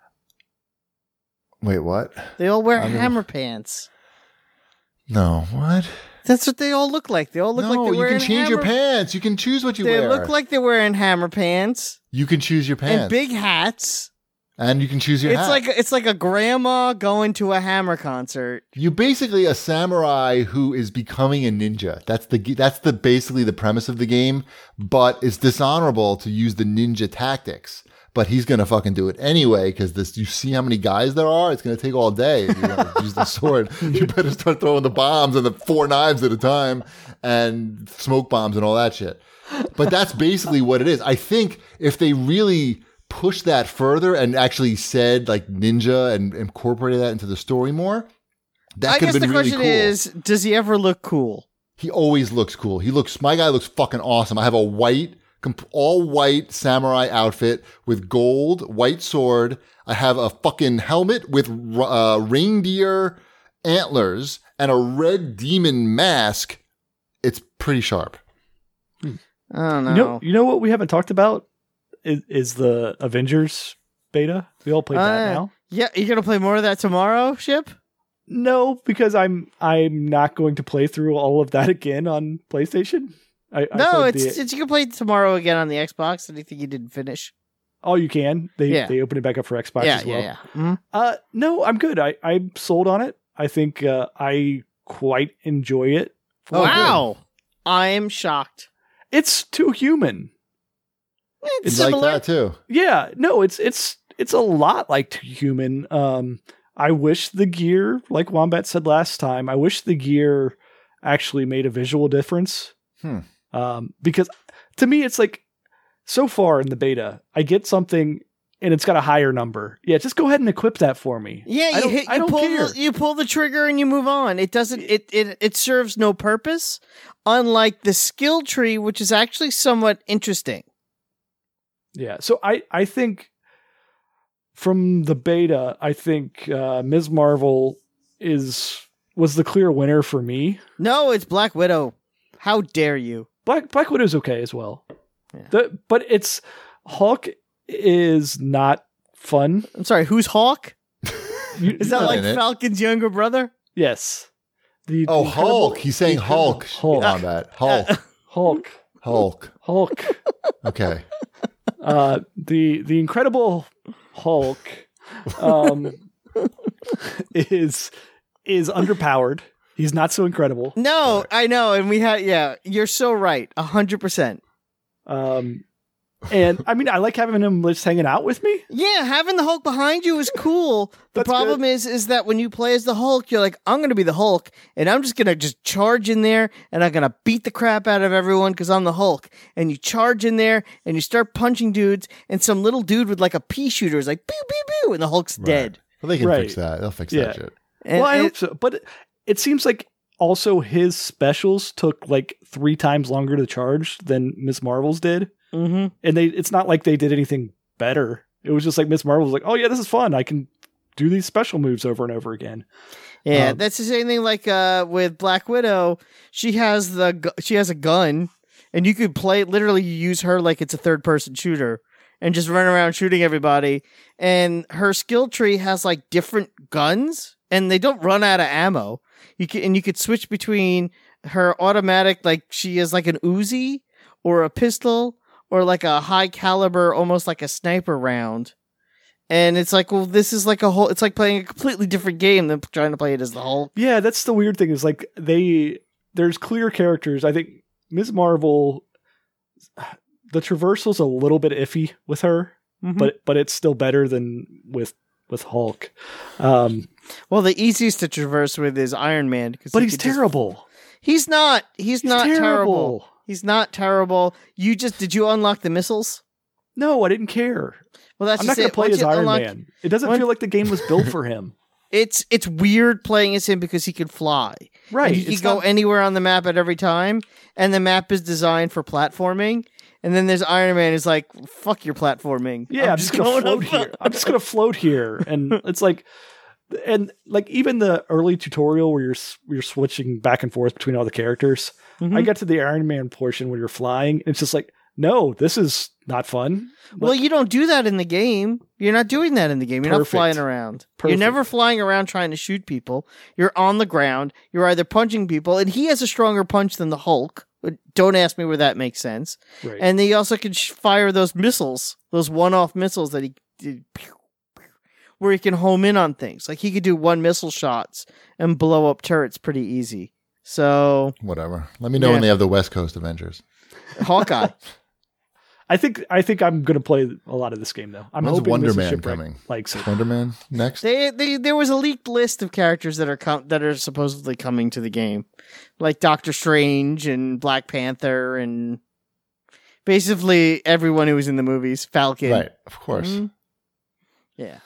[SPEAKER 2] Wait, what?
[SPEAKER 1] They all wear
[SPEAKER 2] I don't-
[SPEAKER 1] hammer pants.
[SPEAKER 2] No, what?
[SPEAKER 1] That's what they all look like. They all look
[SPEAKER 2] no,
[SPEAKER 1] like they're
[SPEAKER 2] you
[SPEAKER 1] wearing
[SPEAKER 2] can change your
[SPEAKER 1] hammer-
[SPEAKER 2] pants. You can choose what you
[SPEAKER 1] They
[SPEAKER 2] wear.
[SPEAKER 1] look like they're wearing hammer pants,
[SPEAKER 2] you can choose your pants,
[SPEAKER 1] and big hats.
[SPEAKER 2] And you can choose your
[SPEAKER 1] it's
[SPEAKER 2] hat.
[SPEAKER 1] like it's like a grandma going to a hammer concert.
[SPEAKER 2] you basically a samurai who is becoming a ninja. That's the g- that's the basically the premise of the game. But it's dishonorable to use the ninja tactics. But he's gonna fucking do it anyway because this. You see how many guys there are. It's gonna take all day. If you want to use the sword, you better start throwing the bombs and the four knives at a time and smoke bombs and all that shit. But that's basically what it is. I think if they really pushed that further and actually said like ninja and incorporated that into the story more, that
[SPEAKER 1] I
[SPEAKER 2] could
[SPEAKER 1] guess
[SPEAKER 2] have
[SPEAKER 1] the
[SPEAKER 2] been really
[SPEAKER 1] question
[SPEAKER 2] cool.
[SPEAKER 1] is, does he ever look cool?
[SPEAKER 2] he always looks cool. He looks my guy looks fucking awesome. I have a white comp- all white samurai outfit with gold white sword. I have a fucking helmet with r- uh, reindeer antlers and a red demon mask. It's pretty sharp.
[SPEAKER 1] I don't know.
[SPEAKER 3] You know, you know what we haven't talked about is, is the Avengers beta. We all played
[SPEAKER 1] Ah.
[SPEAKER 3] that now.
[SPEAKER 1] Yeah, you're gonna play more of that tomorrow, Ship?
[SPEAKER 3] No, because I'm I'm not going to play through all of that again on PlayStation. I, I
[SPEAKER 1] no,
[SPEAKER 3] played
[SPEAKER 1] it's,
[SPEAKER 3] the-
[SPEAKER 1] it's you can play it tomorrow again on the Xbox. Anything you didn't finish?
[SPEAKER 3] oh you can. They
[SPEAKER 1] Yeah.
[SPEAKER 3] they open it back up for Xbox
[SPEAKER 1] yeah,
[SPEAKER 3] as well.
[SPEAKER 1] yeah, yeah,
[SPEAKER 2] Oh,
[SPEAKER 1] Mhm.
[SPEAKER 3] Uh, no, I'm good. I I'm sold on it. I think uh, I quite enjoy it.
[SPEAKER 2] Oh,
[SPEAKER 1] wow, I'm shocked.
[SPEAKER 3] It's too human.
[SPEAKER 1] It's
[SPEAKER 2] It's like
[SPEAKER 1] similar.
[SPEAKER 2] that too.
[SPEAKER 3] Yeah, no, it's it's it's a lot like Too human. Um, I wish the gear, like Wombat said last time, I wish the gear actually made a visual difference.
[SPEAKER 2] Hmm.
[SPEAKER 3] Um, because to me, it's like so far in the beta, I get something and it's got a higher number. Yeah, just go ahead and equip that for me.
[SPEAKER 1] Yeah,
[SPEAKER 3] I
[SPEAKER 1] you
[SPEAKER 3] don't-
[SPEAKER 1] hit,
[SPEAKER 3] I
[SPEAKER 1] you
[SPEAKER 3] don't
[SPEAKER 1] pull
[SPEAKER 3] care.
[SPEAKER 1] the, you pull the trigger and you move on. It doesn't it it it serves no purpose, unlike the skill tree, which is actually somewhat interesting.
[SPEAKER 3] Yeah. So I I think from the beta, I think uh, Ms. Marvel is was the clear winner for me.
[SPEAKER 1] No, it's Black Widow. How dare you?
[SPEAKER 3] Black Black Widow's okay as well.
[SPEAKER 1] Yeah.
[SPEAKER 3] The- but it's Hulk is not fun.
[SPEAKER 1] I'm sorry, who's Hawk?
[SPEAKER 3] You-
[SPEAKER 1] Is that
[SPEAKER 2] Not
[SPEAKER 1] like
[SPEAKER 2] in it.
[SPEAKER 1] Falcon's younger brother?
[SPEAKER 3] yes. The,
[SPEAKER 2] Oh,
[SPEAKER 3] the incredible-
[SPEAKER 2] Hulk. He's saying Hulk.
[SPEAKER 3] Hulk.
[SPEAKER 2] on that. Hulk.
[SPEAKER 3] Hulk.
[SPEAKER 2] Hulk.
[SPEAKER 3] Hulk.
[SPEAKER 2] Okay.
[SPEAKER 3] Uh, the the Incredible Hulk um, is is underpowered. He's not so incredible.
[SPEAKER 1] No, I know, and we had yeah, you're so right. A hundred percent.
[SPEAKER 3] Um, and I mean, I like having him just hanging out with me.
[SPEAKER 1] Yeah, having the Hulk behind you is cool. The
[SPEAKER 3] That's
[SPEAKER 1] problem
[SPEAKER 3] good.
[SPEAKER 1] is is that when you play as the Hulk, you're like, I'm gonna be the Hulk, and I'm just gonna just charge in there and I'm gonna beat the crap out of everyone because I'm the Hulk. And you charge in there and you start punching dudes, and some little dude with like a pea shooter is like boo boo boo and the Hulk's
[SPEAKER 2] Right.
[SPEAKER 1] dead.
[SPEAKER 2] Well, they can
[SPEAKER 3] Right.
[SPEAKER 2] fix that. They'll fix
[SPEAKER 3] Yeah.
[SPEAKER 2] that shit.
[SPEAKER 1] And
[SPEAKER 3] well, I
[SPEAKER 1] it-
[SPEAKER 3] hope so. But it seems like also his specials took like three times longer to charge than Miss Marvel's did,
[SPEAKER 1] Mhm.
[SPEAKER 3] and they it's not like they did anything better. It was just like Miss Marvel was like, "Oh yeah, this is fun. I can do these special moves over and over again."
[SPEAKER 1] Yeah,
[SPEAKER 3] Um,
[SPEAKER 1] that's the same thing. Like uh, with Black Widow, she has the gu- she has a gun, and you could play literally you use her like it's a third person shooter and just run around shooting everybody. And her skill tree has like different guns, and they don't run out of ammo. You can and you could switch between her automatic, like she is like an Uzi or a pistol or like a high caliber, almost like a sniper round. And it's like, well, this is like a whole. It's like playing a completely different game than trying to play it as the Hulk.
[SPEAKER 3] Yeah, that's the weird thing is like they there's clear characters. I think Ms. Marvel the traversal's a little bit iffy with her,
[SPEAKER 1] Mm-hmm.
[SPEAKER 3] but but it's still better than with with Hulk. Um,
[SPEAKER 1] well, the easiest to traverse with is Iron Man, 'cause
[SPEAKER 3] but
[SPEAKER 1] he
[SPEAKER 3] he's
[SPEAKER 1] could just-
[SPEAKER 3] terrible.
[SPEAKER 1] he's not. He's,
[SPEAKER 3] He's
[SPEAKER 1] not terrible.
[SPEAKER 3] terrible.
[SPEAKER 1] He's not terrible. You just did you unlock the missiles?
[SPEAKER 3] No, I didn't care.
[SPEAKER 1] Well, that's
[SPEAKER 3] I'm not
[SPEAKER 1] just
[SPEAKER 3] going
[SPEAKER 1] it.
[SPEAKER 3] to play
[SPEAKER 1] Once
[SPEAKER 3] as
[SPEAKER 1] you
[SPEAKER 3] Iron
[SPEAKER 1] unlock-
[SPEAKER 3] Man. It doesn't
[SPEAKER 1] once-
[SPEAKER 3] feel like the game was built for him.
[SPEAKER 1] It's it's weird playing as him because he can fly.
[SPEAKER 3] Right.
[SPEAKER 1] And you can
[SPEAKER 3] it's
[SPEAKER 1] go
[SPEAKER 3] not-
[SPEAKER 1] anywhere on the map at every time, and the map is designed for platforming. And then there's Iron Man who's like, fuck your platforming.
[SPEAKER 3] yeah, I'm, just gonna float
[SPEAKER 1] up-
[SPEAKER 3] here. I'm just gonna float here, and it's like, and like even the early tutorial where you're s- you're switching back and forth between all the characters.
[SPEAKER 1] Mhm.
[SPEAKER 3] I get to the Iron Man portion where you're flying. and It's just like, no, this is not fun.
[SPEAKER 1] Well, you don't do that in the game. You're not doing that in the game. You're
[SPEAKER 3] Perfect.
[SPEAKER 1] not flying around. You're
[SPEAKER 3] Perfect.
[SPEAKER 1] never flying around trying to shoot people. You're on the ground. You're either punching people, and he has a stronger punch than the Hulk. But don't ask me where that makes sense.
[SPEAKER 3] Right.
[SPEAKER 1] And then you also can sh- fire those missiles, those one-off missiles that he did, pew, pew, where he can home in on things. Like he could do one missile shots and blow up turrets pretty easy. So
[SPEAKER 2] Whatever. Let me know
[SPEAKER 1] Yeah.
[SPEAKER 2] when they have the West Coast Avengers.
[SPEAKER 1] Hawkeye,
[SPEAKER 3] I think I think I'm gonna play a lot of this game though. I'm
[SPEAKER 2] When's
[SPEAKER 3] hoping
[SPEAKER 2] Wonder
[SPEAKER 3] Mrs.
[SPEAKER 2] Man
[SPEAKER 3] Shipwreck
[SPEAKER 2] coming?
[SPEAKER 3] Likes it.
[SPEAKER 2] Wonder Man next.
[SPEAKER 1] they, they there was a leaked list of characters that are com- that are supposedly coming to the game, like Doctor Strange and Black Panther and basically everyone who was in the movies. Falcon,
[SPEAKER 2] Right. Of course.
[SPEAKER 1] Mhm. Yeah.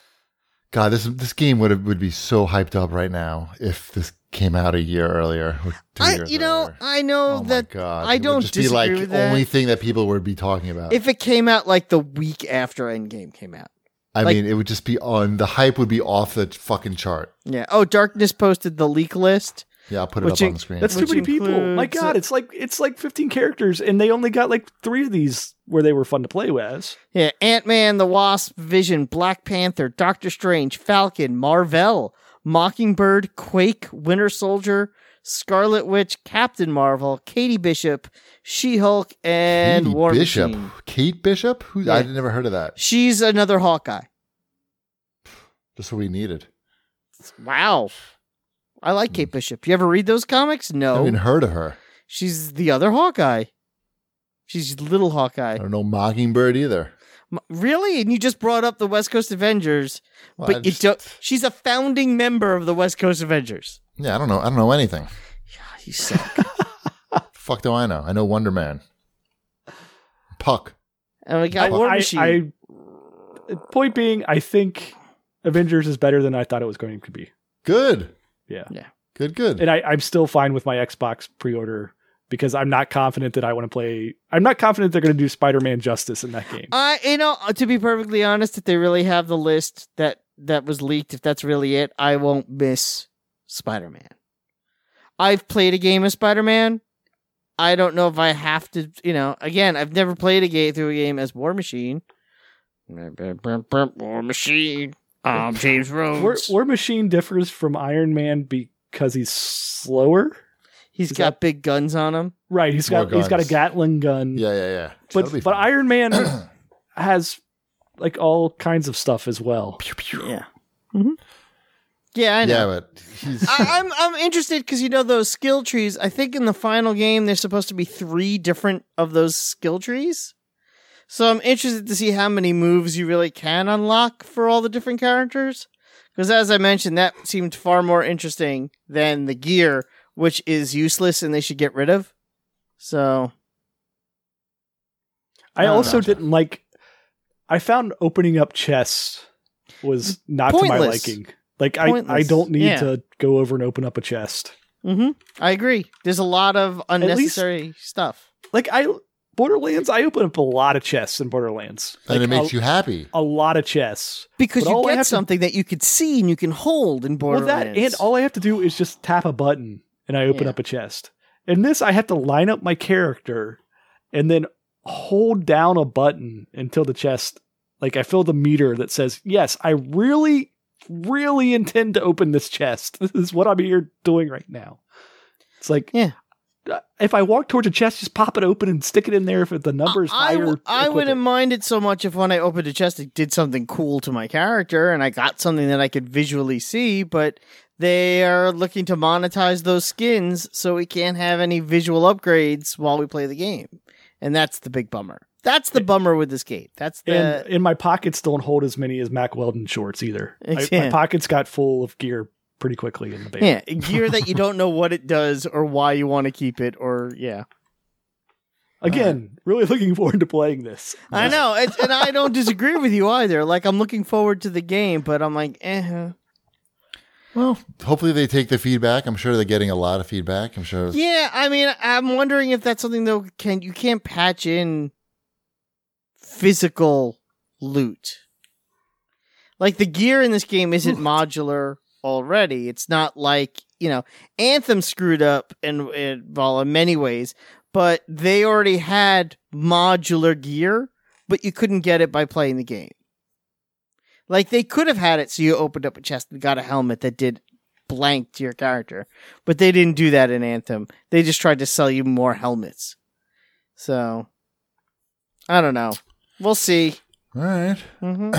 [SPEAKER 2] God, this this game would have, would be so hyped up right now if this came out a year earlier. Or two
[SPEAKER 1] I
[SPEAKER 2] years
[SPEAKER 1] you know
[SPEAKER 2] earlier. Oh
[SPEAKER 1] I know
[SPEAKER 2] my
[SPEAKER 1] that
[SPEAKER 2] God.
[SPEAKER 1] I
[SPEAKER 2] It would
[SPEAKER 1] don't
[SPEAKER 2] just be like
[SPEAKER 1] disagree with
[SPEAKER 2] the only
[SPEAKER 1] that.
[SPEAKER 2] thing that people would be talking about.
[SPEAKER 1] if it came out like the week after Endgame came out.
[SPEAKER 2] I
[SPEAKER 1] like-
[SPEAKER 2] mean, it would just be on the hype would be off the fucking chart.
[SPEAKER 1] Yeah. Oh, Darkness posted the leak list.
[SPEAKER 2] Yeah, I'll put it
[SPEAKER 1] Which
[SPEAKER 2] up
[SPEAKER 1] in-
[SPEAKER 2] on the screen.
[SPEAKER 3] That's too
[SPEAKER 1] Which
[SPEAKER 3] many people. My
[SPEAKER 1] includes- uh,
[SPEAKER 3] God, it's like it's like 15 characters, and they only got like three of these where they were fun to play with.
[SPEAKER 1] Yeah, Ant Man, the Wasp, Vision, Black Panther, Doctor Strange, Falcon, Marvel, Mockingbird, Quake, Winter Soldier, Scarlet Witch, Captain Marvel, Katie Bishop, She Hulk, and
[SPEAKER 2] Katie
[SPEAKER 1] War
[SPEAKER 2] Bishop,
[SPEAKER 1] Machine.
[SPEAKER 2] Kate Bishop. Who
[SPEAKER 1] Yeah.
[SPEAKER 2] I'd never heard of that.
[SPEAKER 1] She's another Hawkeye.
[SPEAKER 2] That's what we needed.
[SPEAKER 1] Wow. I like Kate Bishop. You ever read those comics?
[SPEAKER 2] I uh,
[SPEAKER 1] No.
[SPEAKER 2] haven't even heard of her.
[SPEAKER 1] She's the other Hawkeye. She's little Hawkeye.
[SPEAKER 2] I don't know Mockingbird either.
[SPEAKER 1] M- Really? And you just brought up the West Coast Avengers,
[SPEAKER 2] Well, I
[SPEAKER 1] but
[SPEAKER 2] just-
[SPEAKER 1] you don't. She's a founding member of the West Coast Avengers.
[SPEAKER 2] Yeah, I don't know. I don't know anything.
[SPEAKER 1] God, you suck.
[SPEAKER 2] Fuck do I know? I know Wonder Man, Puck.
[SPEAKER 1] and we got War
[SPEAKER 3] I-
[SPEAKER 1] Machine.
[SPEAKER 3] I- point being, I think Avengers is better than I thought it was going to be.
[SPEAKER 2] Good.
[SPEAKER 3] Yeah.
[SPEAKER 1] Yeah.
[SPEAKER 2] Good. Good.
[SPEAKER 3] and I, I'm still fine with my Xbox pre-order because I'm not confident that I want to play. I'm not confident they're going to do Spider-Man justice in that game.
[SPEAKER 1] I you know uh, to be perfectly honest, if they really have the list that that was leaked, if that's really it, I won't miss Spider Man. I've played a game of Spider Man. I don't know if I have to. You know, again, I've never played a game through a game as War Machine. War Machine. Um, James Rhodes.
[SPEAKER 3] War, War Machine differs from Iron Man because he's slower.
[SPEAKER 1] He's
[SPEAKER 3] is
[SPEAKER 1] got big guns on him.
[SPEAKER 3] Right, he's
[SPEAKER 2] More
[SPEAKER 3] got he's got a
[SPEAKER 2] guns.
[SPEAKER 3] Gatling gun.
[SPEAKER 2] Yeah, yeah, yeah.
[SPEAKER 3] but
[SPEAKER 2] That'll be
[SPEAKER 3] but
[SPEAKER 2] fun.
[SPEAKER 3] Iron Man has like all kinds of stuff as well.
[SPEAKER 1] Yeah. hmm Yeah, I know.
[SPEAKER 2] yeah, but he's
[SPEAKER 1] I, I'm I'm interested because you know those skill trees. I think in the final game there's supposed to be three different of those skill trees. So I'm interested to see how many moves you really can unlock for all the different characters. Because as I mentioned, that seemed far more interesting than the gear, which is useless and they should get rid of. So
[SPEAKER 3] I
[SPEAKER 1] Oh,
[SPEAKER 3] also
[SPEAKER 2] gotcha.
[SPEAKER 3] didn't like. I found opening up chests was not to my
[SPEAKER 1] Pointless.
[SPEAKER 3] liking. Like I, I
[SPEAKER 1] Pointless,
[SPEAKER 3] don't need
[SPEAKER 1] yeah.
[SPEAKER 3] to go over and open up a chest.
[SPEAKER 1] hmm I agree. There's a lot of
[SPEAKER 3] least-
[SPEAKER 1] unnecessary stuff.
[SPEAKER 3] Like I Borderlands, I open up a lot of chests in Borderlands.
[SPEAKER 2] and
[SPEAKER 3] Like,
[SPEAKER 2] it makes
[SPEAKER 3] a,
[SPEAKER 2] you happy.
[SPEAKER 3] a lot of chests.
[SPEAKER 1] Because
[SPEAKER 3] But
[SPEAKER 1] you
[SPEAKER 3] all I
[SPEAKER 1] get
[SPEAKER 3] have to-
[SPEAKER 1] something that you can see and you can hold in
[SPEAKER 3] Well,
[SPEAKER 1] Borderlands.
[SPEAKER 3] that and all I have to do is just tap a button and I open
[SPEAKER 1] Yeah.
[SPEAKER 3] up a chest. In this, I have to line up my character and then hold down a button until the chest. Like I fill the meter that says, "Yes, I really, really intend to open this chest. This is what I'm here doing right now." It's like,
[SPEAKER 1] Yeah.
[SPEAKER 3] uh, If I walk towards a chest, just pop it open and stick it in there. If the number is
[SPEAKER 1] I,
[SPEAKER 3] higher,
[SPEAKER 1] w- I
[SPEAKER 3] equip
[SPEAKER 1] wouldn't
[SPEAKER 3] it.
[SPEAKER 1] mind it so much if when I opened a chest, it did something cool to my character and I got something that I could visually see, but they are looking to monetize those skins so we can't have any visual upgrades while we play the game. And that's the big bummer. That's the bummer with this game. That's the.
[SPEAKER 3] And, and my pockets don't hold as many as Mac Weldon shorts either. I,
[SPEAKER 1] Yeah.
[SPEAKER 3] My pockets got full of gear pretty quickly in the band.
[SPEAKER 1] yeah, gear that you don't know what it does or why you want to keep it or yeah.
[SPEAKER 3] Again, really looking forward to playing this.
[SPEAKER 1] Uh-huh. I know, it's, and I don't disagree with you either. Like I'm looking forward to the game, but I'm like, eh. huh.
[SPEAKER 2] Well, hopefully they take the feedback. I'm sure they're getting a lot of feedback. I'm sure.
[SPEAKER 1] Yeah, I mean, I'm wondering if that's something though. Can you can't patch in physical loot? Like the gear in this game isn't modular already. It's not like you know, Anthem screwed up and and- well in many ways, but they already had modular gear, but you couldn't get it by playing the game. Like they could have had it, so you opened up a chest and got a helmet that did blank to your character but they didn't do that in Anthem. They just tried to sell you more helmets. So I don't know. We'll see.
[SPEAKER 2] All right.
[SPEAKER 1] hmm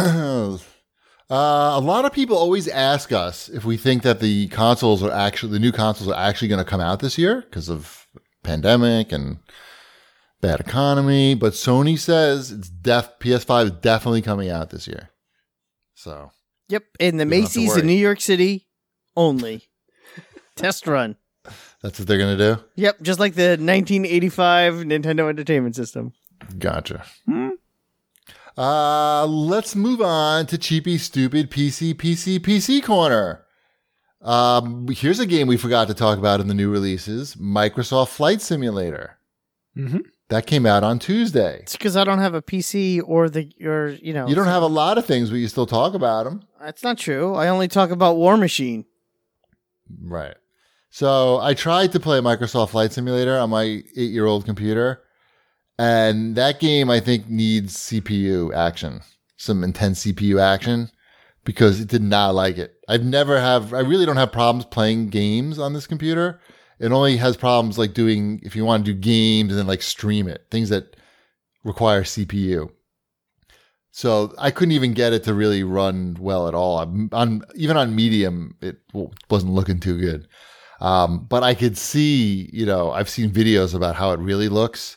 [SPEAKER 2] uh, a lot of people always ask us if we think that the consoles are actually the new consoles are actually going to come out this year because of pandemic and bad economy. But Sony says it's def PS5 is definitely coming out this year. So
[SPEAKER 1] Yep, in the
[SPEAKER 2] don't have to
[SPEAKER 1] Macy's in
[SPEAKER 2] worry.
[SPEAKER 1] New York City only. Test run.
[SPEAKER 2] that's what they're going to do.
[SPEAKER 1] Yep, just like the 1985 Nintendo Entertainment System.
[SPEAKER 2] Gotcha. Hmm? Uh, let's move on to cheapy, stupid PC, PC, PC corner. Um, here's a game we forgot to talk about in the new releases: Microsoft Flight Simulator.
[SPEAKER 3] Mhm.
[SPEAKER 2] That came out on Tuesday.
[SPEAKER 1] It's because I don't have a PC or the or you know.
[SPEAKER 2] You don't have a lot of things, but you still talk about them,
[SPEAKER 1] That's not true. I only talk about War Machine.
[SPEAKER 2] right? So I tried to play Microsoft Flight Simulator on my eight-year-old computer, and that game I think needs CPU action, some intense CPU action. because it did not like it. I've never have I really don't have problems playing games on this computer. It only has problems like doing if you want to do games and then like stream it, things that require CPU. So I couldn't even get it to really run well at all. I'm, on even on medium, it w- wasn't looking too good. Um, but I could see, you know, I've seen videos about how it really looks,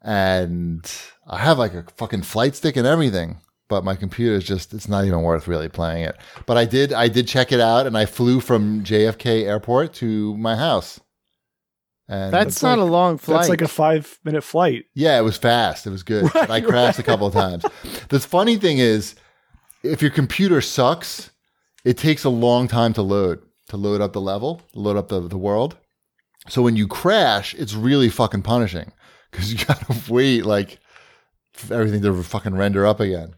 [SPEAKER 2] and I have like a fucking flight stick and everything but my computer is just it's not even worth really playing it but i did i did check it out and i flew from jfk airport to my house and
[SPEAKER 1] That's,
[SPEAKER 3] That's
[SPEAKER 1] not
[SPEAKER 3] like-
[SPEAKER 1] a long flight.
[SPEAKER 3] That's like a five minute flight.
[SPEAKER 2] yeah it was fast it was good
[SPEAKER 3] Right,
[SPEAKER 2] i crashed a couple of times the funny thing is if your computer sucks it takes a long time to load to load up the level load up the, the world So when you crash, it's really fucking punishing because you gotta wait like for everything to fucking render up again.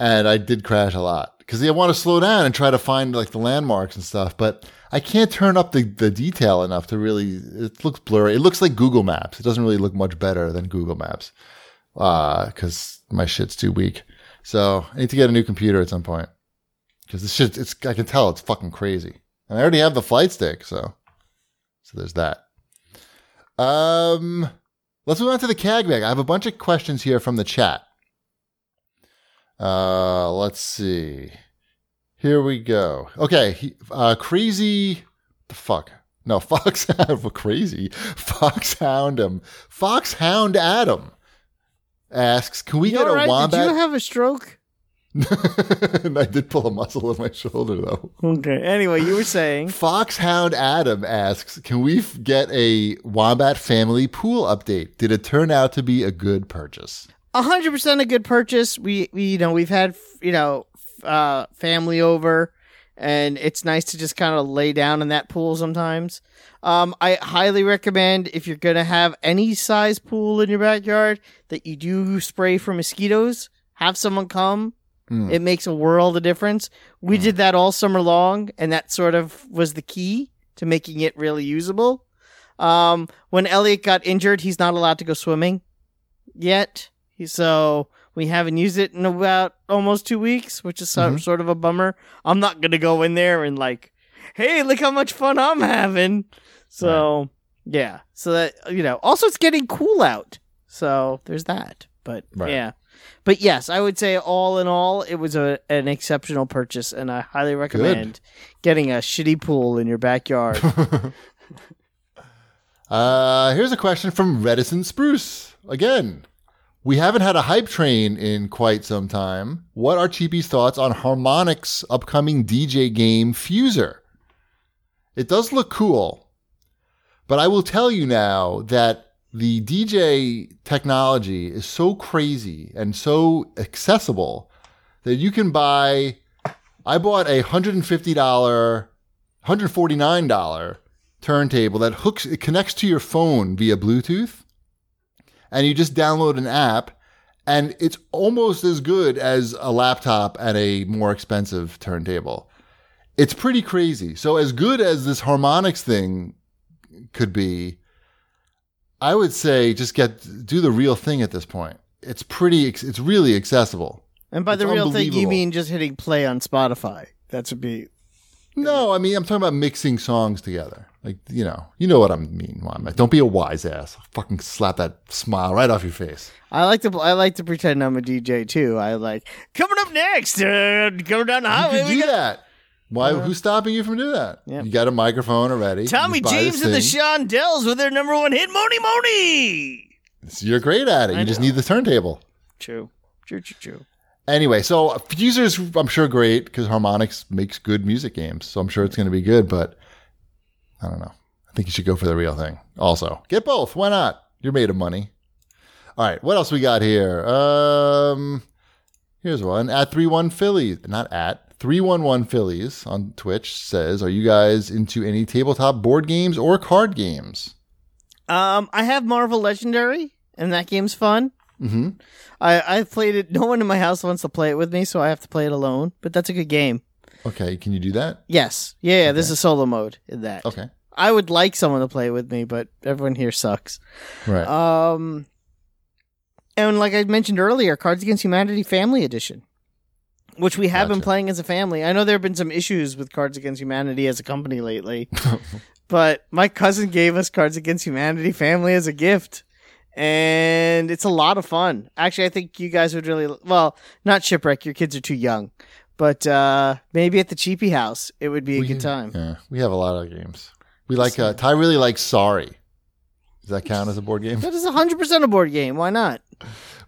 [SPEAKER 2] And I did crash a lot because I want to slow down and try to find like the landmarks and stuff, but I can't turn up the, the detail enough to really. It looks blurry. It looks like Google Maps. It doesn't really look much better than Google Maps because my shit's too weak. So I need to get a new computer at some point because this shit. It's I can tell it's fucking crazy, and I already have the flight stick, so so there's that. Um, let's move on to the CAG bag. I have a bunch of questions here from the chat. Uh, let's see. Here we go. Okay, he, uh, crazy. The fuck. No, Fox crazy. Foxhound him. Foxhound Adam asks, "Can we
[SPEAKER 1] You
[SPEAKER 2] get
[SPEAKER 1] all right?
[SPEAKER 2] a wombat?"
[SPEAKER 1] Did you have a stroke?
[SPEAKER 2] and I did pull a muscle in my shoulder though.
[SPEAKER 1] Okay. Anyway, you were saying.
[SPEAKER 2] Foxhound Adam asks, "Can we f- get a Wombat family pool update? Did it turn out to be a good purchase?"
[SPEAKER 1] hundred percent a good purchase. We, we you know we've had you know f- uh, family over, and it's nice to just kind of lay down in that pool sometimes. Um, I highly recommend if you're gonna have any size pool in your backyard that you do spray for mosquitoes. Have someone come.
[SPEAKER 2] Mm.
[SPEAKER 1] It makes a world of difference. We did that all summer long, and that sort of was the key to making it really usable. Um, when Elliot got injured, he's not allowed to go swimming yet. He- So we haven't used it in about almost two weeks, which is so-
[SPEAKER 2] Mhm.
[SPEAKER 1] sort of a bummer. I'm not gonna go in there and like, hey, look how much fun I'm having. So yeah, so that you know. Also, it's getting cool out, so there's that. But
[SPEAKER 2] Right.
[SPEAKER 1] yeah, but yes, I would say all in all, it was a, an exceptional purchase, and I highly recommend getting a shitty pool in your backyard.
[SPEAKER 2] Uh, here's a question from Reticent Spruce. Again, we haven't had a hype train in quite some time. What are Cheapy's thoughts on Harmonix's upcoming DJ game Fuser? It does look cool, but I will tell you now that the DJ technology is so crazy and so accessible that you can buy. I bought a $150, $149 turntable that hooks it connects to your phone via Bluetooth, and you just download an app, and it's almost as good as a laptop at a more expensive turntable. It's pretty crazy. So as good as this harmonics thing could be, I would say just get do the real thing at this point. It's pretty. ex- It's really accessible.
[SPEAKER 1] and by the
[SPEAKER 2] It's
[SPEAKER 1] real thing, you
[SPEAKER 2] unbelievable.
[SPEAKER 1] mean just hitting play on Spotify? That would be
[SPEAKER 2] No, I mean I'm talking about mixing songs together. Like you know, you know what I mean. Mom. Like, Don't be a wise ass. I'll fucking slap that smile right off your face.
[SPEAKER 1] I like to I like to pretend I'm a DJ too. I like coming up next, uh, coming down the
[SPEAKER 2] You
[SPEAKER 1] highway.
[SPEAKER 2] can
[SPEAKER 1] we
[SPEAKER 2] do
[SPEAKER 1] got
[SPEAKER 2] that. Why? who's stopping you from doing that?
[SPEAKER 1] Yeah.
[SPEAKER 2] You got a microphone already.
[SPEAKER 1] Tommy
[SPEAKER 2] You just buy this
[SPEAKER 1] James and the
[SPEAKER 2] thing.
[SPEAKER 1] Shondells with their number one hit, Moni Moni.
[SPEAKER 2] You're great at it. You
[SPEAKER 1] I
[SPEAKER 2] just
[SPEAKER 1] know.
[SPEAKER 2] need the turntable.
[SPEAKER 1] True, true, true, true.
[SPEAKER 2] Anyway, so Fuser's I'm sure great because Harmonix makes good music games, so I'm sure it's going to be good. But I don't know. I think you should go for the real thing. Also, get both. Why not? You're made of money. All right, what else we got here? Um, here's one at three one Phillies, not at three one one Phillies on Twitch says, "Are you guys into any tabletop board games or card games?"
[SPEAKER 1] Um, I have Marvel Legendary, and that game's fun.
[SPEAKER 2] Mm-hmm.
[SPEAKER 1] I I've played it. No one in my house wants to play it with me, so I have to play it alone. But that's a good game.
[SPEAKER 2] Okay, can you do that?
[SPEAKER 1] Yes, yeah, yeah there's a solo mode in that.
[SPEAKER 2] Okay,
[SPEAKER 1] I would like someone to play with me, but everyone here sucks.
[SPEAKER 2] right.
[SPEAKER 1] Um, and like I mentioned earlier, Cards Against Humanity Family Edition, which we have been
[SPEAKER 2] Gotcha.
[SPEAKER 1] playing as a family. I know there have been some issues with Cards Against Humanity as a company lately, but my cousin gave us Cards Against Humanity Family as a gift. And it's a lot of fun. Actually, I think you guys would really well, not shipwreck. Your kids are too young, but uh, maybe at the cheapy house, it would be a
[SPEAKER 2] We-
[SPEAKER 1] good time.
[SPEAKER 2] Yeah, we have a lot of games. We like uh, Ty really likes Sorry. Does that count as a board game?
[SPEAKER 1] That is hundred percent a board game. Why not?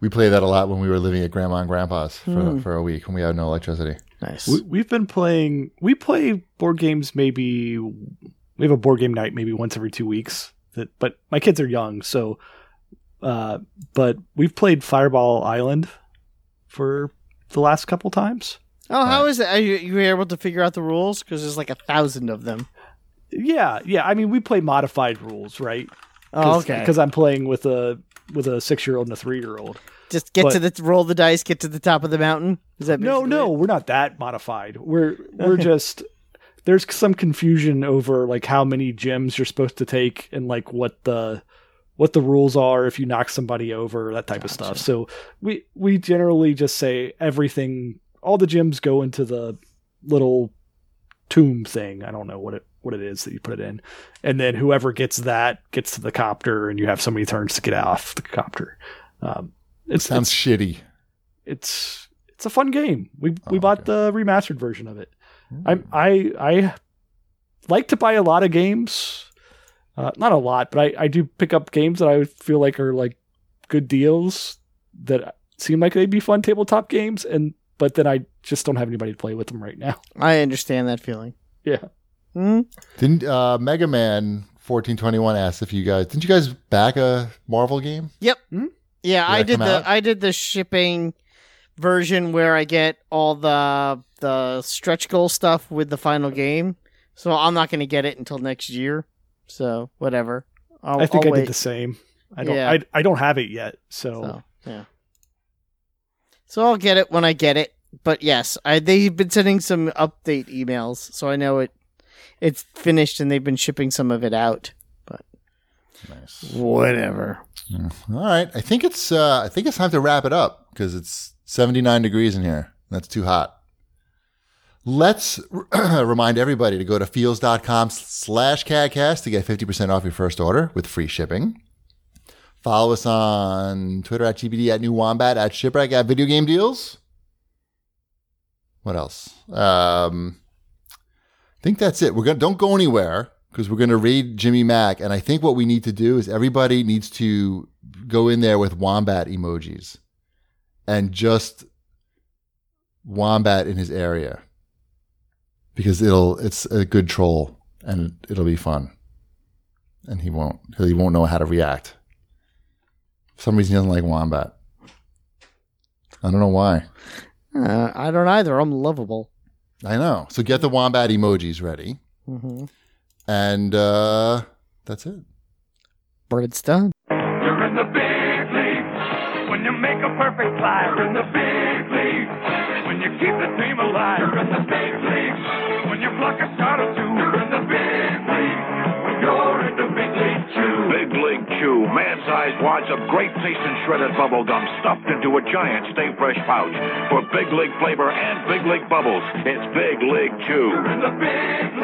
[SPEAKER 2] We played that a lot when we were living at Grandma and Grandpa's for,
[SPEAKER 1] Hmm.
[SPEAKER 2] for a week when we had no electricity.
[SPEAKER 1] Nice.
[SPEAKER 4] We, we've been playing. We play board games maybe. We have a board game night maybe once every two weeks. That, but my kids are young, so. Uh, but we've played Fireball Island for the last couple times.
[SPEAKER 1] Oh, how
[SPEAKER 2] Right.
[SPEAKER 1] is that? Are you, you were able to figure out the rules? Because there's like a thousand of them.
[SPEAKER 3] Yeah, yeah. I mean, we play modified rules, right?
[SPEAKER 1] Oh, okay.
[SPEAKER 3] Because I'm playing with a with a six year old and a three year old.
[SPEAKER 1] Just get
[SPEAKER 3] but-
[SPEAKER 1] to the roll the dice, get to the top of the mountain. Is that
[SPEAKER 3] No,
[SPEAKER 1] basically
[SPEAKER 3] no,
[SPEAKER 1] it?
[SPEAKER 3] we're not that modified. We're we're just there's some confusion over like how many gems you're supposed to take and like what the what the rules are if you knock somebody over that type of stuff. So we we generally just say everything. All the gems go into the little tomb thing. I don't know what it what it is that you put it in, and then whoever gets that gets to the copter, and you have so many turns to get off the copter. Um, it's,
[SPEAKER 2] Sounds shitty.
[SPEAKER 3] it's it's a fun game. We
[SPEAKER 2] Oh,
[SPEAKER 3] we bought
[SPEAKER 2] okay.
[SPEAKER 3] the remastered version of it. I'm I I like to buy a lot of games. Uh, not a lot, but I, I do pick up games that I feel like are like good deals that seem like they'd be fun tabletop games and but then I just don't have anybody to play with them right now.
[SPEAKER 1] I understand that feeling.
[SPEAKER 3] Yeah.
[SPEAKER 1] Hmm?
[SPEAKER 2] Didn't uh, Mega Man fourteen twenty one asked if you guys didn't you guys back a Marvel game?
[SPEAKER 1] Yeah,
[SPEAKER 2] Did
[SPEAKER 1] I
[SPEAKER 2] that
[SPEAKER 1] did
[SPEAKER 2] come
[SPEAKER 1] the
[SPEAKER 2] out?
[SPEAKER 1] I did the shipping version where I get all the the stretch goal stuff with the final game. So I'm not going to get it until next year. So whatever. I'll,
[SPEAKER 3] i think
[SPEAKER 1] I'll
[SPEAKER 3] I
[SPEAKER 1] wait.
[SPEAKER 3] did the same. I don't
[SPEAKER 1] Yeah.
[SPEAKER 3] I, I don't have it yet. So,
[SPEAKER 1] So yeah. So I'll get it when I get it. But yes, I they've been sending some update emails, so I know it it's finished and they've been shipping some of it out.
[SPEAKER 2] Nice.
[SPEAKER 1] Whatever.
[SPEAKER 2] Mm. All right, I think it's uh, I think it's time to wrap it up because it's seventy nine degrees in here. That's too hot. Let's remind everybody to go to feels.com slash cadcast to get 50% off your first order with free shipping. Follow us on Twitter at GBD, at New Wombat, at Shipwreck, at Video Game Deals. What else? Um, I think that's it. We're gonna don't go anywhere because we're gonna raid Jimmy Mack, and I think what we need to do is everybody needs to go in there with wombat emojis and just wombat in his area because it'll it's a good troll and it'll be fun, and he won't he won't know how to react. For some reason, he doesn't like wombat. I don't know why.
[SPEAKER 1] Uh, I don't either. I'm lovable.
[SPEAKER 2] I know. So get the wombat emojis ready.
[SPEAKER 1] Mm-hmm.
[SPEAKER 2] And uh, that's it.
[SPEAKER 1] But it's done.
[SPEAKER 5] You're in the big leagues when you make a perfect play. You're in the big leagues when you keep the team alive. You're in the big leagues when you block a shot or two. You're in the big leagues when you're in the big league chew.
[SPEAKER 6] Big League Chew, man-sized wads of great tasting shredded bubble gum stuffed into a giant Stay Fresh pouch for Big League flavor and Big League bubbles. It's Big League Chew.
[SPEAKER 5] You're in the big